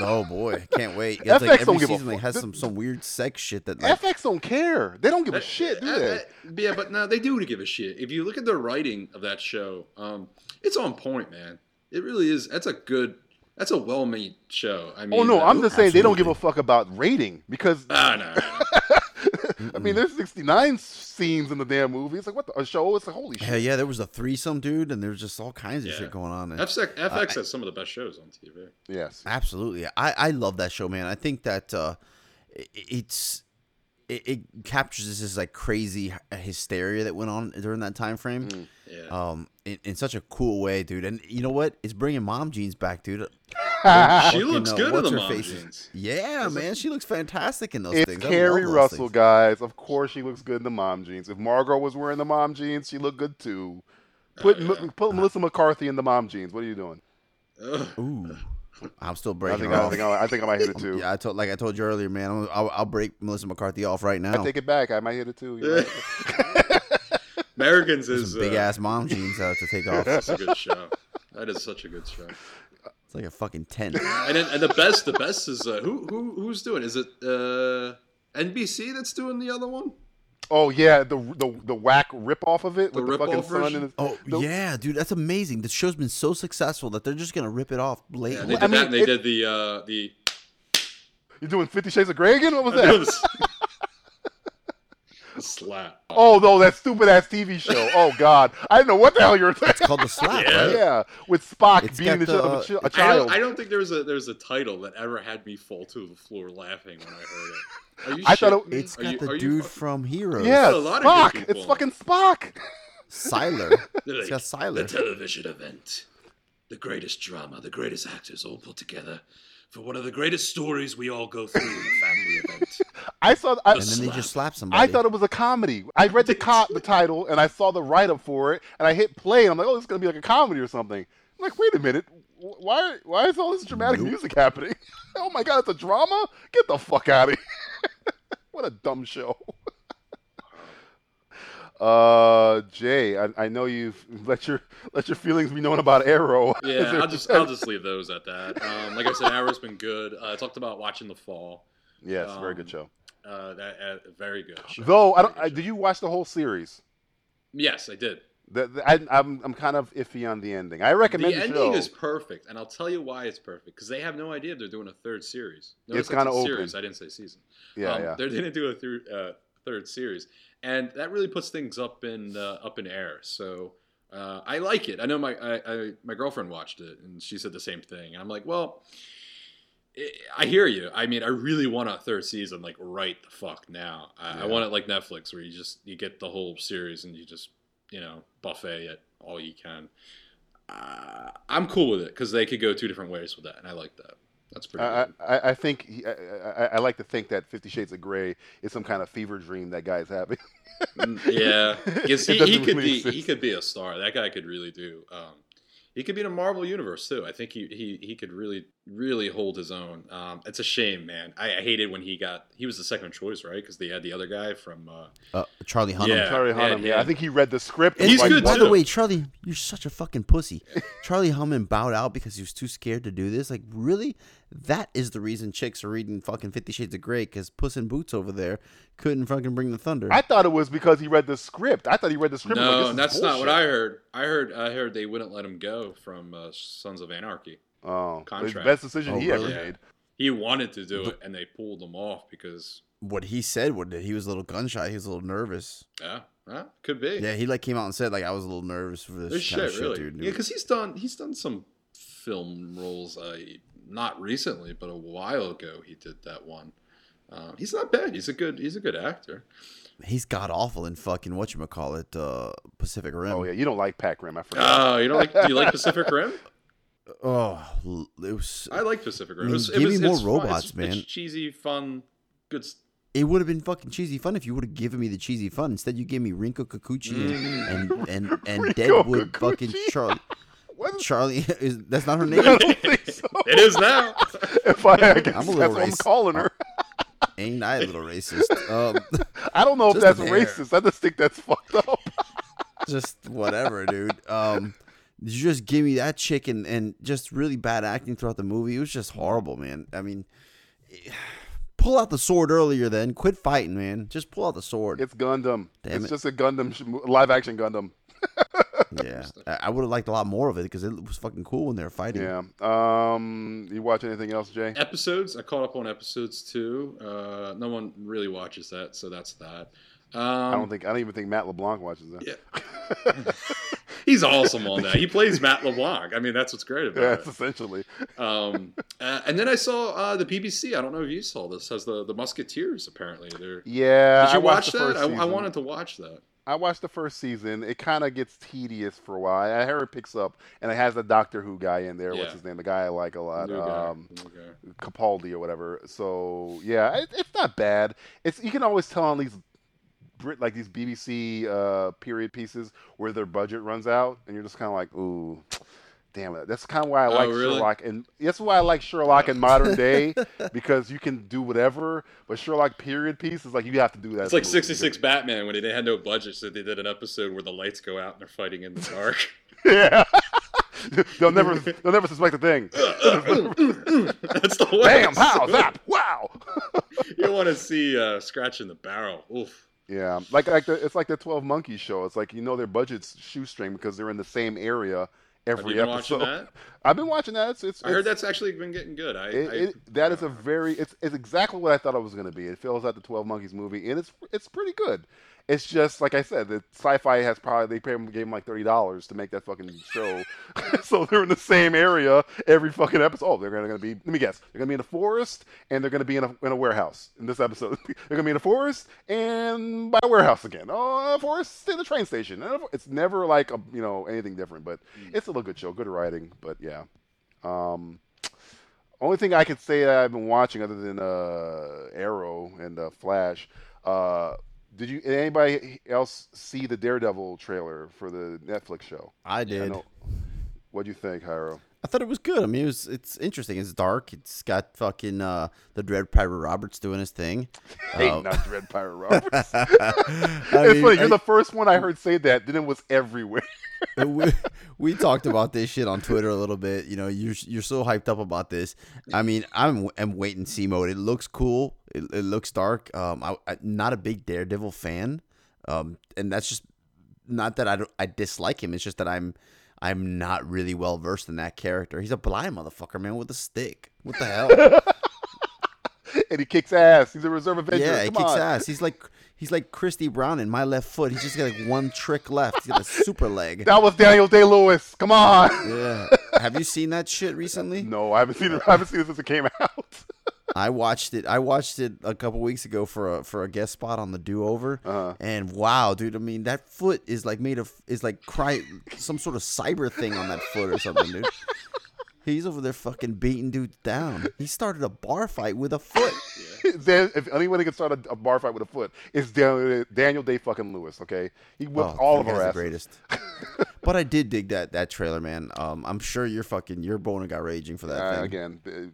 Speaker 5: Oh boy,
Speaker 4: (laughs)
Speaker 5: can't wait. It's
Speaker 4: FX
Speaker 5: like every
Speaker 4: don't give a
Speaker 5: season like,
Speaker 4: fuck.
Speaker 5: has
Speaker 4: Th-
Speaker 5: some some weird sex shit that like,
Speaker 4: FX don't care. They don't give a
Speaker 6: That-
Speaker 4: shit, do
Speaker 6: uh,
Speaker 4: they?
Speaker 6: uh, yeah, but no, they do give a shit. If you look at the writing of that show, um, it's on point, man. It really is. That's a good. That's a well-made show. I mean,
Speaker 4: oh no,
Speaker 6: uh,
Speaker 4: I'm just saying they don't give a fuck about rating because
Speaker 6: (laughs) Ah, no, no, no.
Speaker 4: I mean there's 69 scenes in the damn movie. It's like what the a show? It's like holy shit.
Speaker 5: Hell yeah, there was a threesome, dude, and there was just all kinds of
Speaker 6: Yeah.
Speaker 5: shit going (laughs) on.
Speaker 6: FX, FX has some of the best shows on TV.
Speaker 4: Yes.
Speaker 5: Absolutely, I I love that show, man. I think that uh, i it's it, it captures this is like crazy hy- hysteria that went on during that time frame,
Speaker 6: Mm, Yeah.
Speaker 5: um, in, in such a cool way, dude. And you know what? It's bringing mom jeans back,
Speaker 6: (laughs)
Speaker 5: dude.
Speaker 6: she looks
Speaker 5: uh,
Speaker 6: good in
Speaker 5: what's her
Speaker 6: the mom
Speaker 5: face?
Speaker 6: jeans.
Speaker 5: Yeah, man, she looks fantastic in those
Speaker 4: It's
Speaker 5: things. I love
Speaker 4: Carrie
Speaker 5: those
Speaker 4: Russell,
Speaker 5: things.
Speaker 4: guys. Of course, she looks good in the mom jeans. If Margot was wearing the mom jeans, she looked good too. Put
Speaker 6: Uh,
Speaker 4: M- put Melissa McCarthy in the mom jeans. What are you doing?
Speaker 6: Ugh.
Speaker 5: Ooh, I'm still
Speaker 4: I
Speaker 5: breaking
Speaker 4: think
Speaker 5: her
Speaker 4: I,
Speaker 5: off.
Speaker 4: think I, I think I might hit it too.
Speaker 5: (laughs) Yeah, I told like I told you earlier, man. I'm, I'll, I'll break Melissa McCarthy off right
Speaker 4: I
Speaker 5: now.
Speaker 4: take it back. I might hit it too.
Speaker 6: (laughs)
Speaker 4: You're right.
Speaker 6: Americans is
Speaker 5: Big
Speaker 6: uh,
Speaker 5: ass mom jeans I have to
Speaker 4: (laughs)
Speaker 5: take off.
Speaker 6: That's a good show. That is such a good show.
Speaker 5: It's like a fucking tent.
Speaker 6: And then, and the best, the best is uh, who who who's doing? Is it uh, NBC that's doing the other one?
Speaker 4: oh yeah, the the the whack rip off of it
Speaker 6: The
Speaker 4: with the fucking
Speaker 6: rip-off
Speaker 4: son.
Speaker 6: version?
Speaker 4: And his,
Speaker 5: Oh
Speaker 4: the-
Speaker 5: yeah, dude, that's amazing. The show's been so successful that they're just gonna rip it off
Speaker 6: Yeah,
Speaker 5: blatantly.
Speaker 6: they did
Speaker 4: I mean,
Speaker 6: that. And they
Speaker 4: it-
Speaker 6: did the uh,
Speaker 4: (laughs)
Speaker 6: the.
Speaker 4: You're doing Fifty Shades of Grey again? What
Speaker 6: (laughs)
Speaker 4: was
Speaker 6: That
Speaker 4: that?
Speaker 6: was- Slap.
Speaker 4: oh no, that stupid ass TV show. Oh god, I didn't know what the hell you were.
Speaker 5: it's called the slap,
Speaker 6: (laughs) Yeah.
Speaker 5: right?
Speaker 4: yeah, with Spock
Speaker 5: It's
Speaker 4: beating
Speaker 5: got
Speaker 4: the, shit
Speaker 5: the,
Speaker 4: out of
Speaker 5: uh,
Speaker 4: a, chi- a
Speaker 5: it's-
Speaker 6: I
Speaker 4: child.
Speaker 6: don't, I don't think there was a there was a title that ever had me fall to the floor laughing when I heard it. Are you
Speaker 4: I thought
Speaker 6: shitting
Speaker 4: it-
Speaker 6: me?
Speaker 5: It's
Speaker 6: Are
Speaker 5: got
Speaker 6: you- are
Speaker 5: the
Speaker 6: you
Speaker 5: dude
Speaker 6: fucking-
Speaker 5: from Heroes.
Speaker 4: yeah,
Speaker 6: a lot of
Speaker 4: Spock.
Speaker 6: good
Speaker 4: It's
Speaker 6: people.
Speaker 4: fucking Spock. (laughs)
Speaker 5: Siler.
Speaker 6: They're
Speaker 5: It's got
Speaker 6: like, The
Speaker 5: Siler.
Speaker 6: television event. The greatest drama, the greatest actors all put together for one of the greatest stories we all go through in a family event.
Speaker 4: I saw. I,
Speaker 5: And then they just slap somebody.
Speaker 4: I thought it was a comedy. I read the co- the title and I saw the write up for it, and I hit play, and I'm like, oh, this is gonna be like a comedy or something. I'm like, wait a minute, wh- why why is all this dramatic music happening? (laughs) oh my god, it's a drama! Get the fuck out of here! (laughs) what a dumb show. (laughs) Uh, Jay, I, I know you've (laughs) let your let your feelings be known about Arrow. (laughs) Is
Speaker 6: Yeah,
Speaker 4: there-
Speaker 6: I'll just
Speaker 4: (laughs)
Speaker 6: I'll just leave those at that. Um, like I said, Arrow's been good. Uh, I talked about watching The Fall.
Speaker 4: yes, very good
Speaker 6: um,
Speaker 4: show.
Speaker 6: Uh, that uh, very good. show.
Speaker 4: Though I don't,
Speaker 6: Very
Speaker 4: I,
Speaker 6: good
Speaker 4: did
Speaker 6: show.
Speaker 4: you watch the whole series?
Speaker 6: Yes, I did.
Speaker 4: The, the- I, I'm I'm kind of iffy on the ending. I recommend
Speaker 6: the
Speaker 4: the,
Speaker 6: ending
Speaker 4: show.
Speaker 6: is perfect, and I'll tell you why it's perfect because they have no idea they're doing a third series.
Speaker 4: It's
Speaker 6: I said
Speaker 4: kinda open.
Speaker 6: series. I didn't say season.
Speaker 4: yeah,
Speaker 6: Um,
Speaker 4: yeah.
Speaker 6: They're going to do a thir- uh, third series, and that really puts things up in uh, up in air. So uh, I like it. I know my I, I, my girlfriend watched it, and she said the same thing. And I'm like, well, i I hear you. I mean, I really want a third season, like right the fuck now. I, I want it like Netflix, where you just you get the whole series and you just you know buffet it all you can. uh, I'm cool with it because they could go two different ways with that, and I like that. That's pretty.
Speaker 4: I,
Speaker 6: good.
Speaker 4: I, I think he, I, I, I like to think that Fifty Shades of Grey is some kind of fever dream that guy's (laughs) having.
Speaker 6: Mm,
Speaker 4: (laughs)
Speaker 6: yeah, 'Cause
Speaker 4: It
Speaker 6: he,
Speaker 4: doesn't
Speaker 6: he could
Speaker 4: really
Speaker 6: be he
Speaker 4: exist.
Speaker 6: could be a star. That guy could really do. Um, he could be in a Marvel universe too. I think he he, he could really really hold his own. Um, it's a shame, man. I, I hated when he got he was the second choice, right? Because they had the other guy from. Uh,
Speaker 5: Uh, Charlie Hunnam.
Speaker 6: Yeah.
Speaker 4: Charlie
Speaker 6: yeah,
Speaker 4: Hunnam, yeah,
Speaker 6: yeah.
Speaker 4: I think he read the script. and
Speaker 5: And
Speaker 6: He's
Speaker 4: was like,
Speaker 6: good,
Speaker 5: By
Speaker 4: "What?"
Speaker 5: the
Speaker 6: too.
Speaker 5: way, Charlie, you're such a fucking
Speaker 4: (laughs)
Speaker 5: pussy. Charlie Hunnam bowed out because he was too scared to do this. Like, really? That is the reason chicks are reading fucking Fifty Shades of Grey because Puss in Boots over there couldn't fucking bring the thunder.
Speaker 4: I thought it was because he read the script. I thought he read the script. and was like,
Speaker 6: no,
Speaker 4: "This is
Speaker 6: that's not what I
Speaker 4: bullshit."
Speaker 6: heard. I heard I heard they wouldn't let him go from uh, Sons of Anarchy.
Speaker 4: Oh, it's the
Speaker 6: Contract.
Speaker 4: best decision
Speaker 5: Oh,
Speaker 4: he
Speaker 5: really?
Speaker 4: ever
Speaker 6: Yeah.
Speaker 4: made.
Speaker 6: He wanted to do it, and they pulled him off because
Speaker 5: what he said was that he was a little gun shy. He was a little nervous.
Speaker 6: yeah, huh? could be.
Speaker 5: (laughs) Yeah, he like came out and said like I was a little nervous for this
Speaker 6: This
Speaker 5: kind
Speaker 6: shit,
Speaker 5: of shit,
Speaker 6: really.
Speaker 5: dude.
Speaker 6: Yeah, because he's done he's done some film roles. Uh, not recently, but a while ago, he did that one. Um, he's not bad. He's a good he's a good actor.
Speaker 5: he's god awful in fucking what you call it uh, Pacific Rim.
Speaker 4: Oh yeah, you don't like Pac Rim. I forgot.
Speaker 6: Oh, you don't like? Do you like Pacific Rim?
Speaker 5: Oh, l- it was.
Speaker 6: I like Pacific Rim.
Speaker 5: I mean,
Speaker 6: It's-
Speaker 5: Mm, give me more
Speaker 6: it's fun. It's-
Speaker 5: robots, man.
Speaker 6: It's cheesy, fun, good.
Speaker 5: (laughs)
Speaker 6: s-
Speaker 5: It would have been fucking cheesy fun if you would have given me the cheesy fun. Instead, you gave me Rinko Kikuchi and
Speaker 6: Mm.
Speaker 5: and
Speaker 6: (laughs)
Speaker 5: and, and
Speaker 4: Rinko
Speaker 5: Deadwood fucking
Speaker 4: Kikuchi?
Speaker 5: Charlie.
Speaker 4: What is-
Speaker 5: Charlie (laughs) is that's not her
Speaker 4: I
Speaker 6: (laughs)
Speaker 5: name.
Speaker 4: don't think so.
Speaker 6: It is now.
Speaker 4: (laughs) if I, I guess
Speaker 5: I'm a little
Speaker 4: that's what I'm
Speaker 5: racist.
Speaker 4: calling her.
Speaker 5: Ain't I a little racist? Um, (laughs)
Speaker 4: I don't know if
Speaker 5: Just
Speaker 4: that's
Speaker 5: an error.
Speaker 4: racist. I just think that's (laughs) fucked up.
Speaker 5: just whatever, dude. Um, you just give me that chick and, and just really bad acting throughout the movie. It was just horrible, man. I mean, (sighs) pull out the sword earlier, then quit fighting, man. Just pull out the sword.
Speaker 4: It's Gundam.
Speaker 5: Damn
Speaker 4: it's
Speaker 5: it.
Speaker 4: just a Gundam sh- mo- live action Gundam.
Speaker 5: yeah, I, I would have liked a lot more of it because it was fucking cool when they were fighting.
Speaker 4: Yeah. Um. You watch anything else, Jay?
Speaker 6: episodes. I caught up on episodes too. Uh, no one really watches that, so that's that. Um,
Speaker 4: I don't think. I don't even think Matt LeBlanc watches that.
Speaker 6: Yeah. (laughs) He's awesome on that. He plays Matt LeBlanc. I mean, that's what's (laughs) great about
Speaker 4: Yeah,
Speaker 6: it.
Speaker 4: it's essentially.
Speaker 6: Um, (laughs) uh, and then I saw uh, the BBC. I don't know if you saw this. Has the the Musketeers apparently? They're,
Speaker 4: Yeah.
Speaker 6: did you
Speaker 4: I
Speaker 6: watch
Speaker 4: watched the
Speaker 6: that?
Speaker 4: first
Speaker 6: I, I
Speaker 4: season.
Speaker 6: wanted to watch that.
Speaker 4: I watched the first season. It kind of gets tedious for a while. I heard it picks up, and it has the Doctor Who guy in there. What's
Speaker 6: Yeah.
Speaker 4: his name? The guy I like a lot.
Speaker 6: New guy,
Speaker 4: Um,
Speaker 6: new guy.
Speaker 4: Capaldi or whatever. So yeah, it, it's not bad. It's you can always tell on these Brit like these BBC uh, period pieces where their budget runs out, and you're just kind of like, ooh, damn it. That's kind of why I
Speaker 6: Oh,
Speaker 4: like
Speaker 6: really?
Speaker 4: Sherlock, and that's why I like Sherlock in modern
Speaker 6: (laughs)
Speaker 4: day because you can do whatever. But Sherlock period piece is like you have to do that.
Speaker 6: It's like
Speaker 4: as a movie.
Speaker 6: '66 Batman when they had no budget, so they did an episode where the lights go out and they're fighting in the dark.
Speaker 4: (laughs)
Speaker 6: (laughs)
Speaker 4: Yeah. (laughs) they'll never they'll never suspect a
Speaker 6: (laughs)
Speaker 4: thing.
Speaker 6: that's the worst.
Speaker 4: Bam! Pow! Zap! Wow!
Speaker 6: (laughs)
Speaker 4: (laughs)
Speaker 6: You want to see uh, scratching the barrel? Oof.
Speaker 4: Yeah, like like the, it's like the Twelve Monkeys show. It's like you know their budget's shoestring because they're in the same area
Speaker 6: Have
Speaker 4: every
Speaker 6: you been
Speaker 4: episode.
Speaker 6: watching that?
Speaker 4: (laughs) I've been watching that. It's it's.
Speaker 6: I heard
Speaker 4: it's-
Speaker 6: that's actually been getting good. I, I-
Speaker 4: It, it, that is a very it's, it's exactly what I thought it was going to be. It feels like the Twelve Monkeys movie, and it's it's pretty good. It's just like I said, the sci-fi has probably they probably gave them like thirty dollars to make that fucking show, (laughs) so they're in the same area every fucking episode. Oh, they're going to be let me guess, they're going to be in a forest and they're going to be in a in a warehouse in this episode. (laughs) they're going to be in a forest and by a warehouse again. Oh, a forest in the train station. And a- It's never like a, you know anything different, but
Speaker 6: Mm.
Speaker 4: it's still a good show, good writing. But yeah, um, only thing I could say that I've been watching, other than uh, Arrow and uh, Flash, uh, did you did anybody else see the Daredevil trailer for the Netflix show?
Speaker 5: I
Speaker 4: I
Speaker 5: did. Uh,
Speaker 4: know- What do you think, Hyro?
Speaker 5: I thought it was good. I mean, it was it's interesting. It's dark. It's got fucking uh, the Dread Pirate Roberts doing his thing. (laughs)
Speaker 4: Hey,
Speaker 5: Uh,
Speaker 4: not Dread (laughs) Pirate
Speaker 5: (laughs)
Speaker 4: Roberts.
Speaker 5: I
Speaker 4: it's
Speaker 5: mean,
Speaker 4: like you're
Speaker 5: I-
Speaker 4: the first one I heard say that. Then it was everywhere. (laughs)
Speaker 5: (laughs) we, we talked about this shit on Twitter a little bit. You know, you're you're so hyped up about this. I mean, I'm I'm waiting see mode. It looks cool. It, it looks dark. Um, I, I not a big Daredevil fan. Um, and that's just not that I don't, I dislike him. It's just that I'm I'm not really well versed in that character. He's a blind motherfucker, man, with a stick. What the
Speaker 4: (laughs)
Speaker 5: hell?
Speaker 4: and he kicks ass. He's a reserve Avenger.
Speaker 5: yeah, he
Speaker 4: Come
Speaker 5: kicks
Speaker 4: on.
Speaker 5: ass. He's like he's like Christy Brown in My Left Foot. He's just got like one trick left. He's got a super
Speaker 4: (laughs)
Speaker 5: leg.
Speaker 4: That was Daniel Day Lewis. Come on. (laughs)
Speaker 5: Yeah. Have you seen that shit recently?
Speaker 4: No, I haven't seen it. I haven't seen it since it came (laughs) out.
Speaker 5: I watched it. I watched it a couple weeks ago for a for a guest spot on the Do Over,
Speaker 4: Uh-huh.
Speaker 5: and wow, dude! I mean, that foot is like made of is like cry some sort of cyber thing on that foot or
Speaker 4: (laughs)
Speaker 5: something, dude. He's over there fucking beating dudes down. He started a bar fight with a foot.
Speaker 4: (laughs) Dan, if anyone can start a, a bar fight with a foot, it's Daniel, Daniel Day fucking Lewis. Okay, he whipped
Speaker 5: Oh,
Speaker 4: all
Speaker 5: that
Speaker 4: of our asses.
Speaker 5: guy's the
Speaker 4: (laughs)
Speaker 5: greatest. but I did dig that that trailer, man. Um, I'm sure your fucking your boner got raging for that
Speaker 4: Uh,
Speaker 5: thing.
Speaker 4: again,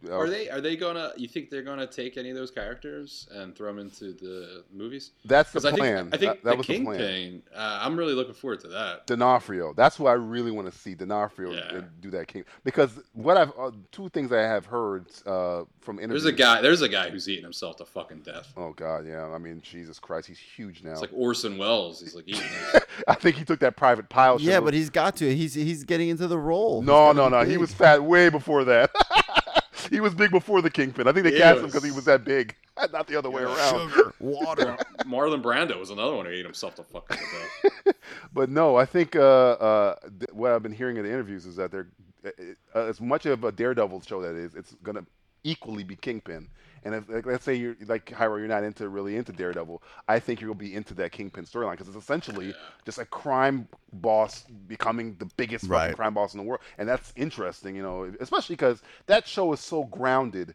Speaker 4: uh,
Speaker 6: Are they are they gonna? You think they're gonna take any of those characters and throw them into the movies?
Speaker 4: That's the
Speaker 6: 'Cause I think-
Speaker 4: plan.
Speaker 6: I think
Speaker 4: That- that
Speaker 6: the
Speaker 4: was the plan.
Speaker 6: Kingpin. Uh, I'm really looking forward to that.
Speaker 4: D'Onofrio. That's what I really want to see D'Onofrio
Speaker 6: Yeah.
Speaker 4: uh, do that king because what I've uh, two things I have heard uh, from interviews.
Speaker 6: There's a guy. There's a guy who's eating himself to fucking death.
Speaker 4: Oh God, yeah. I mean, Jesus Christ, he's huge now.
Speaker 6: It's like Orson Welles. He's like eating. himself.
Speaker 4: (laughs) I think he took that private pile.
Speaker 5: Yeah,
Speaker 4: shit.
Speaker 5: but he's got to. He's he's getting into the role. He's
Speaker 4: no,
Speaker 5: gotta
Speaker 4: no,
Speaker 5: be
Speaker 4: no. He
Speaker 5: big.
Speaker 4: was fat way before that. (laughs) he was big before the Kingpin. I think they
Speaker 6: Yeah,
Speaker 4: cast
Speaker 6: it
Speaker 4: him because he
Speaker 6: was-
Speaker 4: was that big, (laughs) not the other way around.
Speaker 5: sugar, water.
Speaker 6: Marlon Brando was another one who ate himself to fucking
Speaker 4: (laughs)
Speaker 6: death.
Speaker 4: But no, I think uh, uh, th- what I've been hearing in the interviews is that they're uh, as much of a Daredevil show that is, it's gonna equally be Kingpin. And if, like, let's say you're like Hyro, you're not into really into Daredevil. I think you'll be into that Kingpin storyline because it's essentially just a crime boss becoming the biggest fucking
Speaker 5: Right.
Speaker 4: crime boss in the world, and that's interesting, you know, especially because that show is so grounded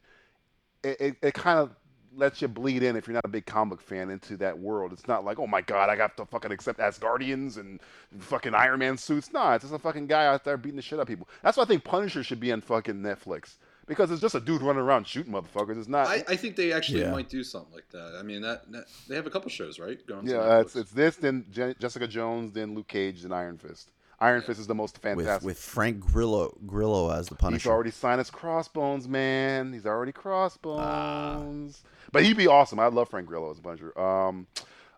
Speaker 4: it, it, it kind of lets you bleed in if you're not a big comic fan into that world. It's not like, oh my god, I have to fucking accept Asgardians and fucking Iron Man suits. Nah, it's just a fucking guy out there beating the shit out of people. That's why I think Punisher should be on fucking Netflix because it's just a dude running around shooting motherfuckers. It's not.
Speaker 6: I, I think they actually
Speaker 5: Yeah.
Speaker 6: might do something like that. I mean, that, that they have a couple shows, right? Going to
Speaker 4: yeah, uh, it's,
Speaker 6: Netflix.
Speaker 4: it's this, then Je- Jessica Jones, then Luke Cage, then Iron Fist. Iron Fist is the most
Speaker 5: with
Speaker 4: fantastic.
Speaker 5: with Frank Grillo Grillo as the
Speaker 4: He's
Speaker 5: Punisher.
Speaker 4: already signed his crossbones, man. He's already crossbones. But he'd be awesome. I love Frank Grillo as a buncher. Um,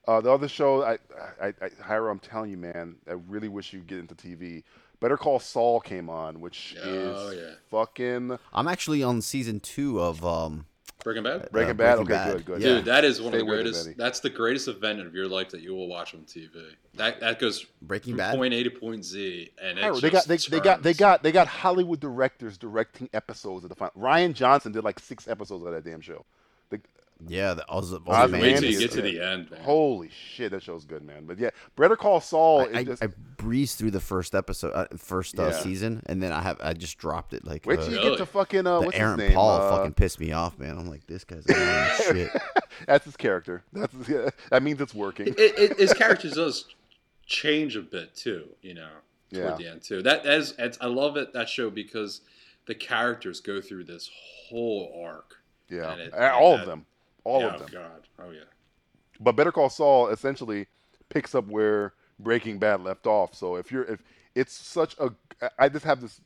Speaker 4: uh, the other show, I, I, I, Hyro, I'm telling you, man, I really wish you'd get into TV. Better Call Saul came on, which
Speaker 6: Oh,
Speaker 4: is
Speaker 6: yeah.
Speaker 4: fucking
Speaker 5: I'm actually on season two of um.
Speaker 6: Breaking Bad.
Speaker 4: Breaking
Speaker 5: Uh,
Speaker 4: Bad. okay,
Speaker 5: Breaking Bad.
Speaker 4: good, good.
Speaker 5: Yeah.
Speaker 6: Dude, that is one
Speaker 4: Stay
Speaker 6: of the
Speaker 4: with it,
Speaker 6: greatest.
Speaker 4: Betty.
Speaker 6: that's the greatest event of your life that you will watch on TV. That that goes
Speaker 5: Breaking
Speaker 6: from
Speaker 5: Bad?
Speaker 6: point A to point Z, and it
Speaker 4: Hyro, they got
Speaker 6: just
Speaker 4: they, they got they
Speaker 6: turns.
Speaker 4: got they got Hollywood directors directing episodes of the final. Ryan Johnson did like six episodes of that damn show. The,
Speaker 5: Yeah, the Oz,
Speaker 4: Oz-
Speaker 5: Ozymandias.
Speaker 6: Wait till you
Speaker 4: Mandy's-
Speaker 6: get to the end, man.
Speaker 4: holy shit, that show's good, man. But yeah, Better Call Saul.
Speaker 5: I,
Speaker 4: is
Speaker 5: I,
Speaker 4: just,
Speaker 5: I breezed through the first episode, uh, first uh,
Speaker 4: Yeah.
Speaker 5: season, and then I have I just dropped it like
Speaker 4: Wait
Speaker 5: uh,
Speaker 4: till you
Speaker 6: Really?
Speaker 4: get to fucking uh,
Speaker 5: the
Speaker 4: what's his
Speaker 5: Aaron
Speaker 4: name?
Speaker 5: Paul
Speaker 4: uh,
Speaker 5: fucking pissed me off, man. I'm like, this guy's a
Speaker 4: (laughs)
Speaker 5: man of shit.
Speaker 4: That's his character. That's (laughs) his, yeah, that means it's working.
Speaker 6: It, it, it, his character does change a bit too, you know, toward
Speaker 4: Yeah.
Speaker 6: the end too. That that is, it's, I love it that show because the characters go through this whole arc.
Speaker 4: Yeah,
Speaker 6: and it-
Speaker 4: Uh, all of
Speaker 6: that-
Speaker 4: them, all
Speaker 6: yeah,
Speaker 4: of them.
Speaker 6: Oh God, oh yeah.
Speaker 4: But Better Call Saul essentially picks up where Breaking Bad left off. So if you're if it's such a, I- I just have this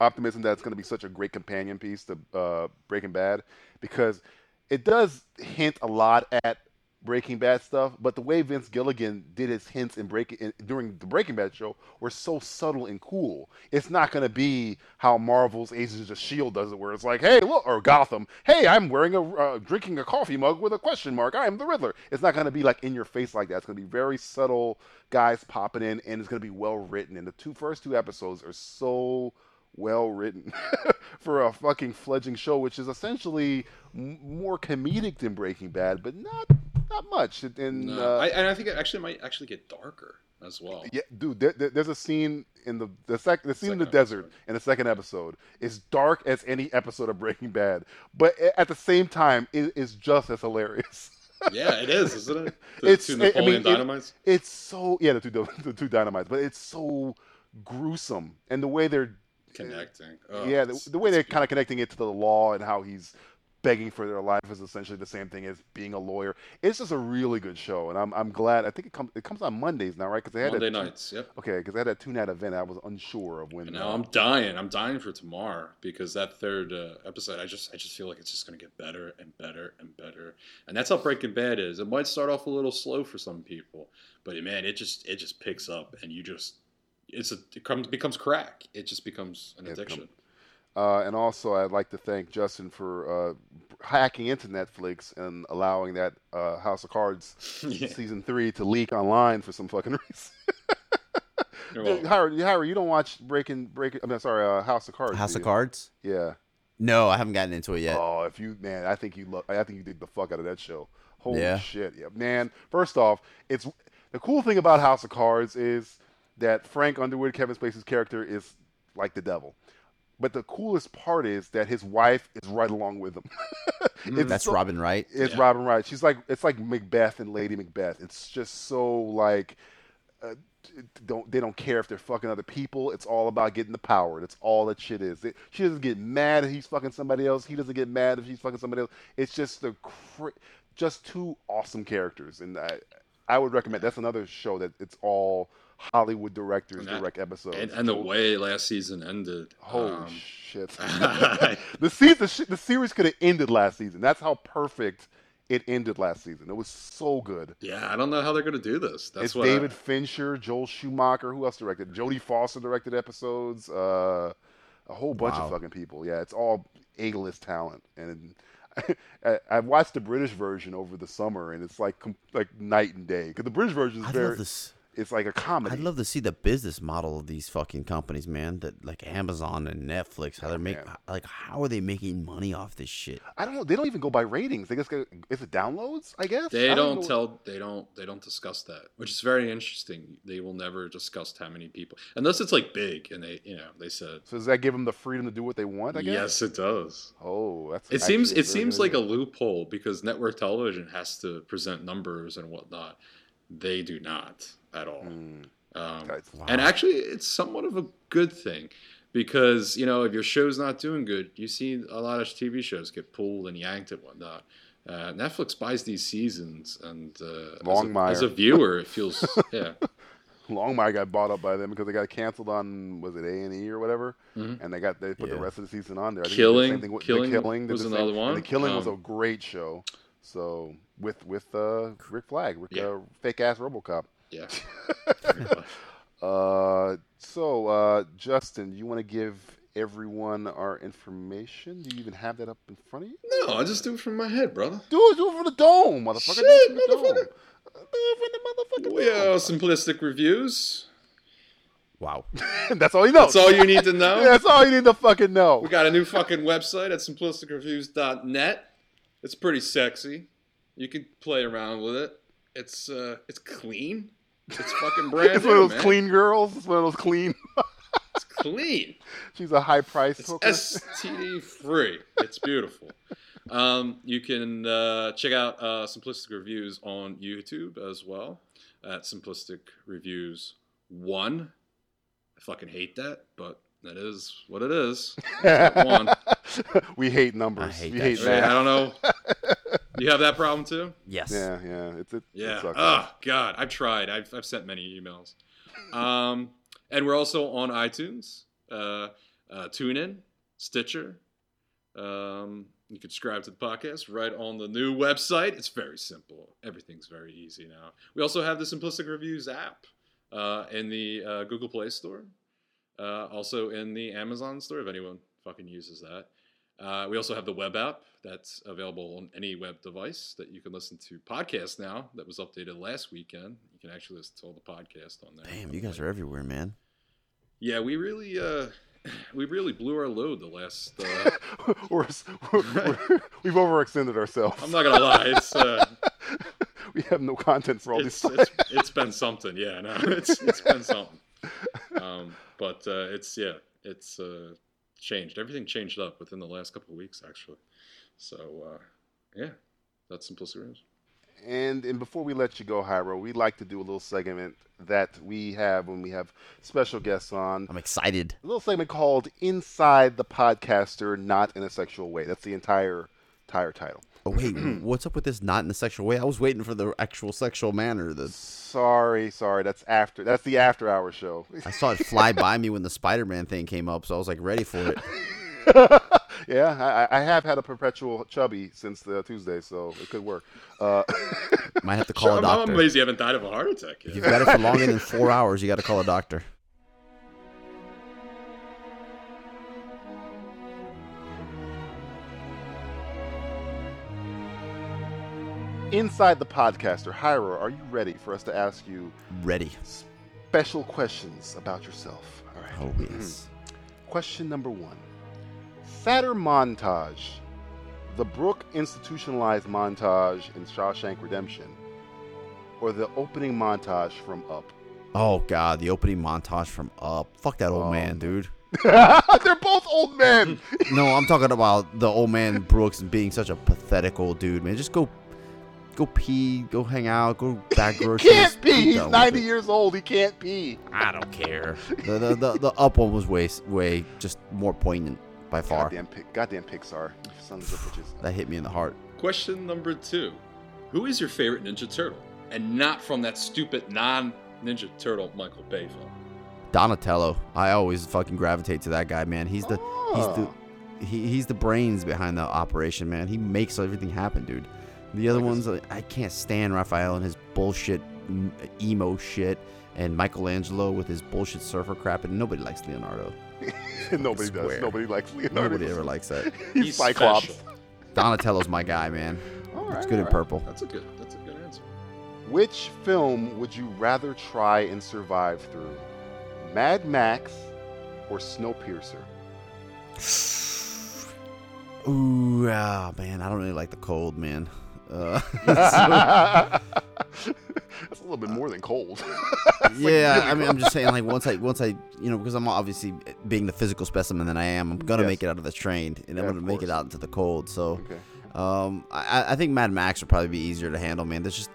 Speaker 4: optimism that it's going to be such a great companion piece to uh, Breaking Bad because it does hint a lot at Breaking Bad stuff, but the way Vince Gilligan did his hints in Breaking in, during the Breaking Bad show were so subtle and cool. It's not going to be how Marvel's Agents of Shield E does it, where it's like, "Hey, look," or Gotham, "Hey, I'm wearing a uh, drinking a coffee mug with a question mark. I am the Riddler." It's not going to be like in your face like that. It's going to be very subtle guys popping in, and it's going to be well written. And the two first two episodes are so well written (laughs) for a fucking fledgling show, which is essentially m- more comedic than Breaking Bad, but not not much. And- And
Speaker 6: No,
Speaker 4: uh,
Speaker 6: I, and I think it actually might actually get darker as well.
Speaker 4: yeah, dude, there, there- there's a scene in the the, sec- the scene in the
Speaker 6: Second
Speaker 4: desert in the second episode is dark as any episode of Breaking Bad, but a- at the same time, it is just as hilarious. (laughs)
Speaker 6: yeah, it is, isn't it? The
Speaker 4: It's-
Speaker 6: two
Speaker 4: I- I mean,
Speaker 6: Napoleon
Speaker 4: it-
Speaker 6: Dynamites.
Speaker 4: it's so yeah, the two the two dynamites, but it's so gruesome, and the way they're
Speaker 6: connecting. Oh,
Speaker 4: yeah,
Speaker 6: it's-
Speaker 4: the, the way
Speaker 6: it's
Speaker 4: they're kind of connecting it to the law and how he's begging for their life is essentially the same thing as being a lawyer. It's just a really good show, and I'm I'm glad. I think it comes it comes on Mondays now, right? Because they had
Speaker 6: Monday
Speaker 4: a two-
Speaker 6: nights. Yep.
Speaker 4: Okay, because I had a two night event. I was unsure of when.
Speaker 6: And now
Speaker 4: uh,
Speaker 6: I'm dying. I'm dying for tomorrow because that third uh, episode. I just I just feel like it's just gonna get better and better and better. And that's how Breaking Bad is. It might start off a little slow for some people, but man, it just it just picks up and you just it's a it comes becomes crack. It just becomes an
Speaker 4: Yeah, it
Speaker 6: addiction.
Speaker 4: Uh, and also, I'd like to thank Justin for uh, hacking into Netflix and allowing that uh, House of (laughs) Cards
Speaker 6: Yeah.
Speaker 4: season three to leak online for some fucking (laughs) reason.
Speaker 6: You're
Speaker 4: Dude,
Speaker 6: welcome.
Speaker 4: Howard, Howard, you don't watch Breaking Breaking. I'm mean, sorry, uh, House of Cards.
Speaker 5: House
Speaker 4: do
Speaker 5: of
Speaker 4: you?
Speaker 5: Cards.
Speaker 4: Yeah.
Speaker 5: No, I haven't gotten into it yet.
Speaker 4: Oh, if you man, I think you lo- I think you did the fuck out of that show. Holy
Speaker 5: Yeah.
Speaker 4: shit, yeah, man. First off, it's the cool thing about House of Cards is that Frank Underwood, Kevin Spacey's character, is like the devil. But the coolest part is that his wife is right along with him. (laughs) It's
Speaker 5: Mm, That's
Speaker 4: so-
Speaker 5: Robin Wright.
Speaker 4: It's
Speaker 6: Yeah.
Speaker 4: Robin Wright. She's like it's like Macbeth and Lady Macbeth. It's just so like uh, d- don't they don't care if they're fucking other people. It's all about getting the power. That's all that shit is. It- she doesn't get mad if he's fucking somebody else. He doesn't get mad if she's fucking somebody else. It's just the cr- just two awesome characters, and I I would recommend. That's another show that it's all Hollywood directors
Speaker 6: And that-
Speaker 4: direct episodes.
Speaker 6: and, and the way last season ended.
Speaker 4: Holy
Speaker 6: um, (laughs)
Speaker 4: shit! the season, the series could have ended last season. That's how perfect it ended last season. It was so good.
Speaker 6: yeah, I don't know how they're gonna do this. That's
Speaker 4: it's
Speaker 6: what I-
Speaker 4: David Fincher, Joel Schumacher. Who else directed? Jodie Foster directed episodes. Uh, a whole bunch of
Speaker 5: Wow.
Speaker 4: fucking people. Yeah, it's all A-list talent. And (laughs) I, I watched the British version over the summer, and it's like com- like night and day. Because the British version is
Speaker 5: I'd
Speaker 4: very,
Speaker 5: love this.
Speaker 4: it's like a comedy.
Speaker 5: I'd love to see the business model of these fucking companies, man. That like Amazon and Netflix, how they're making
Speaker 4: man.
Speaker 5: like how are they making money off this shit?
Speaker 4: I don't know. They don't even go by ratings. They just go, is it downloads? I guess
Speaker 6: They
Speaker 4: I
Speaker 6: don't
Speaker 4: know.
Speaker 6: tell. They don't. They don't discuss that, which is very interesting. They will never discuss how many people, unless it's like big, and they, you know, they said
Speaker 4: So does that give them the freedom to do what they want? I guess.
Speaker 6: yes, it does.
Speaker 4: Oh, that's.
Speaker 6: It seems.
Speaker 4: actually
Speaker 6: It
Speaker 4: very
Speaker 6: seems
Speaker 4: good
Speaker 6: like a
Speaker 4: idea.
Speaker 6: loophole because network television has to present numbers and whatnot. They do not at all.
Speaker 4: Mm,
Speaker 6: Um,
Speaker 4: that's-
Speaker 6: And actually, it's somewhat of a good thing because, you know, if your show's not doing good, you see a lot of TV shows get pulled and yanked and whatnot. Uh, Netflix buys these seasons, and uh, as, a,
Speaker 4: Longmire.
Speaker 6: as a viewer,
Speaker 4: (laughs)
Speaker 6: it feels, yeah.
Speaker 4: Longmire got bought up by them because they got canceled on was it A and E or whatever,
Speaker 6: Mhm.
Speaker 4: and they got they put the
Speaker 5: Yeah.
Speaker 4: rest of the season on there. I think they did the
Speaker 6: Killing-
Speaker 4: same thing with-
Speaker 6: Killing
Speaker 4: the killing did
Speaker 6: was
Speaker 4: the same-
Speaker 6: another
Speaker 4: and
Speaker 6: one.
Speaker 4: the killing was a
Speaker 6: Um,
Speaker 4: great show. So with with uh, Rick Flag, Rick,
Speaker 6: Yeah.
Speaker 4: uh, fake ass RoboCop.
Speaker 6: Yeah.
Speaker 4: Uh, so uh, Justin, you want to give everyone our information? Do you even have that up in front of you?
Speaker 6: No, I just do it from my head, brother.
Speaker 4: Do it, do it for the dome, motherfucker. do
Speaker 6: Shit,
Speaker 4: it for the dome.
Speaker 6: motherfucker.
Speaker 4: Do it for the motherfucking
Speaker 6: We
Speaker 4: dome.
Speaker 6: are simplistic reviews.
Speaker 5: Wow.
Speaker 4: (laughs) That's all you know.
Speaker 6: That's all you need
Speaker 4: (laughs)
Speaker 6: to know.
Speaker 4: That's all you need to fucking know.
Speaker 6: We got a new fucking website at simplisticreviews.net. It's pretty sexy. You can play around with it. It's uh, it's clean. It's
Speaker 4: (laughs)
Speaker 6: fucking brand
Speaker 4: it's
Speaker 6: new,
Speaker 4: one of those
Speaker 6: man.
Speaker 4: clean girls. It's one of those clean. (laughs)
Speaker 6: It's clean.
Speaker 4: She's a high priced
Speaker 6: It's
Speaker 4: hooker.
Speaker 6: STD free. It's beautiful. Um, you can uh, check out uh, Simplistic Reviews on YouTube as well at Simplistic Reviews One. I fucking hate that, but that is what
Speaker 4: (laughs)
Speaker 6: it is. one.
Speaker 4: (laughs) we hate numbers.
Speaker 5: I hate
Speaker 4: we
Speaker 5: that
Speaker 4: hate
Speaker 5: shit.
Speaker 6: I
Speaker 4: math.
Speaker 6: don't know. You have that problem too?
Speaker 5: Yes.
Speaker 4: Yeah, yeah. It's it.
Speaker 6: Yeah.
Speaker 4: It sucks.
Speaker 6: Oh God, I've tried. I've, I've sent many emails. Um, and we're also on iTunes, uh, uh, TuneIn, Stitcher. Um, you can subscribe to the podcast right on the new website. It's very simple. Everything's very easy now. We also have the Simplistic Reviews app uh, in the uh, Google Play Store, uh, also in the Amazon Store if anyone fucking uses that. Uh, we also have the web app that's available on any web device that you can listen to podcasts now. That was updated last weekend. You can actually listen to all the podcasts on there.
Speaker 5: Damn, you guys are everywhere, man.
Speaker 6: Yeah, we really, uh, (clears throat) we really blew our load the last.
Speaker 5: (laughs)
Speaker 6: Uh,
Speaker 4: (laughs) we're, s- we're, we're, (laughs) we've overextended ourselves.
Speaker 6: I'm not gonna lie, it's uh,
Speaker 4: (laughs) we have no content for all these.
Speaker 6: it's, it's it's been something. Yeah, no, (laughs) it's it's been something. Um, but uh, it's yeah, it's uh, changed. Everything changed up within the last couple of weeks, actually. So uh, yeah, that's simplicity. Rooms.
Speaker 4: And and before we let you go, Hyro, we like to do a little segment that we have when we have special guests on.
Speaker 5: I'm excited.
Speaker 4: a little segment called "Inside the Podcaster, Not in a Sexual Way." That's the entire entire title.
Speaker 5: Oh wait,
Speaker 4: (clears throat)
Speaker 5: what's up with this? Not in a sexual way. I was waiting for the actual sexual manner. The
Speaker 4: Sorry, sorry. That's after. That's the after hour show.
Speaker 5: I saw it fly by me when the Spider-Man thing came up, so I was like ready for it.
Speaker 4: (laughs) yeah, I, I have had a perpetual chubby since the Tuesday, so it could work. Uh, (laughs)
Speaker 5: Might have to call a
Speaker 6: I'm, I'm
Speaker 5: doctor.
Speaker 6: amazed you haven't died of a heart attack yet.
Speaker 5: You've got it for longer than four hours. You got to call a doctor.
Speaker 4: inside the podcaster, Hyro, are you ready for us to ask you
Speaker 5: Ready.
Speaker 4: special questions about yourself? All right.
Speaker 5: Oh yes.
Speaker 4: Question number one: Satter montage. The Brooke institutionalized montage in Shawshank Redemption, or the opening montage from Up. (laughs)
Speaker 5: Oh god, the opening montage from Up. Fuck that old man,
Speaker 4: Oh.
Speaker 5: dude.
Speaker 4: They're both old men.
Speaker 5: No, I'm talking about the old man Brooks being such a pathetic old dude, man. Just go, go pee, go hang
Speaker 4: (laughs)
Speaker 5: out, go back groceries.
Speaker 4: Can't
Speaker 5: I'm
Speaker 4: pee.
Speaker 5: done
Speaker 4: He's
Speaker 5: with
Speaker 4: 90
Speaker 5: it.
Speaker 4: years old. He can't pee.
Speaker 5: I don't care. the, the, the the Up one was way way just more poignant by far.
Speaker 4: Goddamn, Pi- goddamn Pixar. Sons of bitches.
Speaker 5: (laughs) That hit me in the heart.
Speaker 6: Question number two Who is your favorite Ninja Turtle? And not from that stupid non Ninja Turtle Michael Bay film.
Speaker 5: Donatello. I always fucking gravitate to that guy, man. He's the
Speaker 4: Oh.
Speaker 5: he's the he, he's the brains behind the operation, man. He makes everything happen, dude. The other ones, like, I can't stand Raphael and his bullshit mm, emo shit, and Michelangelo with his bullshit surfer crap, and nobody likes Leonardo.
Speaker 4: Nobody does.
Speaker 5: Swear.
Speaker 4: Nobody likes Leonardo.
Speaker 5: Nobody ever likes that.
Speaker 4: He's, Cyclops.
Speaker 6: special.
Speaker 5: Donatello's my guy, man.
Speaker 4: All right,
Speaker 5: it's good
Speaker 4: all
Speaker 5: in
Speaker 4: right.
Speaker 5: purple.
Speaker 6: That's a good. That's a good answer.
Speaker 4: Which film would you rather try and survive through? Mad Max or Snowpiercer?
Speaker 5: Ooh, ah, man, I don't really like the cold, man.
Speaker 4: (laughs)
Speaker 5: Uh,
Speaker 4: That's a little bit more than cold.
Speaker 5: (laughs) yeah, I mean, I'm just saying, like once I once I you know because I'm obviously being the physical specimen that I am, I'm gonna
Speaker 4: Yes.
Speaker 5: make it out of the train and
Speaker 4: Yeah,
Speaker 5: I'm
Speaker 4: of
Speaker 5: gonna make
Speaker 4: course.
Speaker 5: it out into the cold. So,
Speaker 4: okay.
Speaker 5: um, I, I- I think Mad Max would probably be easier to handle, man. There's just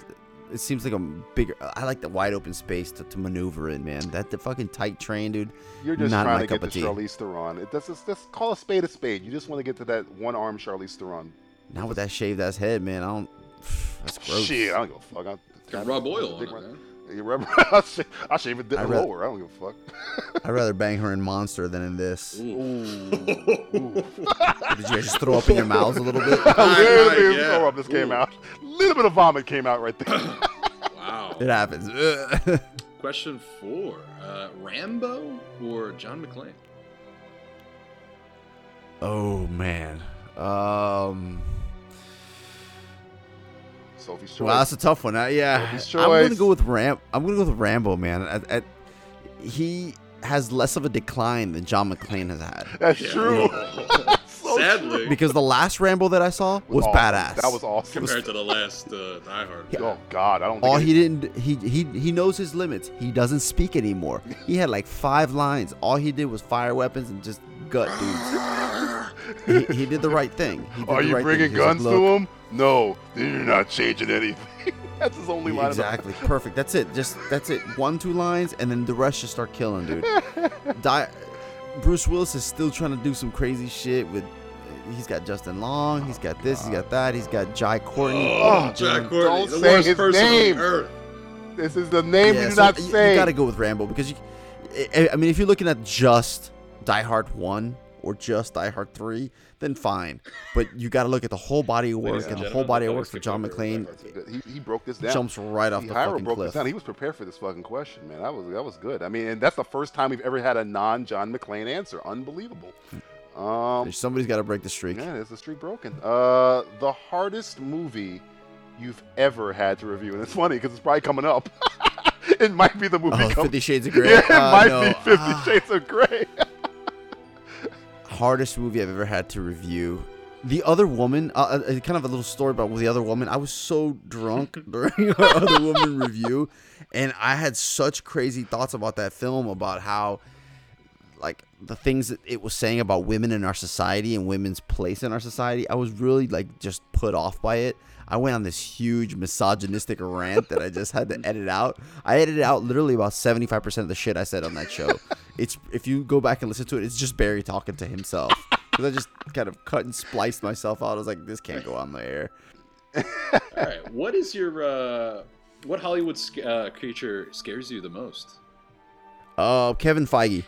Speaker 5: it seems like a bigger. I like the wide open space to, to maneuver in, man. That the fucking tight train, dude.
Speaker 4: (laughs) You're just
Speaker 5: not my
Speaker 4: trying to
Speaker 5: cup
Speaker 4: get to
Speaker 5: of tea.
Speaker 4: Charlize Theron. It, that's, that's, that's call a spade a spade. You just want to get to that one arm Charlize Theron.
Speaker 5: Not with that shaved ass head, man. I don't. (sighs) That's gross.
Speaker 4: Shit, I don't give a fuck. I,
Speaker 6: Can rub oil on
Speaker 4: dick
Speaker 6: it,
Speaker 4: right-
Speaker 6: man.
Speaker 4: You rub- I'll (laughs) shave- I'll shave it
Speaker 5: I
Speaker 4: down
Speaker 5: re-
Speaker 4: lower. I don't give
Speaker 6: (laughs)
Speaker 4: a fuck. (laughs)
Speaker 5: I'd rather bang her in Monster than in this.
Speaker 6: Ooh.
Speaker 5: Did you guys just throw up in your mouths a
Speaker 4: (laughs)
Speaker 5: little bit?
Speaker 4: A little bit of
Speaker 6: yeah.
Speaker 4: throw up this came
Speaker 6: Ooh.
Speaker 4: out. little bit of vomit came out right there.
Speaker 5: (coughs)
Speaker 4: (coughs)
Speaker 6: wow.
Speaker 5: It happens. (laughs) Ugh.
Speaker 6: Question four: uh, Rambo or John McClane?
Speaker 5: oh man. Um.
Speaker 4: Sophie's choice.
Speaker 5: Well, that's a tough one. Uh, yeah,
Speaker 4: Sophie's
Speaker 5: I'm gonna
Speaker 4: choice.
Speaker 5: go with Ram. I'm gonna go with Rambo, man. At, at, he has less of a decline than John McClane has had
Speaker 4: That's true. So
Speaker 6: Sadly,
Speaker 5: because the last Rambo that I saw was
Speaker 4: Awesome.
Speaker 5: badass.
Speaker 4: That was awesome.
Speaker 6: compared to the last uh, Die Hard.
Speaker 4: (laughs) Oh God, I don't.
Speaker 5: All
Speaker 4: think
Speaker 5: he didn't he he he knows his limits. He doesn't speak anymore. He had like five lines. All he did was fire weapons and just gut
Speaker 4: (laughs)
Speaker 5: dudes. he, he did the right thing. He did
Speaker 4: Are
Speaker 5: the
Speaker 4: you
Speaker 5: right thing.
Speaker 4: bringing
Speaker 5: He's like,
Speaker 4: guns
Speaker 5: "Look,
Speaker 4: to him? No, then you're not changing anything. (laughs) That's his only line. of-
Speaker 5: Exactly. Perfect. That's it. Just that's it. One, two lines, and then the rest just start
Speaker 4: (laughs)
Speaker 5: killing, dude. Di- Bruce Willis is still trying to do some crazy shit with. He's got Justin Long. He's got this. He's got that. He's got Jai Courtney.
Speaker 6: Oh, Jack Courtney,
Speaker 4: don't
Speaker 6: the
Speaker 4: say
Speaker 6: worst
Speaker 4: his
Speaker 6: person
Speaker 4: name.
Speaker 6: on earth.
Speaker 4: This is the name we
Speaker 5: Yeah,
Speaker 4: do
Speaker 5: so
Speaker 4: not
Speaker 5: you, you
Speaker 4: say.
Speaker 5: gotta go with Rambo because you. I, I mean, if you're looking at just Die Hard One or just Die Hard Three, then fine. But you gotta look at the whole body of work,
Speaker 6: Ladies and
Speaker 5: and the
Speaker 6: gentlemen,
Speaker 5: whole body of
Speaker 6: the
Speaker 5: work for
Speaker 6: Vice
Speaker 5: John
Speaker 6: Conqueror.
Speaker 5: McClane
Speaker 4: He, he broke this down.
Speaker 5: jumps right off
Speaker 4: He-
Speaker 5: the
Speaker 4: Hyro
Speaker 5: fucking
Speaker 4: broke
Speaker 5: cliff.
Speaker 4: this down. He was prepared for this fucking question, man. That was that was good. I mean, and that's the first time we've ever had a non John McClane answer. Unbelievable. Um,
Speaker 5: Somebody's gotta break the streak.
Speaker 4: yeah, there's the streak broken. Uh, the hardest movie you've ever had to review, and it's funny because it's probably coming up. (laughs) it might be the movie.
Speaker 5: Oh,
Speaker 4: coming.
Speaker 5: Fifty Shades of
Speaker 4: (laughs)
Speaker 5: Grey.
Speaker 4: Yeah, it
Speaker 5: Uh,
Speaker 4: might
Speaker 5: no.
Speaker 4: be Fifty
Speaker 5: Ah.
Speaker 4: Shades of Grey.
Speaker 5: hardest movie I've ever had to review. The Other Woman, uh, uh, kind of a little story about The Other Woman. I was so drunk during our Other Woman review, and I had such crazy thoughts about that film, about how, like, the things that it was saying about women in our society and women's place in our society. I was really, like, just put off by it. I went on this huge misogynistic rant that I just had to edit out. I edited out literally about 75% of the shit I said on that show. It's if you go back and listen to it, it's just Barry talking to himself. Because I just kind of cut and spliced myself out. I was like, this can't go on the air.
Speaker 6: All right, what is your uh, what Hollywood sc- uh, creature scares you the most?
Speaker 5: Oh, Kevin Feige.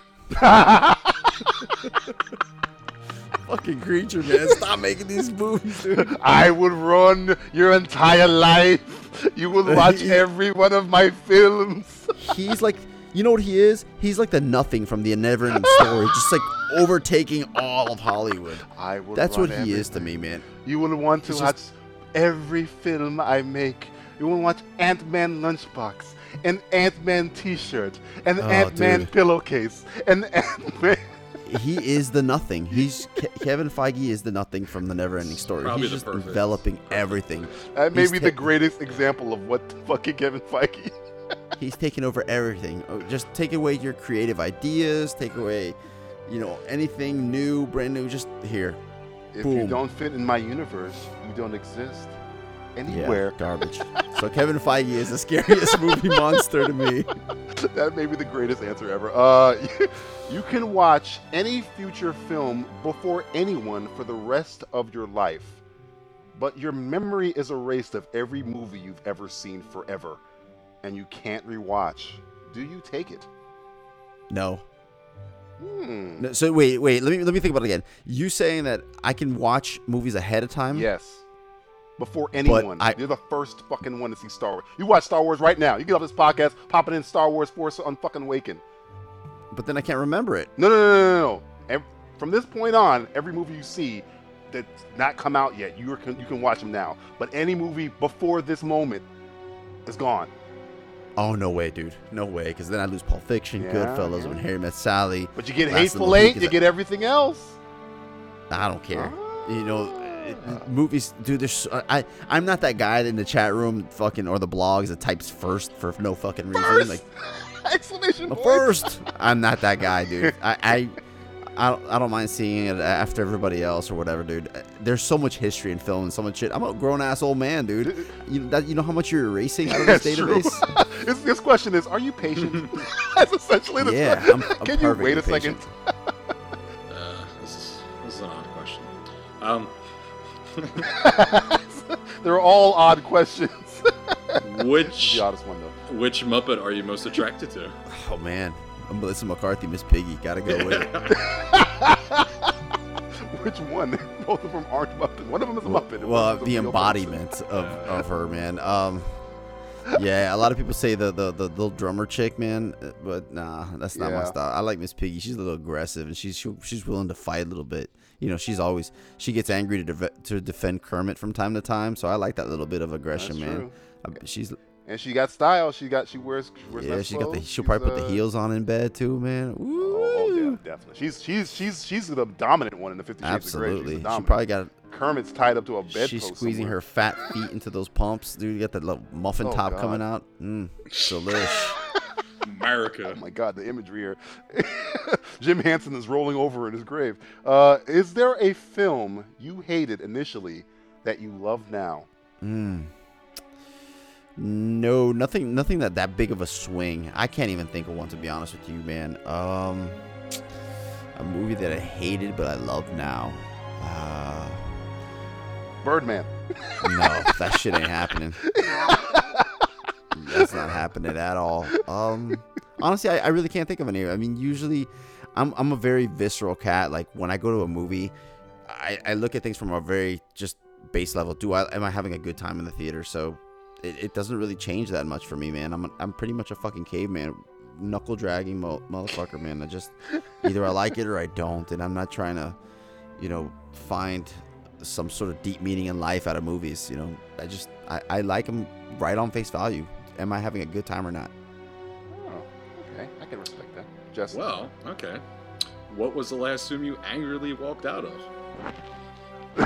Speaker 5: Fucking creature, man. Stop making these movies, dude.
Speaker 4: I would run your entire life. You will
Speaker 5: (laughs)
Speaker 4: watch every one of my films.
Speaker 5: He's like, you know what he is? He's like the nothing from the never
Speaker 4: (laughs)
Speaker 5: ending story, just like overtaking all of Hollywood.
Speaker 4: I would.
Speaker 5: That's
Speaker 4: run
Speaker 5: what he is to
Speaker 4: everything.
Speaker 5: me, man.
Speaker 4: You will want to
Speaker 5: It's
Speaker 4: watch every film I make. You will watch Ant Man lunchbox, an Ant Man T-shirt, an
Speaker 5: Oh,
Speaker 4: Ant Man (laughs)
Speaker 5: dude.
Speaker 4: pillowcase, an Ant Man.
Speaker 5: he is the nothing. He's Ke- Kevin Feige is the nothing from the Neverending Story.
Speaker 6: Probably
Speaker 5: He's
Speaker 6: the
Speaker 5: just
Speaker 6: perfect-
Speaker 5: developing everything.
Speaker 4: That may
Speaker 5: He's
Speaker 4: be
Speaker 5: ta-
Speaker 4: Uh, the greatest example of what the fucking (laughs) Kevin Feige.
Speaker 5: He's taking over everything. Oh, Just take away your creative ideas. Take away, you know, anything new, brand new. Just here.
Speaker 4: If you
Speaker 5: Boom.
Speaker 4: don't fit in my universe, you don't exist
Speaker 5: Yeah,
Speaker 4: anywhere. (laughs)
Speaker 5: garbage. so Kevin Feige is the scariest movie monster to me.
Speaker 4: (laughs) that may be the greatest answer ever. Uh, (laughs) you can watch any future film before anyone for the rest of your life, but your memory is erased of every movie you've ever seen forever, and you can't rewatch. Do you take it?
Speaker 5: No.
Speaker 4: Hmm.
Speaker 5: no. So wait, wait. Let me let me think about it again. You saying that I can watch movies ahead of time?
Speaker 4: Yes. Before anyone,
Speaker 5: Um, I-
Speaker 4: you're the first fucking one to see Star Wars. You watch Star Wars right now. You get off this podcast, popping in Star Wars Force on fucking Waken.
Speaker 5: But then I can't remember it.
Speaker 4: No, no, no, no, no. no. Ev- from this point on, every movie you see that's not come out yet, you are, can, you can watch them now. But any movie before this moment is gone.
Speaker 5: Oh no way, dude. No way. Because then I lose Pulp Fiction,
Speaker 4: Yeah,
Speaker 5: Goodfellas,
Speaker 4: yeah.
Speaker 5: When Harry Met Sally.
Speaker 4: But you get
Speaker 5: Last Little
Speaker 4: Hateful Eight,
Speaker 5: Peek is
Speaker 4: you
Speaker 5: a-
Speaker 4: get everything
Speaker 5: (laughs)
Speaker 4: else.
Speaker 5: I don't care. You know,
Speaker 4: Ah.
Speaker 5: it, movies, dude. There's so- I I'm not that guy in the chat room, fucking or the blogs that types first for no fucking reason.
Speaker 4: First! (laughs)
Speaker 5: Like
Speaker 4: Explanation
Speaker 5: the
Speaker 4: point.
Speaker 5: first. I'm not that guy, dude. I. I I don't, I don't mind seeing it after everybody else or whatever, dude. There's so much history in film and so much shit. I'm a grown ass old man, dude. You know, that, you know how much you're erasing out of
Speaker 4: (laughs) (laughs)
Speaker 5: this
Speaker 4: That's true. (laughs)
Speaker 5: database?
Speaker 4: this, this question is, are you
Speaker 5: (laughs)
Speaker 4: patient? (laughs) That's essentially the
Speaker 5: Yeah,
Speaker 4: question.
Speaker 5: I'm- I'm
Speaker 4: Can you wait a
Speaker 5: perfectly
Speaker 4: second?
Speaker 6: Uh, this is this is an odd question. (laughs) Um,
Speaker 4: They're all odd questions. (laughs)
Speaker 6: which
Speaker 4: the oddest one though.
Speaker 6: which Muppet are you most attracted to?
Speaker 5: Oh man, Melissa McCarthy, Miss Piggy,
Speaker 4: (laughs)
Speaker 5: gotta go with it.
Speaker 4: Which one? (laughs) Both of them aren't Muppet. One of them is a Muppet. and one
Speaker 5: Well,
Speaker 4: of them is a
Speaker 5: the
Speaker 4: real person.
Speaker 5: embodiment of, of her, man. Um, yeah, a lot of people say the, the the little drummer chick, man, uh, but nah, that's not my
Speaker 4: Yeah.
Speaker 5: style. I like Miss Piggy. She's a little aggressive and she's she, she's willing to fight a little bit. You know, she's always she gets angry to def- to defend Kermit from time to time. So I like that little bit of aggression,
Speaker 4: That's
Speaker 5: man.
Speaker 4: true.
Speaker 5: I- She's
Speaker 4: And she got style. She got she wears. She wears
Speaker 5: yeah,
Speaker 4: nice
Speaker 5: she got the
Speaker 4: clothes.
Speaker 5: she'll
Speaker 4: She's,
Speaker 5: probably put
Speaker 4: uh,
Speaker 5: the heels on in bed too, man.
Speaker 4: Oh, oh,
Speaker 5: Woo!
Speaker 4: yeah, definitely. She's she's she's she's the dominant one in the Fifty Shades of Grey.
Speaker 5: Absolutely,
Speaker 4: She's
Speaker 5: she
Speaker 4: the dominant.
Speaker 5: probably got
Speaker 4: Kermit's tied up to a bedpost.
Speaker 5: She's squeezing
Speaker 4: somewhere.
Speaker 5: her fat feet into those pumps, dude. You got that little muffin
Speaker 4: Oh,
Speaker 5: top
Speaker 4: God.
Speaker 5: coming out. Mm, delish.
Speaker 6: (laughs) America.
Speaker 4: Oh my God, the imagery here. (laughs) Jim Hansen is rolling over in his grave. Uh, is there a film you hated initially that you love now?
Speaker 5: mm. No, nothing, nothing that that big of a swing. I can't even think of one to be honest with you, man. Um, a movie that I hated but I love now. Uh,
Speaker 4: Birdman.
Speaker 5: no, that shit ain't happening. That's not happening at all. Um, honestly, I, I really can't think of any. I mean, usually, I'm I'm a very visceral cat. Like when I go to a movie, I, I look at things from a very just base level. Do I am I having a good time in the theater? So it, it doesn't really change that much for me, man. I'm a, I'm pretty much a fucking caveman, knuckle dragging mo- motherfucker, man. I just either I like it or I don't, and I'm not trying to, you know, find some sort of deep meaning in life out of movies. You know, I just I, I like them right on face value. Am I having a good time or not?
Speaker 4: Oh, okay. I can respect that. Justin.
Speaker 6: Well, okay. What was the last room you angrily walked out of?
Speaker 4: (laughs)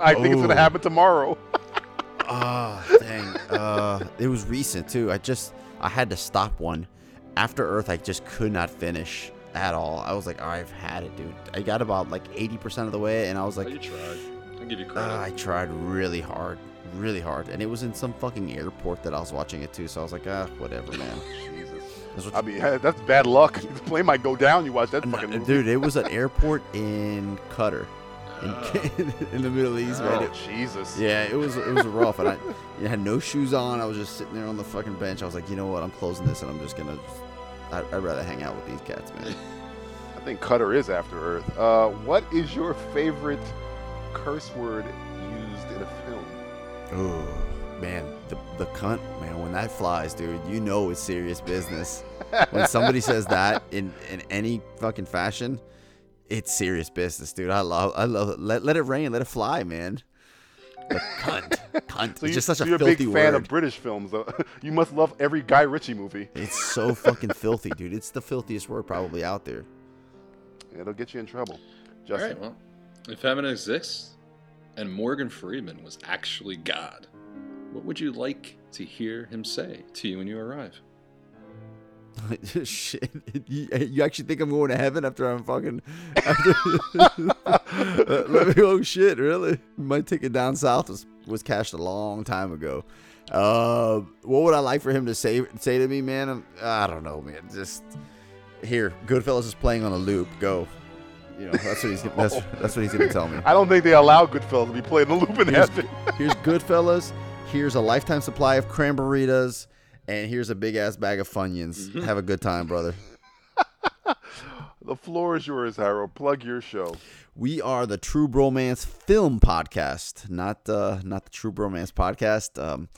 Speaker 4: I think it's gonna
Speaker 5: Ooh.
Speaker 4: happen tomorrow. (laughs)
Speaker 5: Ah, dang. Uh, (laughs) it was recent too. I just I had to stop one. After Earth, I just could not finish at all. I was like, "All right, I've had it, dude. I got about like 80% of the way, and I was
Speaker 6: oh, you
Speaker 5: like,
Speaker 6: tried. I give you credit.
Speaker 5: "Ah, I tried really hard, really hard, and it was in some fucking airport that I was watching it too. So I was like, ah, whatever, man.
Speaker 4: Jesus.
Speaker 5: That's what-
Speaker 4: I mean, (laughs) that's bad luck. The plane might go down. You watch that fucking movie.
Speaker 5: dude, it was an airport in Qatar, in, (laughs)
Speaker 6: Uh,
Speaker 5: in the Middle East, right?
Speaker 4: Oh, Jesus.
Speaker 5: Yeah, it was it was rough, and I you know, had no shoes on. I was just sitting there on the fucking bench. I was like, you know what? I'm closing this, and I'm just gonna. I'd, I'd rather hang out with these cats, man.
Speaker 4: I think Cutter is After Earth. Uh, what is your favorite curse word used in a film?
Speaker 5: Oh man, the the cunt, man. When that flies, dude, you know it's serious business. when somebody
Speaker 4: (laughs)
Speaker 5: says that in in any fucking fashion, it's serious business, dude. I love I love it. Let let it rain, let it fly, man. The cunt,
Speaker 4: (laughs)
Speaker 5: cunt. it's just such a
Speaker 4: you're
Speaker 5: filthy
Speaker 4: a big
Speaker 5: word.
Speaker 4: fan of British films. though. (laughs) you must love every Guy Ritchie movie.
Speaker 5: It's so fucking filthy, dude. It's the filthiest word probably out there.
Speaker 4: It'll get you in trouble.
Speaker 6: All
Speaker 4: Justin,
Speaker 6: right, well, if heaven exists and Morgan Freeman was actually God, what would you like to hear him say to you when you arrive?
Speaker 5: (laughs) Shit, you, you actually think I'm going to heaven after I'm fucking? After, (laughs) let me go. Shit, really? My ticket down south was was cashed a long time ago. Uh, what would I like for him to say say to me, man? I'm, I don't know, man. Just here, Goodfellas is playing on a loop. Go. You know, that's what he's gonna, (laughs) that's, that's what he's gonna tell me.
Speaker 4: I don't think they allow Goodfellas to be played in a loop in
Speaker 5: Here's,
Speaker 4: heaven.
Speaker 5: here's Goodfellas. Here's a lifetime supply of cranberritas, and here's a big ass bag of funyuns. Have a good time, brother.
Speaker 4: The floor is yours, Hyro. Plug your show.
Speaker 5: We are the True Bromance Film Podcast, not uh, not the True Bromance Podcast. Um,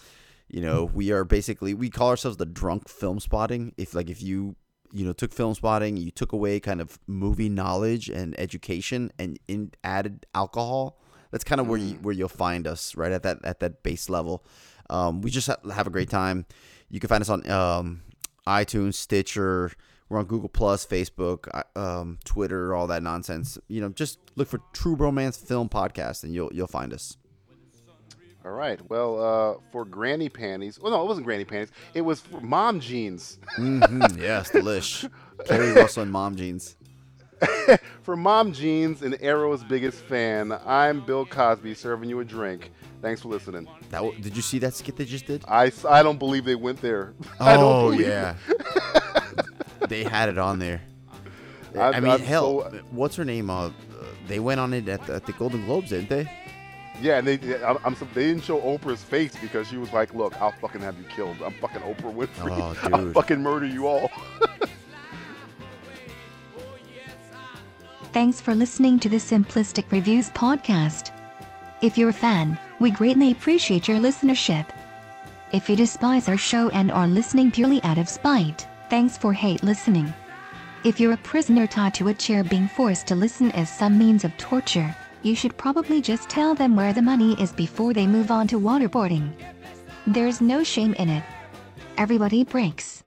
Speaker 5: you know, we are basically we call ourselves the Drunk Film Spotting. If like if you you know took film spotting, you took away kind of movie knowledge and education, and in, added alcohol. That's kind of where you where you'll find us, right at that at that base level. Um, we just ha- have a great time. You can find us on um, iTunes, Stitcher. We're on Google Plus, Facebook, I- um, Twitter, all that nonsense. You know, just look for True Romance Film Podcast, and you'll you'll find us.
Speaker 4: All right. Well, uh, for granny panties. Well, no, it wasn't granny panties. It was for mom jeans. (laughs)
Speaker 5: Mm, yes, delish. Carrie Russell and Mom Jeans.
Speaker 4: for mom jeans and Arrow's biggest fan, I'm Bill Cosby serving you a drink. Thanks for listening.
Speaker 5: That w- did you see that skit they just did?
Speaker 4: I, s- I don't believe they went there. I don't believe
Speaker 5: (laughs) they had it on there. I,
Speaker 4: I'm-
Speaker 5: mean,
Speaker 4: I'm
Speaker 5: hell,
Speaker 4: so-
Speaker 5: what's her name? Uh, uh, they went on it at the, at the Golden Globes, didn't they?
Speaker 4: Yeah, and they I'm, I'm, they didn't show Oprah's face because she was like, "Look, I'll fucking have you killed. I'm fucking Oprah Winfrey.
Speaker 5: Oh,
Speaker 4: (laughs) I'll
Speaker 5: dude.
Speaker 4: fucking murder you all."
Speaker 2: Thanks for listening to the Simplistic Reviews podcast. If you're a fan, we greatly appreciate your listenership. If you despise our show and are listening purely out of spite, thanks for hate listening. If you're a prisoner tied to a chair being forced to listen as some means of torture, you should probably just tell them where the money is before they move on to waterboarding. There's no shame in it. Everybody breaks.